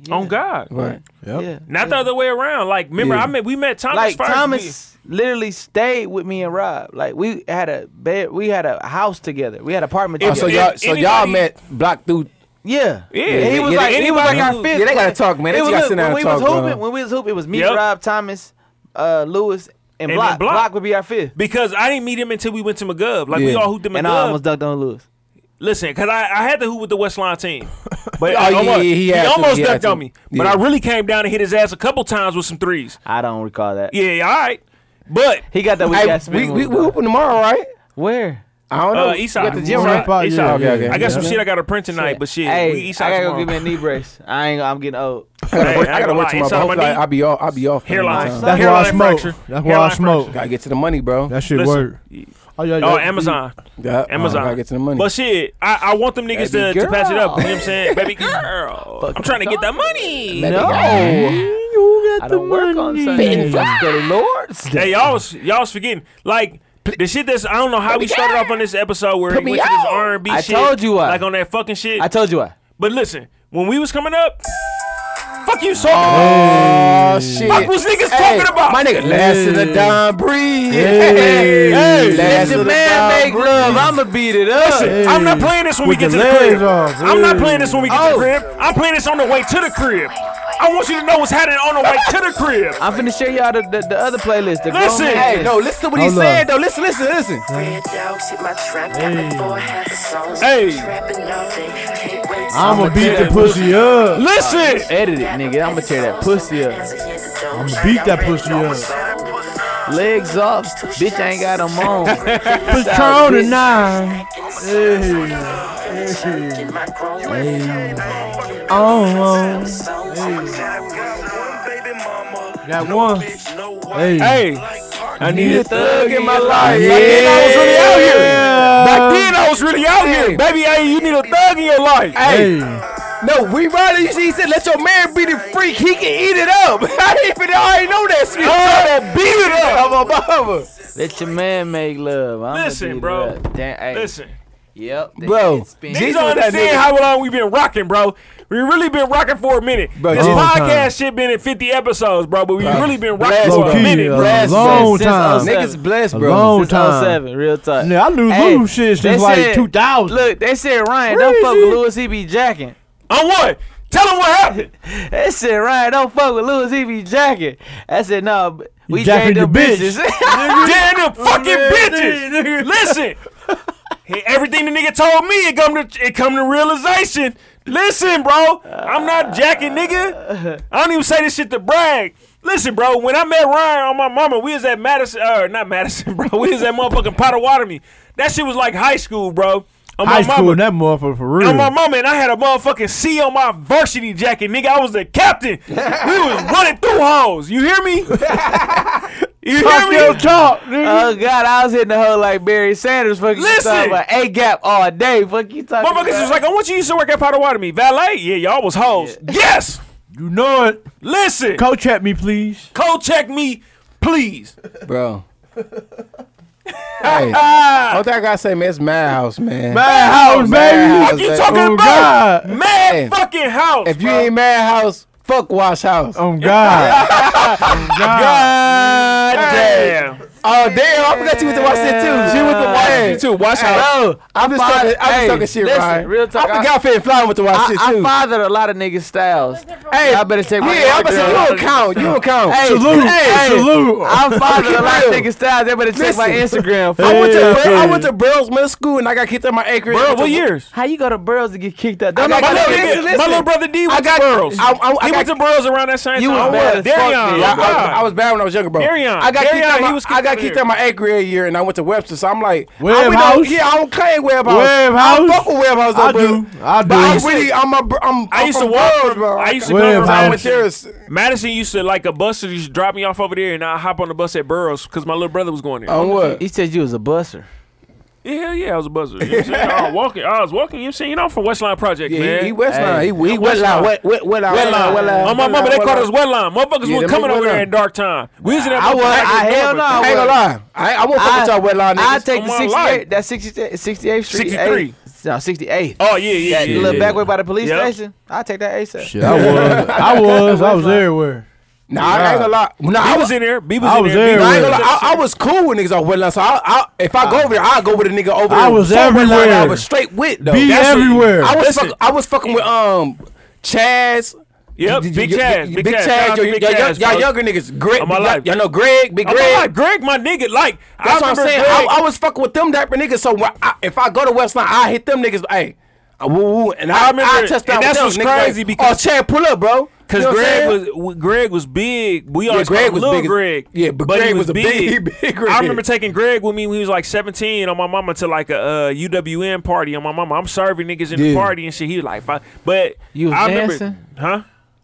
Speaker 8: Yeah.
Speaker 2: On God,
Speaker 7: Right.
Speaker 9: Yep.
Speaker 8: Yeah.
Speaker 2: not the other way around. Like, remember,
Speaker 7: Yeah.
Speaker 2: I met we met Thomas
Speaker 8: like
Speaker 2: first.
Speaker 8: Thomas literally stayed with me and Rob. Like we had a bed, we had a house together. We had an apartment.
Speaker 7: Oh,
Speaker 8: Together.
Speaker 7: so
Speaker 2: If-
Speaker 7: y'all,
Speaker 2: if
Speaker 7: so y'all
Speaker 2: anybody-
Speaker 7: met block through.
Speaker 8: yeah.
Speaker 2: Yeah,
Speaker 8: And he
Speaker 2: yeah, yeah,
Speaker 8: was like, he was like
Speaker 2: anybody
Speaker 8: our
Speaker 2: who-
Speaker 8: fifth.
Speaker 7: yeah, they gotta
Speaker 8: man.
Speaker 7: talk, man. They
Speaker 8: It
Speaker 7: just
Speaker 8: was,
Speaker 7: gotta
Speaker 8: look,
Speaker 7: sit down
Speaker 8: when
Speaker 7: and
Speaker 8: we
Speaker 7: talk,
Speaker 8: was
Speaker 7: bro.
Speaker 8: hooping, when we was hooping, it was me,
Speaker 2: Yep.
Speaker 8: Rob, Thomas, uh, Lewis, and,
Speaker 2: And
Speaker 8: Block.
Speaker 2: then Block.
Speaker 8: Block would be our fifth.
Speaker 2: because I didn't meet him until we went to McGub. Like we
Speaker 7: Yeah. um,
Speaker 2: all hooped in McGub.
Speaker 8: And I almost ducked on Lewis.
Speaker 2: Listen, because I, I had to hoop with the Westline team, but
Speaker 7: Oh,
Speaker 2: I
Speaker 7: yeah,
Speaker 2: almost,
Speaker 7: yeah, he
Speaker 2: he,
Speaker 7: had to,
Speaker 2: almost
Speaker 7: he had
Speaker 2: ducked
Speaker 7: to.
Speaker 2: on me. But
Speaker 7: Yeah.
Speaker 2: I really came down and hit his ass a couple times with some threes.
Speaker 8: I don't recall that.
Speaker 2: Yeah, all right. But
Speaker 8: He got that. We
Speaker 7: Hey,
Speaker 8: got
Speaker 7: we,
Speaker 8: spin
Speaker 7: we,
Speaker 8: move.
Speaker 7: we hooping tomorrow, right?
Speaker 8: Where?
Speaker 7: I don't know.
Speaker 2: uh,
Speaker 7: You
Speaker 2: Eastside,
Speaker 7: Oh, got the gym
Speaker 2: Eastside,
Speaker 7: right.
Speaker 9: Eastside, yeah,
Speaker 2: Eastside.
Speaker 7: Okay, okay.
Speaker 2: I got some
Speaker 9: Yeah.
Speaker 2: shit I got to print tonight, but shit,
Speaker 8: Hey,
Speaker 2: we Eastside
Speaker 8: I gotta
Speaker 2: tomorrow.
Speaker 8: go get me a knee brace. I ain't. I'm getting old.
Speaker 7: I gotta
Speaker 2: Hey,
Speaker 7: work-
Speaker 2: I ain't
Speaker 7: I gotta work
Speaker 2: gonna
Speaker 7: tomorrow.
Speaker 2: lie,
Speaker 7: Hopefully,
Speaker 2: inside my
Speaker 7: I- I'll be off. I'll be off. in the
Speaker 2: hairline.
Speaker 7: meantime.
Speaker 9: That's why
Speaker 2: hairline
Speaker 9: I smoke.
Speaker 2: fracture.
Speaker 9: That's why I
Speaker 2: Hairline
Speaker 9: smoke.
Speaker 2: fracture.
Speaker 7: Gotta get to the money, bro.
Speaker 9: That shit
Speaker 2: Listen.
Speaker 9: work. Oh, yeah,
Speaker 2: Oh,
Speaker 9: yeah.
Speaker 2: Amazon.
Speaker 7: Yeah,
Speaker 2: Amazon.
Speaker 7: I gotta get to the money.
Speaker 2: But shit, I, I want them niggas to,
Speaker 8: Baby
Speaker 2: to patch it up. You know
Speaker 8: girl.
Speaker 2: what I'm saying? Baby girl. I'm trying to get that money.
Speaker 7: Let it
Speaker 8: No.
Speaker 7: go.
Speaker 8: I don't work on Sunday.
Speaker 7: the Lord's
Speaker 2: Hey, y'all was, y'all was forgetting. Like, the shit that's, I don't know how we started off on this episode where
Speaker 7: Put
Speaker 2: we
Speaker 7: me
Speaker 2: went to this
Speaker 7: out.
Speaker 2: R&B
Speaker 8: I
Speaker 2: shit.
Speaker 8: told you what.
Speaker 2: Like on that fucking shit.
Speaker 8: I told you I.
Speaker 2: but listen, when we was coming up, fuck you, so
Speaker 7: Oh shit!
Speaker 2: Fuck was niggas talking about?
Speaker 7: My nigga, last of the Don Breeze.
Speaker 9: Hey. Hey.
Speaker 7: last
Speaker 8: If
Speaker 7: of
Speaker 8: the
Speaker 7: the
Speaker 8: man
Speaker 7: Don
Speaker 8: make
Speaker 7: Breeze.
Speaker 8: love, I'ma beat it up.
Speaker 2: Listen, I'm not playing this when we
Speaker 9: With
Speaker 2: get
Speaker 9: the
Speaker 2: to the
Speaker 9: legs
Speaker 2: crib.
Speaker 9: off.
Speaker 2: I'm not playing this when we get to the
Speaker 8: Oh.
Speaker 2: crib. I'm playing this on the way to the crib. I want you to know what's happening on the way to the crib.
Speaker 8: I'm finna share y'all the, the, the other playlist. The grown
Speaker 2: Listen.
Speaker 8: man
Speaker 7: Hey,
Speaker 8: playlist.
Speaker 7: no, listen to what he
Speaker 9: Hold
Speaker 7: said
Speaker 9: up.
Speaker 7: though. Listen, listen, listen.
Speaker 2: Hey.
Speaker 9: I'ma beat the pussy up.
Speaker 2: Listen.
Speaker 8: Edit it, nigga. I'ma tear that pussy up.
Speaker 9: I'ma beat that pussy up.
Speaker 8: Legs off. Bitch, I ain't got them on.
Speaker 9: Patron tonight. Oh, Got one. Hey.
Speaker 2: Hey, I need a thug in my life. Back then I was really out here.
Speaker 9: Yeah.
Speaker 2: Back then I was really out here. Baby, hey, you need a thug in your life.
Speaker 9: Hey.
Speaker 7: No, we riding. You see, he said, "Let your man be the freak. He can eat it up." I ain't even. I already know that. Smith. Oh, that beat it up. I'm above her.
Speaker 8: Let your man make love. I'ma
Speaker 2: Listen,
Speaker 8: beat it
Speaker 2: bro.
Speaker 8: up. Damn, hey.
Speaker 2: Listen,
Speaker 8: Yep. they
Speaker 7: Bro.
Speaker 8: get spin.
Speaker 7: G-
Speaker 2: niggas
Speaker 7: He's
Speaker 2: don't
Speaker 7: with that
Speaker 2: understand
Speaker 7: nigga.
Speaker 2: how long we've been rocking, bro. We really been rocking for a minute.
Speaker 7: Bro,
Speaker 2: this
Speaker 7: long
Speaker 2: podcast
Speaker 9: time.
Speaker 2: shit been in 50 episodes, bro, but we
Speaker 7: Bro.
Speaker 2: really been
Speaker 7: Blast
Speaker 2: rocking for a
Speaker 7: key,
Speaker 2: minute,
Speaker 9: uh,
Speaker 2: bro.
Speaker 7: Blast
Speaker 8: since-
Speaker 9: long
Speaker 8: since
Speaker 9: time.
Speaker 8: Seven.
Speaker 7: Niggas blessed,
Speaker 9: A
Speaker 7: bro.
Speaker 9: long
Speaker 8: Since
Speaker 9: time.
Speaker 8: 07, real talk.
Speaker 9: Yeah, I knew
Speaker 8: Hey,
Speaker 9: Lou shit
Speaker 8: they
Speaker 9: since like
Speaker 8: said-
Speaker 9: 2000.
Speaker 8: Look, they said Ryan, don't fuck with Lewis, he be jacking.
Speaker 2: On what? Tell them what happened.
Speaker 8: They said Ryan, don't fuck with Lewis, he be jacking. I said no, b- we
Speaker 9: jacking
Speaker 8: jacking the
Speaker 9: your bitch.
Speaker 8: bitches.
Speaker 2: Damn them fucking bitches. Listen. Hey, everything the nigga told me, it come to it come to realization. Listen, bro, I'm not jacking, nigga. I don't even say this shit to brag. Listen, bro, when I met Ryan on my mama, we was at Madison, uh, not Madison, bro. We was at motherfucking Potawatomi. That shit was like high school, bro. On my
Speaker 9: High school,
Speaker 2: mama.
Speaker 9: and that motherfucker for
Speaker 2: On my
Speaker 9: real.
Speaker 2: mama, and I had a motherfucking C on my varsity jacket, nigga. I was the captain. we was running through hoes. You hear me? you hear
Speaker 9: Talk
Speaker 2: me?
Speaker 9: your talk, nigga.
Speaker 8: Oh God, I was hitting the hoe like Barry Sanders. Fuck you
Speaker 2: Listen.
Speaker 8: talking about a gap all day. Fuck you talking.
Speaker 2: Motherfuckers
Speaker 8: about.
Speaker 2: was like, I want you used to work at Potawatomi. Valet? Yeah, y'all was hoes. Yes!
Speaker 9: You know it.
Speaker 2: Listen, co-
Speaker 9: Coach at me, please.
Speaker 2: check me, please.
Speaker 7: bro. hey, only thing I gotta say, man, it's Madhouse, man.
Speaker 9: Madhouse,
Speaker 7: Madhouse,
Speaker 9: baby.
Speaker 2: You
Speaker 7: Like,
Speaker 2: talking
Speaker 9: oh,
Speaker 2: about
Speaker 9: God.
Speaker 2: mad
Speaker 7: Hey.
Speaker 2: fucking house.
Speaker 7: If you ain't Madhouse, fuck Wash House.
Speaker 9: Oh God. oh God.
Speaker 2: God damn.
Speaker 7: Oh damn, I forgot you went to Washington too. She went to Washington too. Watch out.
Speaker 8: Bro,
Speaker 7: I'm just
Speaker 8: I
Speaker 7: talking.
Speaker 8: find-
Speaker 7: I'm just
Speaker 8: hey,
Speaker 7: talking shit,
Speaker 8: listen,
Speaker 7: Ryan.
Speaker 8: real talk,
Speaker 7: I
Speaker 8: I-
Speaker 7: forgot I, fit flying with the
Speaker 8: I,
Speaker 7: Washington
Speaker 8: I
Speaker 7: too.
Speaker 8: fathered a lot of niggas' styles. Hey, I better take my
Speaker 7: yeah,
Speaker 8: daughter
Speaker 7: I'm gonna
Speaker 8: to
Speaker 7: say
Speaker 8: a
Speaker 7: you
Speaker 8: lot
Speaker 7: don't
Speaker 8: of-
Speaker 7: count. You don't count.
Speaker 8: Hey,
Speaker 9: Salute,
Speaker 8: hey,
Speaker 9: salute.
Speaker 8: I'm fathered a lot of
Speaker 7: Real.
Speaker 8: niggas' styles. They better check my
Speaker 7: Listen.
Speaker 8: Instagram.
Speaker 7: I
Speaker 8: Fuck.
Speaker 7: went to
Speaker 9: Hey.
Speaker 7: I went to Burroughs Middle School and I got kicked out my acre.
Speaker 2: Bro, what years?
Speaker 8: How you go to Burroughs to get kicked out?
Speaker 7: I
Speaker 8: Don't
Speaker 7: got-
Speaker 2: My
Speaker 8: nobody
Speaker 2: little,
Speaker 7: listen,
Speaker 2: nigga-
Speaker 7: listen.
Speaker 2: my little brother D went
Speaker 7: I got-
Speaker 2: to Burroughs.
Speaker 7: I- I- I
Speaker 2: he
Speaker 7: got-
Speaker 2: went to Burroughs around that same
Speaker 8: You
Speaker 2: time.
Speaker 8: was mad as fuck
Speaker 2: Darion,
Speaker 8: then.
Speaker 2: oh,
Speaker 7: Yeah,
Speaker 2: God.
Speaker 7: I, I was bad when I was younger, bro.
Speaker 2: Darion.
Speaker 7: I got
Speaker 2: Darion,
Speaker 7: kicked out.
Speaker 2: he
Speaker 7: My,
Speaker 2: was
Speaker 7: I
Speaker 2: kicked
Speaker 7: got
Speaker 2: out
Speaker 7: kicked
Speaker 2: here.
Speaker 7: out my eighth grade year, and I went to Webster. So I'm like, I
Speaker 9: Webb
Speaker 7: really
Speaker 9: House?
Speaker 7: Don't, yeah, I don't claim Webb House.
Speaker 9: Webb
Speaker 7: I
Speaker 9: House?
Speaker 7: fuck with Webb House. Though,
Speaker 9: I
Speaker 7: bro.
Speaker 9: do. I
Speaker 7: But I'm
Speaker 9: do.
Speaker 7: really, I'm a, br- I'm, I'm
Speaker 2: I used to
Speaker 7: from
Speaker 2: walk
Speaker 7: Burroughs,
Speaker 2: from-
Speaker 7: bro.
Speaker 2: I used to
Speaker 9: Web
Speaker 2: go from
Speaker 9: house.
Speaker 7: I'm with
Speaker 2: Madison.
Speaker 7: yours.
Speaker 2: Madison used to like a bus used to drop me off over there, and I hop on the bus at Burroughs because my little brother was going there.
Speaker 7: On what?
Speaker 8: He said you was a busser.
Speaker 2: Yeah, hell yeah, I was a buzzer. You know what I'm saying? I was walking. I was walking. You know what I'm saying? You know, I'm from Westline Project,
Speaker 7: Yeah,
Speaker 2: man.
Speaker 7: he, he Westline.
Speaker 8: Hey.
Speaker 7: He, he Westline. Wet, wet, wet, line.
Speaker 2: Wet line. On my mama, they called us wet line. Motherfuckers
Speaker 7: Yeah,
Speaker 2: were
Speaker 7: them
Speaker 2: coming
Speaker 7: niggas
Speaker 2: over
Speaker 7: wet
Speaker 2: there
Speaker 7: line.
Speaker 2: at dark time. We was in that
Speaker 8: I was-
Speaker 2: motherfucker
Speaker 8: I-
Speaker 2: back in
Speaker 8: hell
Speaker 2: November.
Speaker 8: no.
Speaker 7: I ain't gonna lie. I, I won't fuck with y'all wet line niggas.
Speaker 8: I take the
Speaker 2: On my
Speaker 8: 68.
Speaker 2: life.
Speaker 8: That 68, 68th Street.
Speaker 2: 63.
Speaker 8: 8, No, 68.
Speaker 2: Oh yeah, yeah,
Speaker 8: That
Speaker 2: yeah.
Speaker 8: little
Speaker 2: yeah.
Speaker 8: back way by the police
Speaker 2: Yep.
Speaker 8: station. I take that ASAP.
Speaker 9: Shit, I was. I was. I was everywhere.
Speaker 7: Nah, I ain't gonna lie. Nah,
Speaker 2: I
Speaker 7: I
Speaker 2: was
Speaker 7: was.
Speaker 2: in there. B was
Speaker 9: I
Speaker 2: in
Speaker 9: was
Speaker 2: there. B
Speaker 9: there.
Speaker 7: I,
Speaker 2: was
Speaker 7: ain't
Speaker 2: in
Speaker 7: gonna
Speaker 2: there.
Speaker 7: lie. I, I was cool with niggas off Wetland, so I, I, if I go over there, I go with a nigga over there.
Speaker 9: I was
Speaker 7: Fuck with
Speaker 9: everywhere.
Speaker 7: one I was straight with though.
Speaker 9: Be
Speaker 2: that's what-
Speaker 9: everywhere.
Speaker 7: I was
Speaker 2: Listen.
Speaker 7: fuck, I was fucking with um Chaz.
Speaker 2: Yep,
Speaker 7: Y- y-
Speaker 2: Big
Speaker 7: y- y-
Speaker 2: Chaz, Big Chaz. Shout out
Speaker 7: y'all-
Speaker 2: to Big
Speaker 7: y'all-
Speaker 2: Chaz,
Speaker 7: y'all
Speaker 2: bro.
Speaker 7: younger niggas. Greg,
Speaker 2: On my
Speaker 7: y'all-
Speaker 2: life.
Speaker 7: y'all know Greg, Big
Speaker 2: I'm
Speaker 7: Greg.
Speaker 2: like Greg, my nigga. Like
Speaker 7: That's
Speaker 2: I
Speaker 7: what I'm
Speaker 2: remember
Speaker 7: saying. I,
Speaker 2: Greg-
Speaker 7: I was fucking with them type of niggas. So when I, if I go to Westline, I hit them niggas. Hey, I woo woo, and I,
Speaker 2: I
Speaker 7: I
Speaker 2: remember-
Speaker 7: I touched
Speaker 2: and
Speaker 7: down
Speaker 2: that's
Speaker 7: with
Speaker 2: what's
Speaker 7: them, niggas,
Speaker 2: crazy
Speaker 7: like,
Speaker 2: because-
Speaker 7: oh Chad, pull up, bro.
Speaker 2: Cause
Speaker 7: You know what I'm
Speaker 2: Greg
Speaker 7: saying?
Speaker 2: was w- Greg was big. We always
Speaker 7: Greg
Speaker 2: Greg was
Speaker 7: was
Speaker 2: little
Speaker 7: big as-
Speaker 2: Greg.
Speaker 7: yeah, but
Speaker 2: he
Speaker 7: Greg was a big- big Greg.
Speaker 2: I remember taking Greg with me when he was like 17 on my mama to like a uh, UWM party on my mama. I'm serving niggas in the
Speaker 7: Yeah.
Speaker 2: party and shit. He was like, "Fuck," but
Speaker 8: You was
Speaker 2: I
Speaker 8: dancing?
Speaker 2: remember, huh?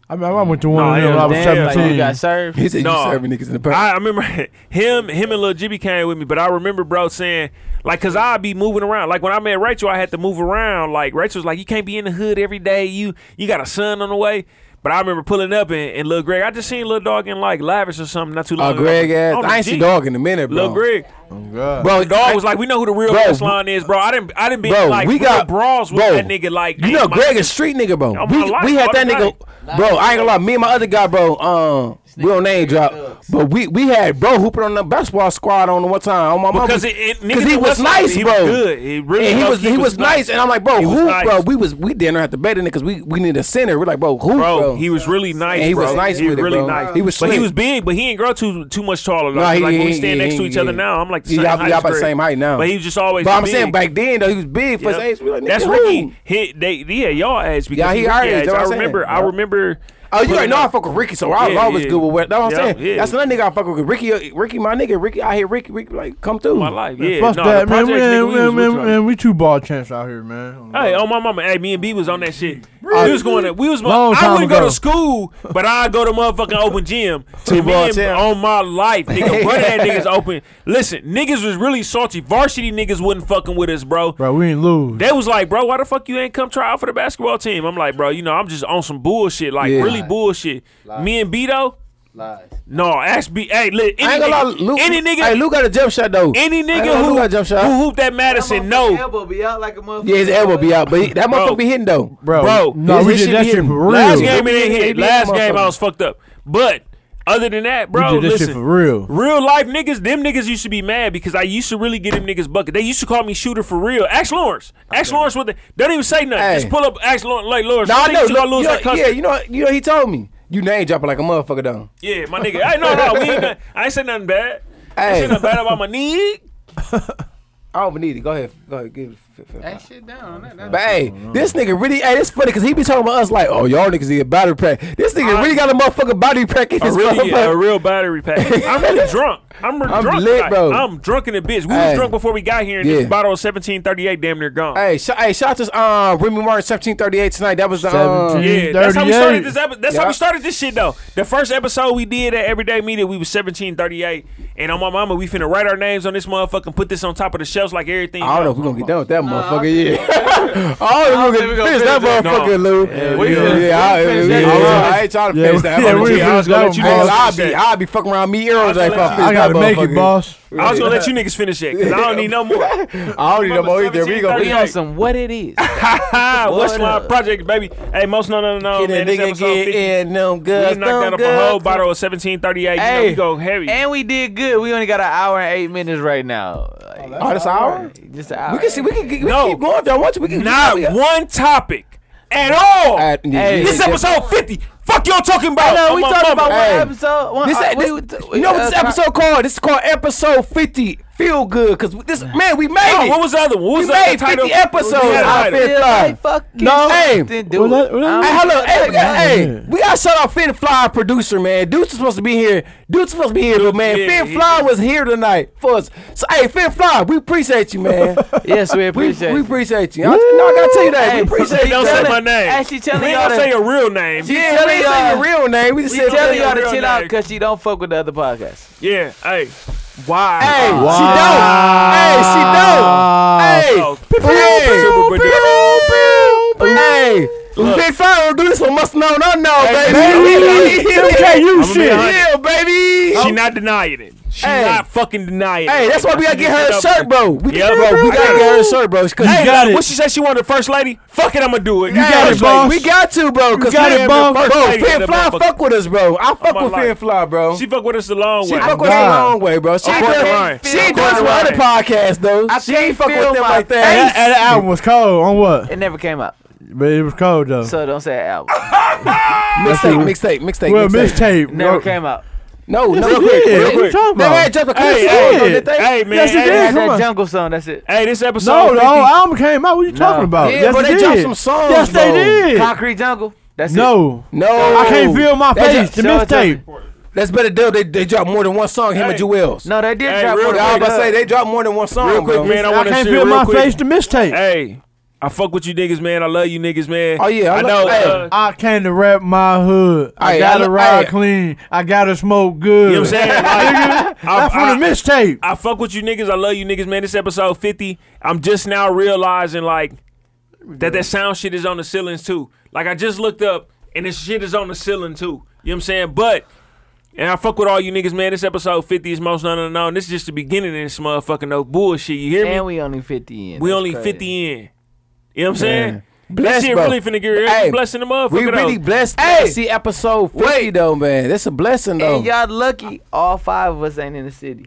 Speaker 9: I mean, I went to one
Speaker 2: Nah,
Speaker 9: of them
Speaker 2: it
Speaker 9: when I
Speaker 2: was
Speaker 9: was
Speaker 8: Damn, like you
Speaker 9: seventeen.
Speaker 8: got served.
Speaker 7: He said
Speaker 2: No.
Speaker 7: you serving niggas in the
Speaker 2: I,
Speaker 7: park.
Speaker 2: I remember him, him and Lil Jibby came with me, but I remember, bro, saying like, cause I'd be moving around. Like when I met Rachel, I had to move around. Like Rachel's like, you can't be in the hood every day. You you got a son on the way. But I remember pulling up and, and Lil Greg. I just seen Lil Dog in like Lavish or something not too long
Speaker 7: Oh,
Speaker 2: ago.
Speaker 7: Greg ass.
Speaker 2: On the
Speaker 7: I ain't see
Speaker 2: Jeep.
Speaker 7: dog in a minute, bro.
Speaker 2: Lil Greg.
Speaker 7: Bro,
Speaker 2: Dog was like, we know who the real
Speaker 7: Bro,
Speaker 2: best line is, bro. I didn't, I didn't be
Speaker 7: bro,
Speaker 2: like,
Speaker 7: we
Speaker 2: we
Speaker 7: got-
Speaker 2: got brawls with
Speaker 7: bro,
Speaker 2: that nigga. Like,
Speaker 7: You know,
Speaker 2: my-
Speaker 7: Greg is street nigga, bro.
Speaker 2: On
Speaker 7: We,
Speaker 2: my life,
Speaker 7: we had
Speaker 2: all
Speaker 7: that
Speaker 2: the
Speaker 7: nigga, bro. I ain't gonna lie. Me and my other guy, bro. Um, we don't name drop, but we we had bro hooping on the basketball squad on the one time on my mama.
Speaker 2: because it, it, nigga
Speaker 7: he
Speaker 2: that
Speaker 7: was
Speaker 2: like-
Speaker 7: nice,
Speaker 2: he
Speaker 7: bro.
Speaker 2: Was good. He really
Speaker 7: and he
Speaker 2: low-key
Speaker 7: was he, was, nice, and I'm like, bro,
Speaker 2: He was
Speaker 7: who,
Speaker 2: nice.
Speaker 7: bro? We was we didn't have to bet in it because we we need a center. We're like, bro, who,
Speaker 2: bro,
Speaker 7: bro?
Speaker 2: He was really nice.
Speaker 7: And he
Speaker 2: bro.
Speaker 7: was nice
Speaker 2: He was
Speaker 7: with it,
Speaker 2: really
Speaker 7: bro.
Speaker 2: nice.
Speaker 7: He was
Speaker 2: but he
Speaker 7: slick.
Speaker 2: was big, but he ain't grow too too much taller. though.
Speaker 7: Nah, he-
Speaker 2: like when
Speaker 7: he-
Speaker 2: we stand
Speaker 7: he-
Speaker 2: next to
Speaker 7: he-
Speaker 2: each other
Speaker 7: he-
Speaker 2: now, I'm like the
Speaker 7: Yeah,
Speaker 2: same
Speaker 7: y'all-
Speaker 2: height.
Speaker 7: y'all
Speaker 2: as
Speaker 7: about the
Speaker 2: Greg.
Speaker 7: same height now.
Speaker 2: But he was just always.
Speaker 7: but I'm
Speaker 2: big.
Speaker 7: saying back then though, he was big for his
Speaker 2: Yep.
Speaker 7: age. We like, nigga,
Speaker 2: That's
Speaker 7: who?
Speaker 2: Ricky. He, they, yeah, y'all age because
Speaker 7: Yeah, he
Speaker 2: Ricky
Speaker 7: our age,
Speaker 2: age.
Speaker 7: that's what
Speaker 2: I
Speaker 7: I'm
Speaker 2: remember.
Speaker 7: saying.
Speaker 2: I remember.
Speaker 7: Oh, you already
Speaker 2: pulling
Speaker 7: know I
Speaker 2: up.
Speaker 7: fuck with Ricky, so I was
Speaker 2: Yeah,
Speaker 7: always
Speaker 2: yeah.
Speaker 7: good with what. That's what I'm
Speaker 2: Yeah,
Speaker 7: saying.
Speaker 2: yeah.
Speaker 7: That's another nigga I fuck with. Ricky, uh, Ricky, my nigga, Ricky out here. Ricky, Ricky, like come through.
Speaker 2: my life. Yeah,
Speaker 9: Fuck
Speaker 2: no,
Speaker 9: that,
Speaker 2: the
Speaker 9: man.
Speaker 2: projects,
Speaker 9: Man,
Speaker 2: nigga, we was
Speaker 9: man,
Speaker 2: with
Speaker 9: man,
Speaker 2: y'all.
Speaker 9: man, we two ball champs out here, man.
Speaker 2: Hey, on my mama. Hey, me and B was on that shit. we was going. To, we was.
Speaker 9: Long
Speaker 2: I
Speaker 9: time
Speaker 2: wouldn't go
Speaker 9: ago.
Speaker 2: to school, but I go to motherfucking open gym. To me
Speaker 7: ball
Speaker 2: and-
Speaker 7: champ.
Speaker 2: on my life, nigga. One of that niggas open. Listen, niggas was really salty. Varsity niggas wasn't fucking with us, bro.
Speaker 9: bro, we ain't lose.
Speaker 2: They was like, bro, why the fuck you ain't come try out for the basketball team? I'm like, bro, you know, I'm just on some bullshit, like
Speaker 7: Yeah.
Speaker 2: really bullshit. Me and B though,
Speaker 3: Lies.
Speaker 2: no, ask B. Hey, look, any,
Speaker 7: I ain't gonna lie,
Speaker 2: nigga,
Speaker 7: Luke.
Speaker 2: any nigga,
Speaker 7: hey, Luke got a jump shot though.
Speaker 2: any
Speaker 7: I ain't
Speaker 2: nigga
Speaker 7: gonna lie, Luke got a
Speaker 2: who,
Speaker 7: jump shot.
Speaker 2: who hooped that Madison, no,
Speaker 8: elbow be out like a motherfucker.
Speaker 7: Yeah, his elbow be out, but he, that
Speaker 2: Bro.
Speaker 7: motherfucker be hitting though.
Speaker 9: bro,
Speaker 2: bro,
Speaker 9: no,
Speaker 7: his-
Speaker 9: we
Speaker 7: his
Speaker 9: did
Speaker 7: shit
Speaker 9: that
Speaker 7: be
Speaker 9: shit
Speaker 7: hitting.
Speaker 9: for real.
Speaker 2: Last
Speaker 7: Yeah.
Speaker 2: game it didn't
Speaker 7: They
Speaker 2: hit.
Speaker 7: beat
Speaker 2: Last
Speaker 7: them
Speaker 2: game I
Speaker 7: motherfuckers.
Speaker 2: was fucked up. But other than that, bro,
Speaker 9: we did that
Speaker 2: listen.
Speaker 9: shit for real.
Speaker 2: Real life niggas, them niggas used to be mad because I used to really get them niggas bucket. They used to call me shooter for real. Ask Lawrence. Ask Lawrence with the don't even say nothing.
Speaker 7: Hey.
Speaker 2: Just pull up. Ask Lawrence. Like Lawrence.
Speaker 7: No,
Speaker 2: you
Speaker 7: I
Speaker 2: niggas
Speaker 7: know.
Speaker 2: you gonna
Speaker 7: Luke,
Speaker 2: lose
Speaker 7: you know
Speaker 2: that custom.
Speaker 7: yeah, you know, you know, he told me you name dropping like a motherfucker though.
Speaker 2: Yeah, my nigga. Hey, no, no, we ain't. I ain't say nothing bad. I ain't say
Speaker 7: Hey,
Speaker 2: nothing bad about my nigga.
Speaker 7: I don't even need it. Go ahead. Go ahead. Give it. f- f-
Speaker 11: That shit down. That, that,
Speaker 7: But hey, this nigga really, hey, it's funny because he be talking about us like, oh, y'all niggas need a battery pack. This nigga really got a motherfucking battery pack in
Speaker 2: A,
Speaker 7: his
Speaker 2: really,
Speaker 7: motherfucker.
Speaker 2: a real battery pack. I'm really drunk. I'm, really
Speaker 7: I'm
Speaker 2: drunk.
Speaker 7: lit,
Speaker 2: tonight.
Speaker 7: bro.
Speaker 2: I'm drunk in the bitch. We
Speaker 7: Hey.
Speaker 2: was drunk before we got here, and
Speaker 7: Yeah.
Speaker 2: this bottle of 1738 damn near gone.
Speaker 7: Hey, sh- hey, shout out to uh, Remy Martin, seventeen thirty eight tonight. That was the um,
Speaker 2: Yeah, that's how we started this episode. That's how
Speaker 7: Yeah.
Speaker 2: we started this shit though. The first episode we did at Everyday Media, we was seventeen thirty eight, and on my mama, we finna write our names on this motherfucker and put this on top of the shelves like everything.
Speaker 7: I don't know if we're gonna get done with that motherfucker. Yeah, I don't know if we're gonna finish that
Speaker 2: finish that.
Speaker 7: motherfucker,
Speaker 2: No.
Speaker 7: Lou.
Speaker 2: Yeah, we
Speaker 7: Yeah,
Speaker 2: gonna-
Speaker 7: yeah, I
Speaker 2: we gonna
Speaker 7: yeah,
Speaker 2: finish that.
Speaker 7: yeah, I ain't trying to
Speaker 2: Yeah,
Speaker 7: finish that.
Speaker 2: yeah,
Speaker 7: I'm
Speaker 2: we
Speaker 7: gonna-
Speaker 2: gonna
Speaker 7: I
Speaker 2: finish
Speaker 7: was
Speaker 2: that.
Speaker 7: gonna let you
Speaker 2: I
Speaker 7: know.
Speaker 2: was
Speaker 7: I'll
Speaker 2: gonna
Speaker 7: be,
Speaker 2: let-
Speaker 7: I'll be fucking around me arrows. if I finish that motherfucker.
Speaker 2: I was gonna let you niggas finish it because I don't need no more. I
Speaker 7: don't need no more either. We gonna-
Speaker 8: We on some what it is.
Speaker 2: What's
Speaker 8: What
Speaker 2: my
Speaker 8: up?
Speaker 2: project, baby? Hey, most no no no no.
Speaker 8: Get
Speaker 2: Oh, Man,
Speaker 8: that
Speaker 2: this
Speaker 8: nigga
Speaker 2: episode
Speaker 8: get
Speaker 2: 50.
Speaker 8: in them guts,
Speaker 2: we knocked
Speaker 8: them
Speaker 2: out up a whole
Speaker 8: guts.
Speaker 2: bottle of seventeen thirty eight. You know,
Speaker 8: Hey,
Speaker 2: we go heavy.
Speaker 8: and we did good. We only got an hour and eight minutes right now. Like,
Speaker 7: Oh, that's an hour.
Speaker 8: Just an hour.
Speaker 7: We can see. We can, we can
Speaker 2: No.
Speaker 7: keep going if y'all want to. We can
Speaker 2: Not
Speaker 7: we can-
Speaker 2: one topic at all.
Speaker 7: Hey.
Speaker 2: this episode fifty. Fuck y'all talking about?
Speaker 8: No, we
Speaker 2: I'm a
Speaker 8: talking
Speaker 2: mama.
Speaker 8: about
Speaker 7: Hey.
Speaker 8: one episode. One,
Speaker 7: This,
Speaker 8: uh,
Speaker 7: this,
Speaker 8: we would-
Speaker 7: you know what
Speaker 8: uh,
Speaker 7: this episode called? This is called episode 50. Feel good, cause this man, we made
Speaker 2: Oh,
Speaker 7: it.
Speaker 2: what was the other one? What was
Speaker 7: we
Speaker 2: the other
Speaker 7: made 50
Speaker 2: title?
Speaker 7: episodes.
Speaker 2: We had a
Speaker 7: I
Speaker 2: title.
Speaker 7: feel fly.
Speaker 8: like fucking
Speaker 7: No, hey,
Speaker 8: then do it. Um,
Speaker 7: Hey, hello, hey, we got, hey, we got to shout out Finn Fly, our producer, man. Dude's supposed to be here. Dude's supposed to be here, but man,
Speaker 2: yeah,
Speaker 7: Finn
Speaker 2: he-
Speaker 7: Fly was here tonight for us. So, hey, Finn Fly, we appreciate you, man.
Speaker 8: Yes, we
Speaker 7: we,
Speaker 8: appreciate.
Speaker 7: we
Speaker 8: it.
Speaker 7: appreciate you. I, no, I gotta tell you that.
Speaker 8: Hey,
Speaker 7: we appreciate
Speaker 2: They don't
Speaker 7: you.
Speaker 2: say
Speaker 8: Tell
Speaker 2: my
Speaker 8: it-
Speaker 2: name.
Speaker 8: actually telling
Speaker 2: we
Speaker 8: y'all
Speaker 2: don't
Speaker 8: to-
Speaker 2: say your real name.
Speaker 8: She-
Speaker 7: Yeah, we ain't say
Speaker 8: Tell
Speaker 7: your
Speaker 8: y'all-
Speaker 7: real name. We just
Speaker 8: We
Speaker 7: said
Speaker 8: tell
Speaker 2: Tell
Speaker 8: y'all to
Speaker 2: y'all
Speaker 8: chill
Speaker 2: that.
Speaker 8: out because she don't fuck with the other podcast.
Speaker 2: Yeah. Hey.
Speaker 7: Hey,
Speaker 2: Why?
Speaker 7: she dope. Hey, she dope.
Speaker 2: Oh,
Speaker 7: Hey, hey,
Speaker 2: Super
Speaker 7: pew, pew, hey. Big Fire don't do this one must know, not know, baby.
Speaker 2: I'ma
Speaker 7: MKU
Speaker 2: be shit. honest.
Speaker 7: Yeah, baby.
Speaker 2: She not denying it. She
Speaker 7: Hey.
Speaker 2: not fucking denying it.
Speaker 7: Hey, that's why we gotta get her a shirt, bro. We,
Speaker 2: Yeah,
Speaker 7: bro, we
Speaker 2: bro.
Speaker 7: gotta get her a shirt, bro. 'cause-
Speaker 2: Hey,
Speaker 7: Hey,
Speaker 9: got it.
Speaker 2: What she said she wanted first lady? Fuck it, I'ma do it. You
Speaker 7: hey,
Speaker 9: got it,
Speaker 7: bro,
Speaker 9: boss.
Speaker 7: We got to, bro. Cause
Speaker 9: You got
Speaker 7: we
Speaker 9: it,
Speaker 7: ain't
Speaker 9: boss.
Speaker 7: been- Bro,
Speaker 2: First lady in
Speaker 7: Finn
Speaker 2: the
Speaker 7: Fly
Speaker 2: motherfucker.
Speaker 7: fuck with us, bro. I fuck
Speaker 2: my
Speaker 7: with Finn
Speaker 2: life.
Speaker 7: Fly, bro.
Speaker 2: She fuck with us the long
Speaker 7: She
Speaker 2: way.
Speaker 7: fuck with us the
Speaker 9: Nah.
Speaker 7: wrong way, bro. She
Speaker 2: Of
Speaker 7: do
Speaker 2: course
Speaker 7: it-
Speaker 2: lying.
Speaker 7: she
Speaker 2: Of
Speaker 7: do
Speaker 2: course
Speaker 7: this with
Speaker 2: lying.
Speaker 7: other podcasts, though.
Speaker 8: I
Speaker 7: She
Speaker 8: can't
Speaker 7: ain't fucking
Speaker 8: feel
Speaker 7: with them
Speaker 8: my
Speaker 7: like that.
Speaker 9: And that, and that album was cold on what?
Speaker 8: It never came out,
Speaker 9: But it was cold though.
Speaker 8: so don't say album.
Speaker 7: Mixtape, mixtape, mixtape,
Speaker 9: well,
Speaker 7: mixtape.
Speaker 9: mixtape.
Speaker 8: Never
Speaker 9: bro.
Speaker 8: came out.
Speaker 7: No, no,
Speaker 9: Yes,
Speaker 7: real
Speaker 9: it
Speaker 7: quick,
Speaker 9: did.
Speaker 7: real
Speaker 9: What you
Speaker 7: quick.
Speaker 9: talking
Speaker 7: They
Speaker 9: about?
Speaker 7: had Jeff
Speaker 2: Hey, hey,
Speaker 7: Hey, hey,
Speaker 2: Hey man,
Speaker 9: Yes, it
Speaker 2: hey,
Speaker 9: did.
Speaker 8: Had
Speaker 9: come
Speaker 8: that
Speaker 9: on.
Speaker 8: jungle song. That's it.
Speaker 2: hey, this episode.
Speaker 9: No, the
Speaker 2: 50
Speaker 9: whole album came out. What you
Speaker 8: No.
Speaker 9: talking about?
Speaker 7: Yeah,
Speaker 9: yes,
Speaker 7: but
Speaker 9: it
Speaker 7: they
Speaker 9: did.
Speaker 7: dropped some songs.
Speaker 9: Yes, they
Speaker 7: bro.
Speaker 9: did.
Speaker 8: Concrete jungle. That's it.
Speaker 9: No,
Speaker 7: No,
Speaker 9: I can't feel my
Speaker 7: That's
Speaker 9: face.
Speaker 7: it.
Speaker 9: The
Speaker 8: Show it to me.
Speaker 9: mixtape.
Speaker 7: That's better deal. They they drop more than one song. Him and
Speaker 2: Hey.
Speaker 7: Jewels.
Speaker 8: No, they did
Speaker 2: Hey,
Speaker 8: drop
Speaker 2: real
Speaker 8: one.
Speaker 2: quick,
Speaker 7: I was about to
Speaker 8: Look.
Speaker 7: say they drop more than one song,
Speaker 2: Real quick,
Speaker 7: bro.
Speaker 2: man. I
Speaker 9: I
Speaker 2: want to
Speaker 9: can't
Speaker 2: see
Speaker 9: feel
Speaker 2: real
Speaker 9: my
Speaker 2: quick.
Speaker 9: face. The mixtape.
Speaker 2: Hey, I fuck with you niggas, man. I love you niggas, man.
Speaker 7: Oh, yeah, I
Speaker 2: I,
Speaker 7: love-
Speaker 2: know.
Speaker 7: hey.
Speaker 2: uh,
Speaker 9: I came to rap my hood. I
Speaker 7: Hey,
Speaker 9: gotta
Speaker 7: I lo-
Speaker 9: ride
Speaker 7: hey.
Speaker 9: clean. I gotta smoke good.
Speaker 2: you know what I'm saying? Like, I,
Speaker 9: That's
Speaker 2: I-
Speaker 9: from the mixtape.
Speaker 2: I fuck with you niggas. I love you niggas, man. This episode 50. I'm just now realizing like that that sound shit is on the ceilings too. Like I just looked up and this shit is on the ceiling too. You know what I'm saying? But and I fuck with all you niggas, man. This episode 50 is most unknown. unknown. This is just the beginning of this motherfucking no bullshit. You hear me?
Speaker 8: And we only fifty in.
Speaker 2: We
Speaker 8: That's
Speaker 2: only
Speaker 8: crazy.
Speaker 2: 50 in. You know what I'm saying?
Speaker 7: Blessed,
Speaker 2: that shit
Speaker 7: bro.
Speaker 2: really finna get real.
Speaker 7: Hey,
Speaker 2: blessing the motherfucker.
Speaker 7: We really
Speaker 2: though.
Speaker 7: blessed
Speaker 8: Hey.
Speaker 7: to see episode 50, though, man. That's a blessing, though.
Speaker 8: And y'all lucky, all five of us ain't in the city.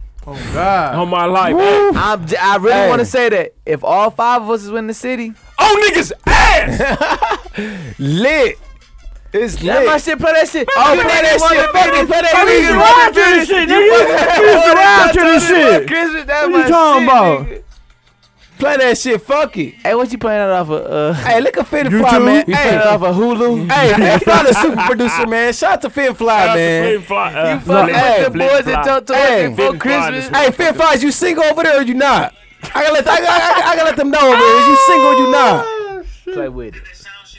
Speaker 9: God.
Speaker 2: on my life.
Speaker 8: I'm j- I really
Speaker 7: Hey.
Speaker 8: want to say that if all five of us was in the city,
Speaker 2: Oh niggas ass.
Speaker 7: Lit. It's
Speaker 8: that my
Speaker 7: lit.
Speaker 8: shit play that shit.
Speaker 7: Oh, play that shit. Baby, play that
Speaker 9: We used to
Speaker 7: music.
Speaker 9: ride to this shit. nigga. We used to ride to this shit.
Speaker 8: Christmas, that
Speaker 9: What you
Speaker 8: my
Speaker 9: talking
Speaker 8: shit,
Speaker 9: about?
Speaker 8: nigga.
Speaker 7: Play that shit. Fuck it.
Speaker 8: Hey, what you playing that off of? Uh,
Speaker 7: Hey, look at Finn Fly,
Speaker 9: YouTube?
Speaker 7: man.
Speaker 9: You
Speaker 7: Hey,
Speaker 8: playing that off of Hulu?
Speaker 7: hey, Finn Fly, the super producer, man. Shout out to Finn Fly, man.
Speaker 2: Flip flop, uh,
Speaker 8: You fucking
Speaker 2: flip,
Speaker 8: with the
Speaker 2: flip
Speaker 8: boys
Speaker 2: flop.
Speaker 8: and talk to
Speaker 7: Hey.
Speaker 8: us before
Speaker 2: Been flying this
Speaker 8: Christmas.
Speaker 7: Hey, Finn Fly, is you single over there or you not? I gotta let I, gotta- I, I gotta let them know over there. Is you single or you not?
Speaker 8: Play with it.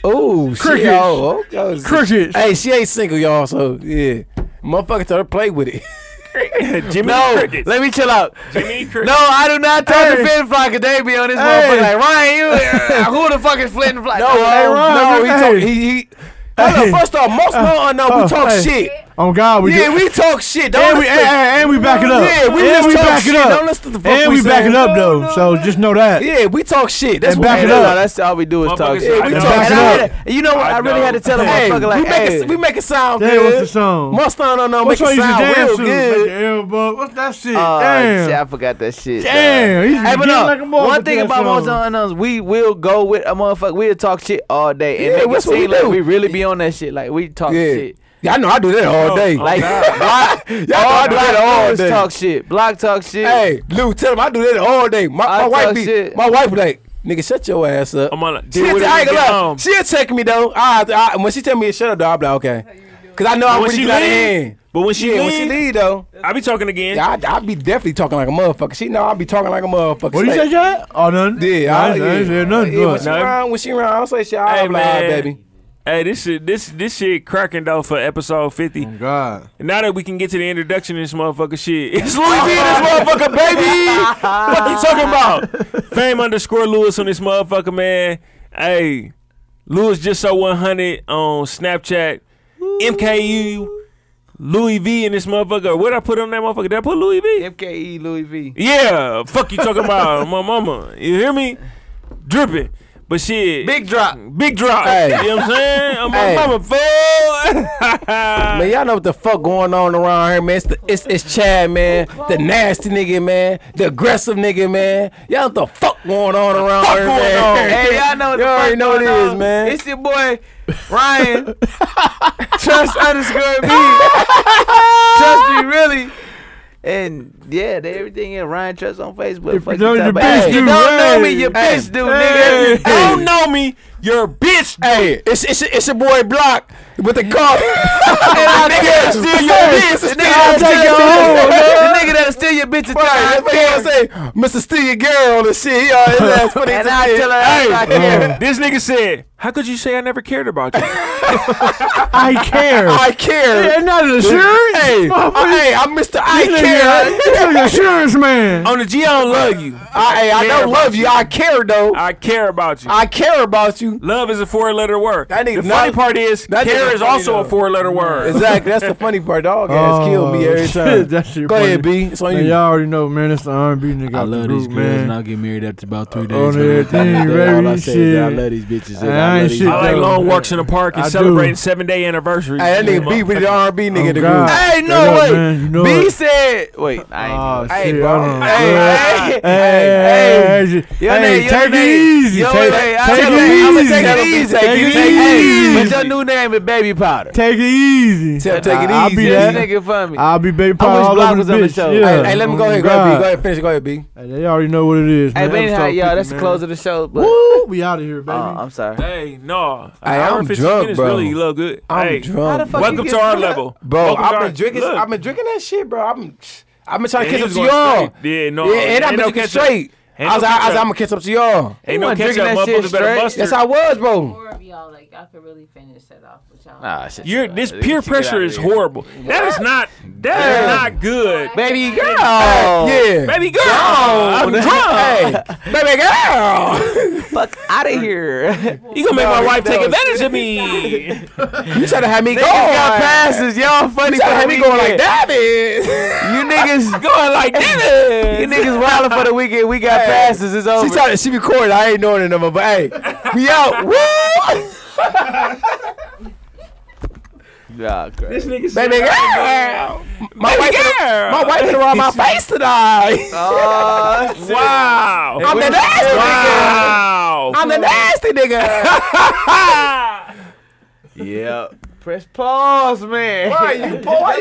Speaker 7: Oh, shit.
Speaker 9: Crickets.
Speaker 7: Oh, okay.
Speaker 9: Crickets.
Speaker 7: Hey, she ain't single, y'all. So yeah, motherfucker, tell her play with it.
Speaker 2: Jimmy
Speaker 8: No,
Speaker 2: Crickets.
Speaker 8: let me chill out.
Speaker 2: Jimmy
Speaker 8: No,
Speaker 2: Crickets.
Speaker 8: I do not talk
Speaker 9: Hey.
Speaker 8: to Flint and Fly 'cause they be on this motherfucker like Ryan. You, who the fuck is Flint and Fly?
Speaker 7: No, no,
Speaker 9: Ron,
Speaker 7: he
Speaker 9: hey.
Speaker 7: talk. He, he Hold on, first off, most no unknown,
Speaker 9: Oh,
Speaker 7: we talk
Speaker 9: hey.
Speaker 7: shit.
Speaker 9: On Oh, God, we
Speaker 7: Yeah,
Speaker 9: do.
Speaker 7: we talk shit. Don't
Speaker 9: and we, and,
Speaker 7: listen.
Speaker 9: and- and we back it up.
Speaker 7: Yeah, we
Speaker 9: and
Speaker 7: just
Speaker 9: we
Speaker 7: talk
Speaker 9: back
Speaker 7: shit.
Speaker 9: it up.
Speaker 7: Don't listen to the fuck
Speaker 9: and
Speaker 7: we
Speaker 9: we, back
Speaker 7: saying.
Speaker 9: it up though. so just know that.
Speaker 7: yeah, we talk shit. That's
Speaker 9: And
Speaker 7: what-
Speaker 9: back
Speaker 8: Hey,
Speaker 9: it
Speaker 8: no,
Speaker 9: up.
Speaker 8: no, that's all we do is
Speaker 2: Motherfuckers
Speaker 8: talk.
Speaker 2: say,
Speaker 8: shit.
Speaker 7: Yeah, we
Speaker 8: And
Speaker 7: talk
Speaker 8: I
Speaker 7: shit
Speaker 8: really
Speaker 7: up.
Speaker 8: had to- You know what?
Speaker 2: I
Speaker 8: I, really
Speaker 2: know.
Speaker 8: had to tell a
Speaker 7: Hey,
Speaker 8: motherfucker like,
Speaker 7: we, make
Speaker 8: hey,
Speaker 7: it, we make it sound
Speaker 9: Damn, what's the
Speaker 7: good.
Speaker 9: song?
Speaker 7: Most no no no,
Speaker 9: What's
Speaker 7: make
Speaker 9: what
Speaker 7: it
Speaker 9: you
Speaker 7: sound
Speaker 9: dance
Speaker 7: real
Speaker 9: to?
Speaker 7: good. Uh,
Speaker 9: Like the elbow. What's that shit?
Speaker 8: Oh,
Speaker 9: Damn.
Speaker 8: shit, I forgot that shit. dog.
Speaker 9: Damn. He's
Speaker 8: Hey, but
Speaker 9: getting
Speaker 8: no,
Speaker 9: like a
Speaker 8: one
Speaker 9: motherfucker
Speaker 8: thing
Speaker 9: that
Speaker 8: about
Speaker 9: song.
Speaker 8: most unknowns, we will go with a motherfucker. We'll talk shit all day and
Speaker 7: Yeah,
Speaker 8: make it
Speaker 7: that's what
Speaker 8: seem
Speaker 7: we
Speaker 8: like
Speaker 7: do.
Speaker 8: we really be on that shit. Like we talk
Speaker 7: Yeah.
Speaker 8: shit.
Speaker 7: Yeah, I know I do that all day.
Speaker 8: Like,
Speaker 7: Block- Y'all know I
Speaker 8: block
Speaker 7: do that all
Speaker 8: dudes
Speaker 7: day.
Speaker 8: talk shit. Block talk shit.
Speaker 7: Hey, Lou, tell him I do that all day. My,
Speaker 8: I
Speaker 7: my wife
Speaker 8: talk
Speaker 7: be,
Speaker 8: shit.
Speaker 7: my wife be like, nigga, shut your ass up.
Speaker 2: I'm on.
Speaker 7: She,
Speaker 2: Deal with it
Speaker 7: I
Speaker 2: when
Speaker 7: ain't
Speaker 2: you
Speaker 7: gonna
Speaker 2: get
Speaker 7: lie.
Speaker 2: home.
Speaker 7: She'll text me though. I, I, when she tell me to shut up, though, I'll be like, okay, because I know I'm
Speaker 2: When
Speaker 7: really
Speaker 2: she
Speaker 7: good at the
Speaker 2: leave-
Speaker 7: end.
Speaker 2: But when she
Speaker 7: yeah, when she
Speaker 2: leave-
Speaker 7: leave though,
Speaker 2: I be talking again.
Speaker 7: yeah, I, I be definitely talking like a motherfucker. She know I be talking like a motherfucker.
Speaker 9: What
Speaker 7: She
Speaker 9: you say,
Speaker 7: like,
Speaker 9: John? Oh, nothing.
Speaker 7: Yeah,
Speaker 9: I,
Speaker 7: I,
Speaker 9: ain't- I ain't
Speaker 7: yeah.
Speaker 9: said nothing.
Speaker 7: yeah,
Speaker 9: to
Speaker 7: when
Speaker 9: her.
Speaker 7: she around, when she around, I don't say shit.
Speaker 2: Hey
Speaker 7: I'll be like, all right,
Speaker 2: man,
Speaker 7: baby.
Speaker 2: Hey, this shit, this this shit cracking though for episode fifty.
Speaker 7: Mm.
Speaker 9: Oh, God.
Speaker 2: Now that we can get to the introduction of this motherfucker shit, it's Louis
Speaker 7: Be
Speaker 2: V.
Speaker 7: in this motherfucker, baby.
Speaker 2: What you talking about? Fame underscore Lewis on this motherfucker, man. Hey, Lewis just so 100 on Snapchat. MKU, Louis V in this motherfucker. What I put on that motherfucker? Did I put Louis V?
Speaker 8: MKE E, Louis V.
Speaker 2: Yeah, fuck you talking about my mama. You hear me? Dripping. But shit.
Speaker 8: Big drop.
Speaker 2: Big drop.
Speaker 7: Hey.
Speaker 2: You know what I'm saying? I'm
Speaker 7: Hey.
Speaker 2: my mama fool.
Speaker 7: Man, y'all know what the fuck going on around here, man. It's, the, it's, it's Chad, man. The nasty nigga, man. The aggressive nigga, man. Y'all know what the fuck going on around here, man.
Speaker 8: Hey, y'all know what the
Speaker 7: you already
Speaker 8: fuck
Speaker 7: know what it
Speaker 8: going
Speaker 7: is,
Speaker 8: on.
Speaker 7: man.
Speaker 8: It's your boy Ryan. Trust underscore me. Trust me, really. And yeah, they, everything is Ryan Trust on Facebook. Fuck
Speaker 9: you know
Speaker 8: you
Speaker 9: your
Speaker 8: talking about. Hey,
Speaker 9: bitch
Speaker 8: you
Speaker 9: do,
Speaker 8: don't know me,
Speaker 9: hey.
Speaker 8: you
Speaker 9: Hey.
Speaker 8: bitch do,
Speaker 9: Hey.
Speaker 8: nigga.
Speaker 2: Don't know me. You're a bitch.
Speaker 7: hey, it's, it's, it's your boy Block with the car.
Speaker 8: The nigga
Speaker 7: Still
Speaker 8: steal
Speaker 7: your
Speaker 8: your bitch.
Speaker 7: bitch.
Speaker 8: The nigga that'll
Speaker 7: I'll take
Speaker 8: steal
Speaker 7: your
Speaker 8: your
Speaker 7: home,
Speaker 8: bitch. The nigga that'll steal your bitch and
Speaker 7: That's what
Speaker 8: tell
Speaker 7: I'm
Speaker 8: her
Speaker 7: say. Mr. Steal your girl and shit. He always ass funny.
Speaker 8: And I tell her I care.
Speaker 2: Hey, this nigga said, "How could you say I never cared about you?"
Speaker 9: I care.
Speaker 7: I care.
Speaker 9: Yeah, not an insurance.
Speaker 7: Hey, I, hey, I'm Mr. I
Speaker 9: This nigga-
Speaker 7: care.
Speaker 9: This nigga insurance man.
Speaker 2: On the G, I don't love you.
Speaker 7: I, hey, I
Speaker 2: care
Speaker 7: don't love you. I care though.
Speaker 2: I care about you.
Speaker 7: I care about you.
Speaker 2: love is a four-letter word.
Speaker 7: That nigga
Speaker 2: the funny
Speaker 7: not-
Speaker 2: part is,
Speaker 7: that
Speaker 2: care
Speaker 7: nigga
Speaker 2: is
Speaker 7: funny
Speaker 2: also a
Speaker 7: though.
Speaker 2: four-letter word.
Speaker 7: Exactly. That's the funny part. Dog
Speaker 8: Oh,
Speaker 7: ass killed me every time.
Speaker 9: That shit
Speaker 7: Go
Speaker 9: funny.
Speaker 7: ahead, B. It's on
Speaker 9: Man,
Speaker 7: you.
Speaker 9: y'all already know, man. That's the R&B nigga.
Speaker 5: I
Speaker 9: out the
Speaker 5: love these
Speaker 9: group,
Speaker 5: girls, and
Speaker 9: man.
Speaker 5: I'll get married after about three days.
Speaker 9: On
Speaker 5: man.
Speaker 9: everything,
Speaker 5: All I
Speaker 9: baby,
Speaker 5: say is that I
Speaker 9: shit.
Speaker 5: love these bitches. I
Speaker 9: I ain't
Speaker 5: love these
Speaker 9: shit,
Speaker 2: I like
Speaker 9: though.
Speaker 2: long walks in the park and
Speaker 9: I do.
Speaker 2: celebrating seven-day anniversary.
Speaker 7: Hey, that nigga B with the R&B nigga.
Speaker 9: Oh,
Speaker 7: in the
Speaker 9: God.
Speaker 7: group.
Speaker 8: Hey,
Speaker 9: Come
Speaker 8: no,
Speaker 9: on,
Speaker 8: wait.
Speaker 9: man, you know
Speaker 8: B
Speaker 9: it.
Speaker 8: said, wait, I
Speaker 9: Oh,
Speaker 8: ain't.
Speaker 9: shit,
Speaker 8: Hey,
Speaker 9: I
Speaker 8: bro.
Speaker 9: don't know.
Speaker 8: Hey, hey, hey.
Speaker 9: Hey, hey,
Speaker 8: Your
Speaker 9: hey,
Speaker 8: name- your
Speaker 9: take it
Speaker 8: name-
Speaker 9: easy.
Speaker 8: yo,
Speaker 9: Take
Speaker 8: hey, I
Speaker 9: take
Speaker 8: tell you, I'ma
Speaker 9: it easy.
Speaker 8: take it easy.
Speaker 9: Take it
Speaker 8: Hey, but your
Speaker 9: easy.
Speaker 8: new name is Baby Powder.
Speaker 9: Take it easy.
Speaker 7: Tell- take it
Speaker 9: I- I'll
Speaker 7: easy.
Speaker 9: be
Speaker 8: This
Speaker 9: that.
Speaker 8: nigga for me.
Speaker 9: I'll be baby
Speaker 8: I
Speaker 9: power
Speaker 8: wish
Speaker 9: all
Speaker 8: Block
Speaker 9: over
Speaker 8: was
Speaker 9: the
Speaker 8: on the
Speaker 9: bitch.
Speaker 8: show.
Speaker 9: Yeah.
Speaker 7: Hey, hey, let me go
Speaker 9: Oh,
Speaker 7: ahead. Go ahead, B.
Speaker 9: God.
Speaker 7: Go ahead, finish. Go ahead, B.
Speaker 9: Hey, They already know what it is.
Speaker 8: Hey,
Speaker 9: man.
Speaker 8: but anyhow,
Speaker 9: Episode
Speaker 8: y'all,
Speaker 9: 50,
Speaker 8: that's the
Speaker 9: man.
Speaker 8: close of the show. But
Speaker 9: Woo, we out of here, baby.
Speaker 8: Uh, I'm sorry.
Speaker 2: Hey, no,
Speaker 7: Hey,
Speaker 2: Hour
Speaker 7: I'm
Speaker 2: and 15
Speaker 7: drunk,
Speaker 2: minutes
Speaker 7: bro.
Speaker 2: Really, you look good.
Speaker 7: I'm
Speaker 2: hey,
Speaker 8: How the
Speaker 7: drunk,
Speaker 8: fuck
Speaker 2: welcome
Speaker 8: you
Speaker 2: to
Speaker 8: get
Speaker 2: our
Speaker 8: drunk?
Speaker 2: level,
Speaker 7: bro.
Speaker 2: Welcome to
Speaker 7: I've
Speaker 2: our-
Speaker 7: been drinking.
Speaker 2: Look.
Speaker 7: I've been drinking that shit, bro. I've been, I've been trying
Speaker 2: Yeah,
Speaker 7: to catch
Speaker 2: he
Speaker 7: up
Speaker 2: was
Speaker 7: to
Speaker 2: going
Speaker 7: y'all.
Speaker 2: straight. Yeah, no,
Speaker 7: yeah, and
Speaker 2: ain't
Speaker 7: I've been
Speaker 2: no
Speaker 7: drinking
Speaker 2: catch up.
Speaker 7: straight.
Speaker 2: Ain't
Speaker 7: I was,
Speaker 2: no
Speaker 7: I, I
Speaker 2: catch
Speaker 7: was,
Speaker 2: up.
Speaker 7: I'm gonna catch up to y'all.
Speaker 2: ain't
Speaker 8: You
Speaker 2: no
Speaker 8: wasn't
Speaker 2: catch up,
Speaker 8: drinking that shit
Speaker 2: motherfucker. Better
Speaker 8: straight.
Speaker 2: bust
Speaker 7: Yes,
Speaker 2: your-
Speaker 7: I was, bro.
Speaker 10: Four of y'all, like y'all could really finish that off with y'all.
Speaker 8: Nah, shit.
Speaker 2: You're, this peer
Speaker 8: Get out of
Speaker 2: pressure is
Speaker 8: here.
Speaker 2: horrible. That is not. That is not good.
Speaker 8: Baby girl.
Speaker 7: Yeah,
Speaker 2: Oh. Baby girl, I'm drunk.
Speaker 7: Hey, baby girl.
Speaker 8: Fuck out of here.
Speaker 2: You gonna make
Speaker 7: No,
Speaker 2: my wife
Speaker 7: no.
Speaker 2: take advantage of me?
Speaker 7: you trying to have me go?
Speaker 8: got passes. Y'all funny.
Speaker 7: You trying to
Speaker 8: for
Speaker 7: have
Speaker 8: the
Speaker 7: me going like
Speaker 8: weekend.
Speaker 7: that, man?
Speaker 8: You niggas.
Speaker 2: Going like
Speaker 8: You
Speaker 2: this.
Speaker 8: niggas wildin' for the weekend. We got passes. It's over.
Speaker 7: She started, she recorded. I ain't knowing the number, but hey, we out. Woo!
Speaker 8: Nah, crazy.
Speaker 2: This nigga said-
Speaker 7: Baby girl. My wife,
Speaker 2: girl.
Speaker 7: my wife been around my face tonight.
Speaker 8: Oh, shit.
Speaker 2: Wow.
Speaker 7: I'm the nasty nigga.
Speaker 2: Wow.
Speaker 7: I'm the nasty nigga.
Speaker 8: Yeah. Press pause, man.
Speaker 7: you boy?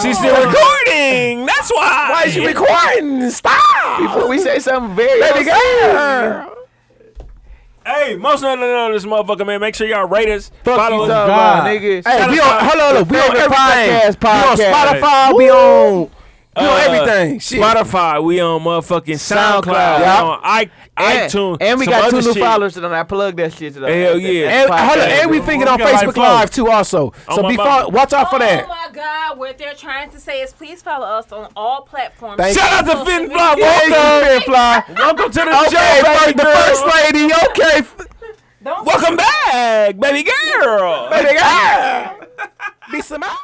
Speaker 2: She's still recording. That's why.
Speaker 7: Why is you recording? Stop.
Speaker 8: Before we say something very.
Speaker 7: Baby girl.
Speaker 2: Hey, most no, no, no, this motherfucker, man. Make sure y'all rate us. follow
Speaker 8: you
Speaker 2: us.
Speaker 8: talking about, nigga.
Speaker 7: Hey, we on. Hold on, look. We on
Speaker 8: Favorite
Speaker 7: everything.
Speaker 8: podcast,
Speaker 7: We on
Speaker 8: podcast.
Speaker 7: Spotify. We on. We
Speaker 2: Uh,
Speaker 7: on everything. Shit.
Speaker 2: Spotify. We on motherfucking SoundCloud.
Speaker 8: SoundCloud.
Speaker 2: We on I,
Speaker 8: And-
Speaker 2: iTunes.
Speaker 8: And we
Speaker 2: some
Speaker 8: got two
Speaker 2: other
Speaker 8: new
Speaker 2: shit.
Speaker 8: followers today. I plugged that shit today.
Speaker 2: Hell yeah.
Speaker 7: And,
Speaker 8: That's
Speaker 7: hold on,
Speaker 8: podcast.
Speaker 7: and we thinking
Speaker 9: We
Speaker 7: on
Speaker 9: got like
Speaker 7: Facebook Live too, also. So
Speaker 2: my
Speaker 7: be
Speaker 2: mama.
Speaker 7: fo- watch out for
Speaker 10: Oh
Speaker 7: that.
Speaker 10: my God! What they're trying to say is, please follow us on all platforms.
Speaker 7: Thank
Speaker 2: Shout out to Finn Fly.
Speaker 7: Welcome,
Speaker 2: Welcome.
Speaker 7: Finn Fly.
Speaker 2: Welcome to the
Speaker 7: Okay,
Speaker 2: show,
Speaker 7: first,
Speaker 2: baby
Speaker 7: the
Speaker 2: girl.
Speaker 7: first lady. Okay,
Speaker 10: Don't
Speaker 2: Welcome back, baby girl.
Speaker 7: baby girl. Be some.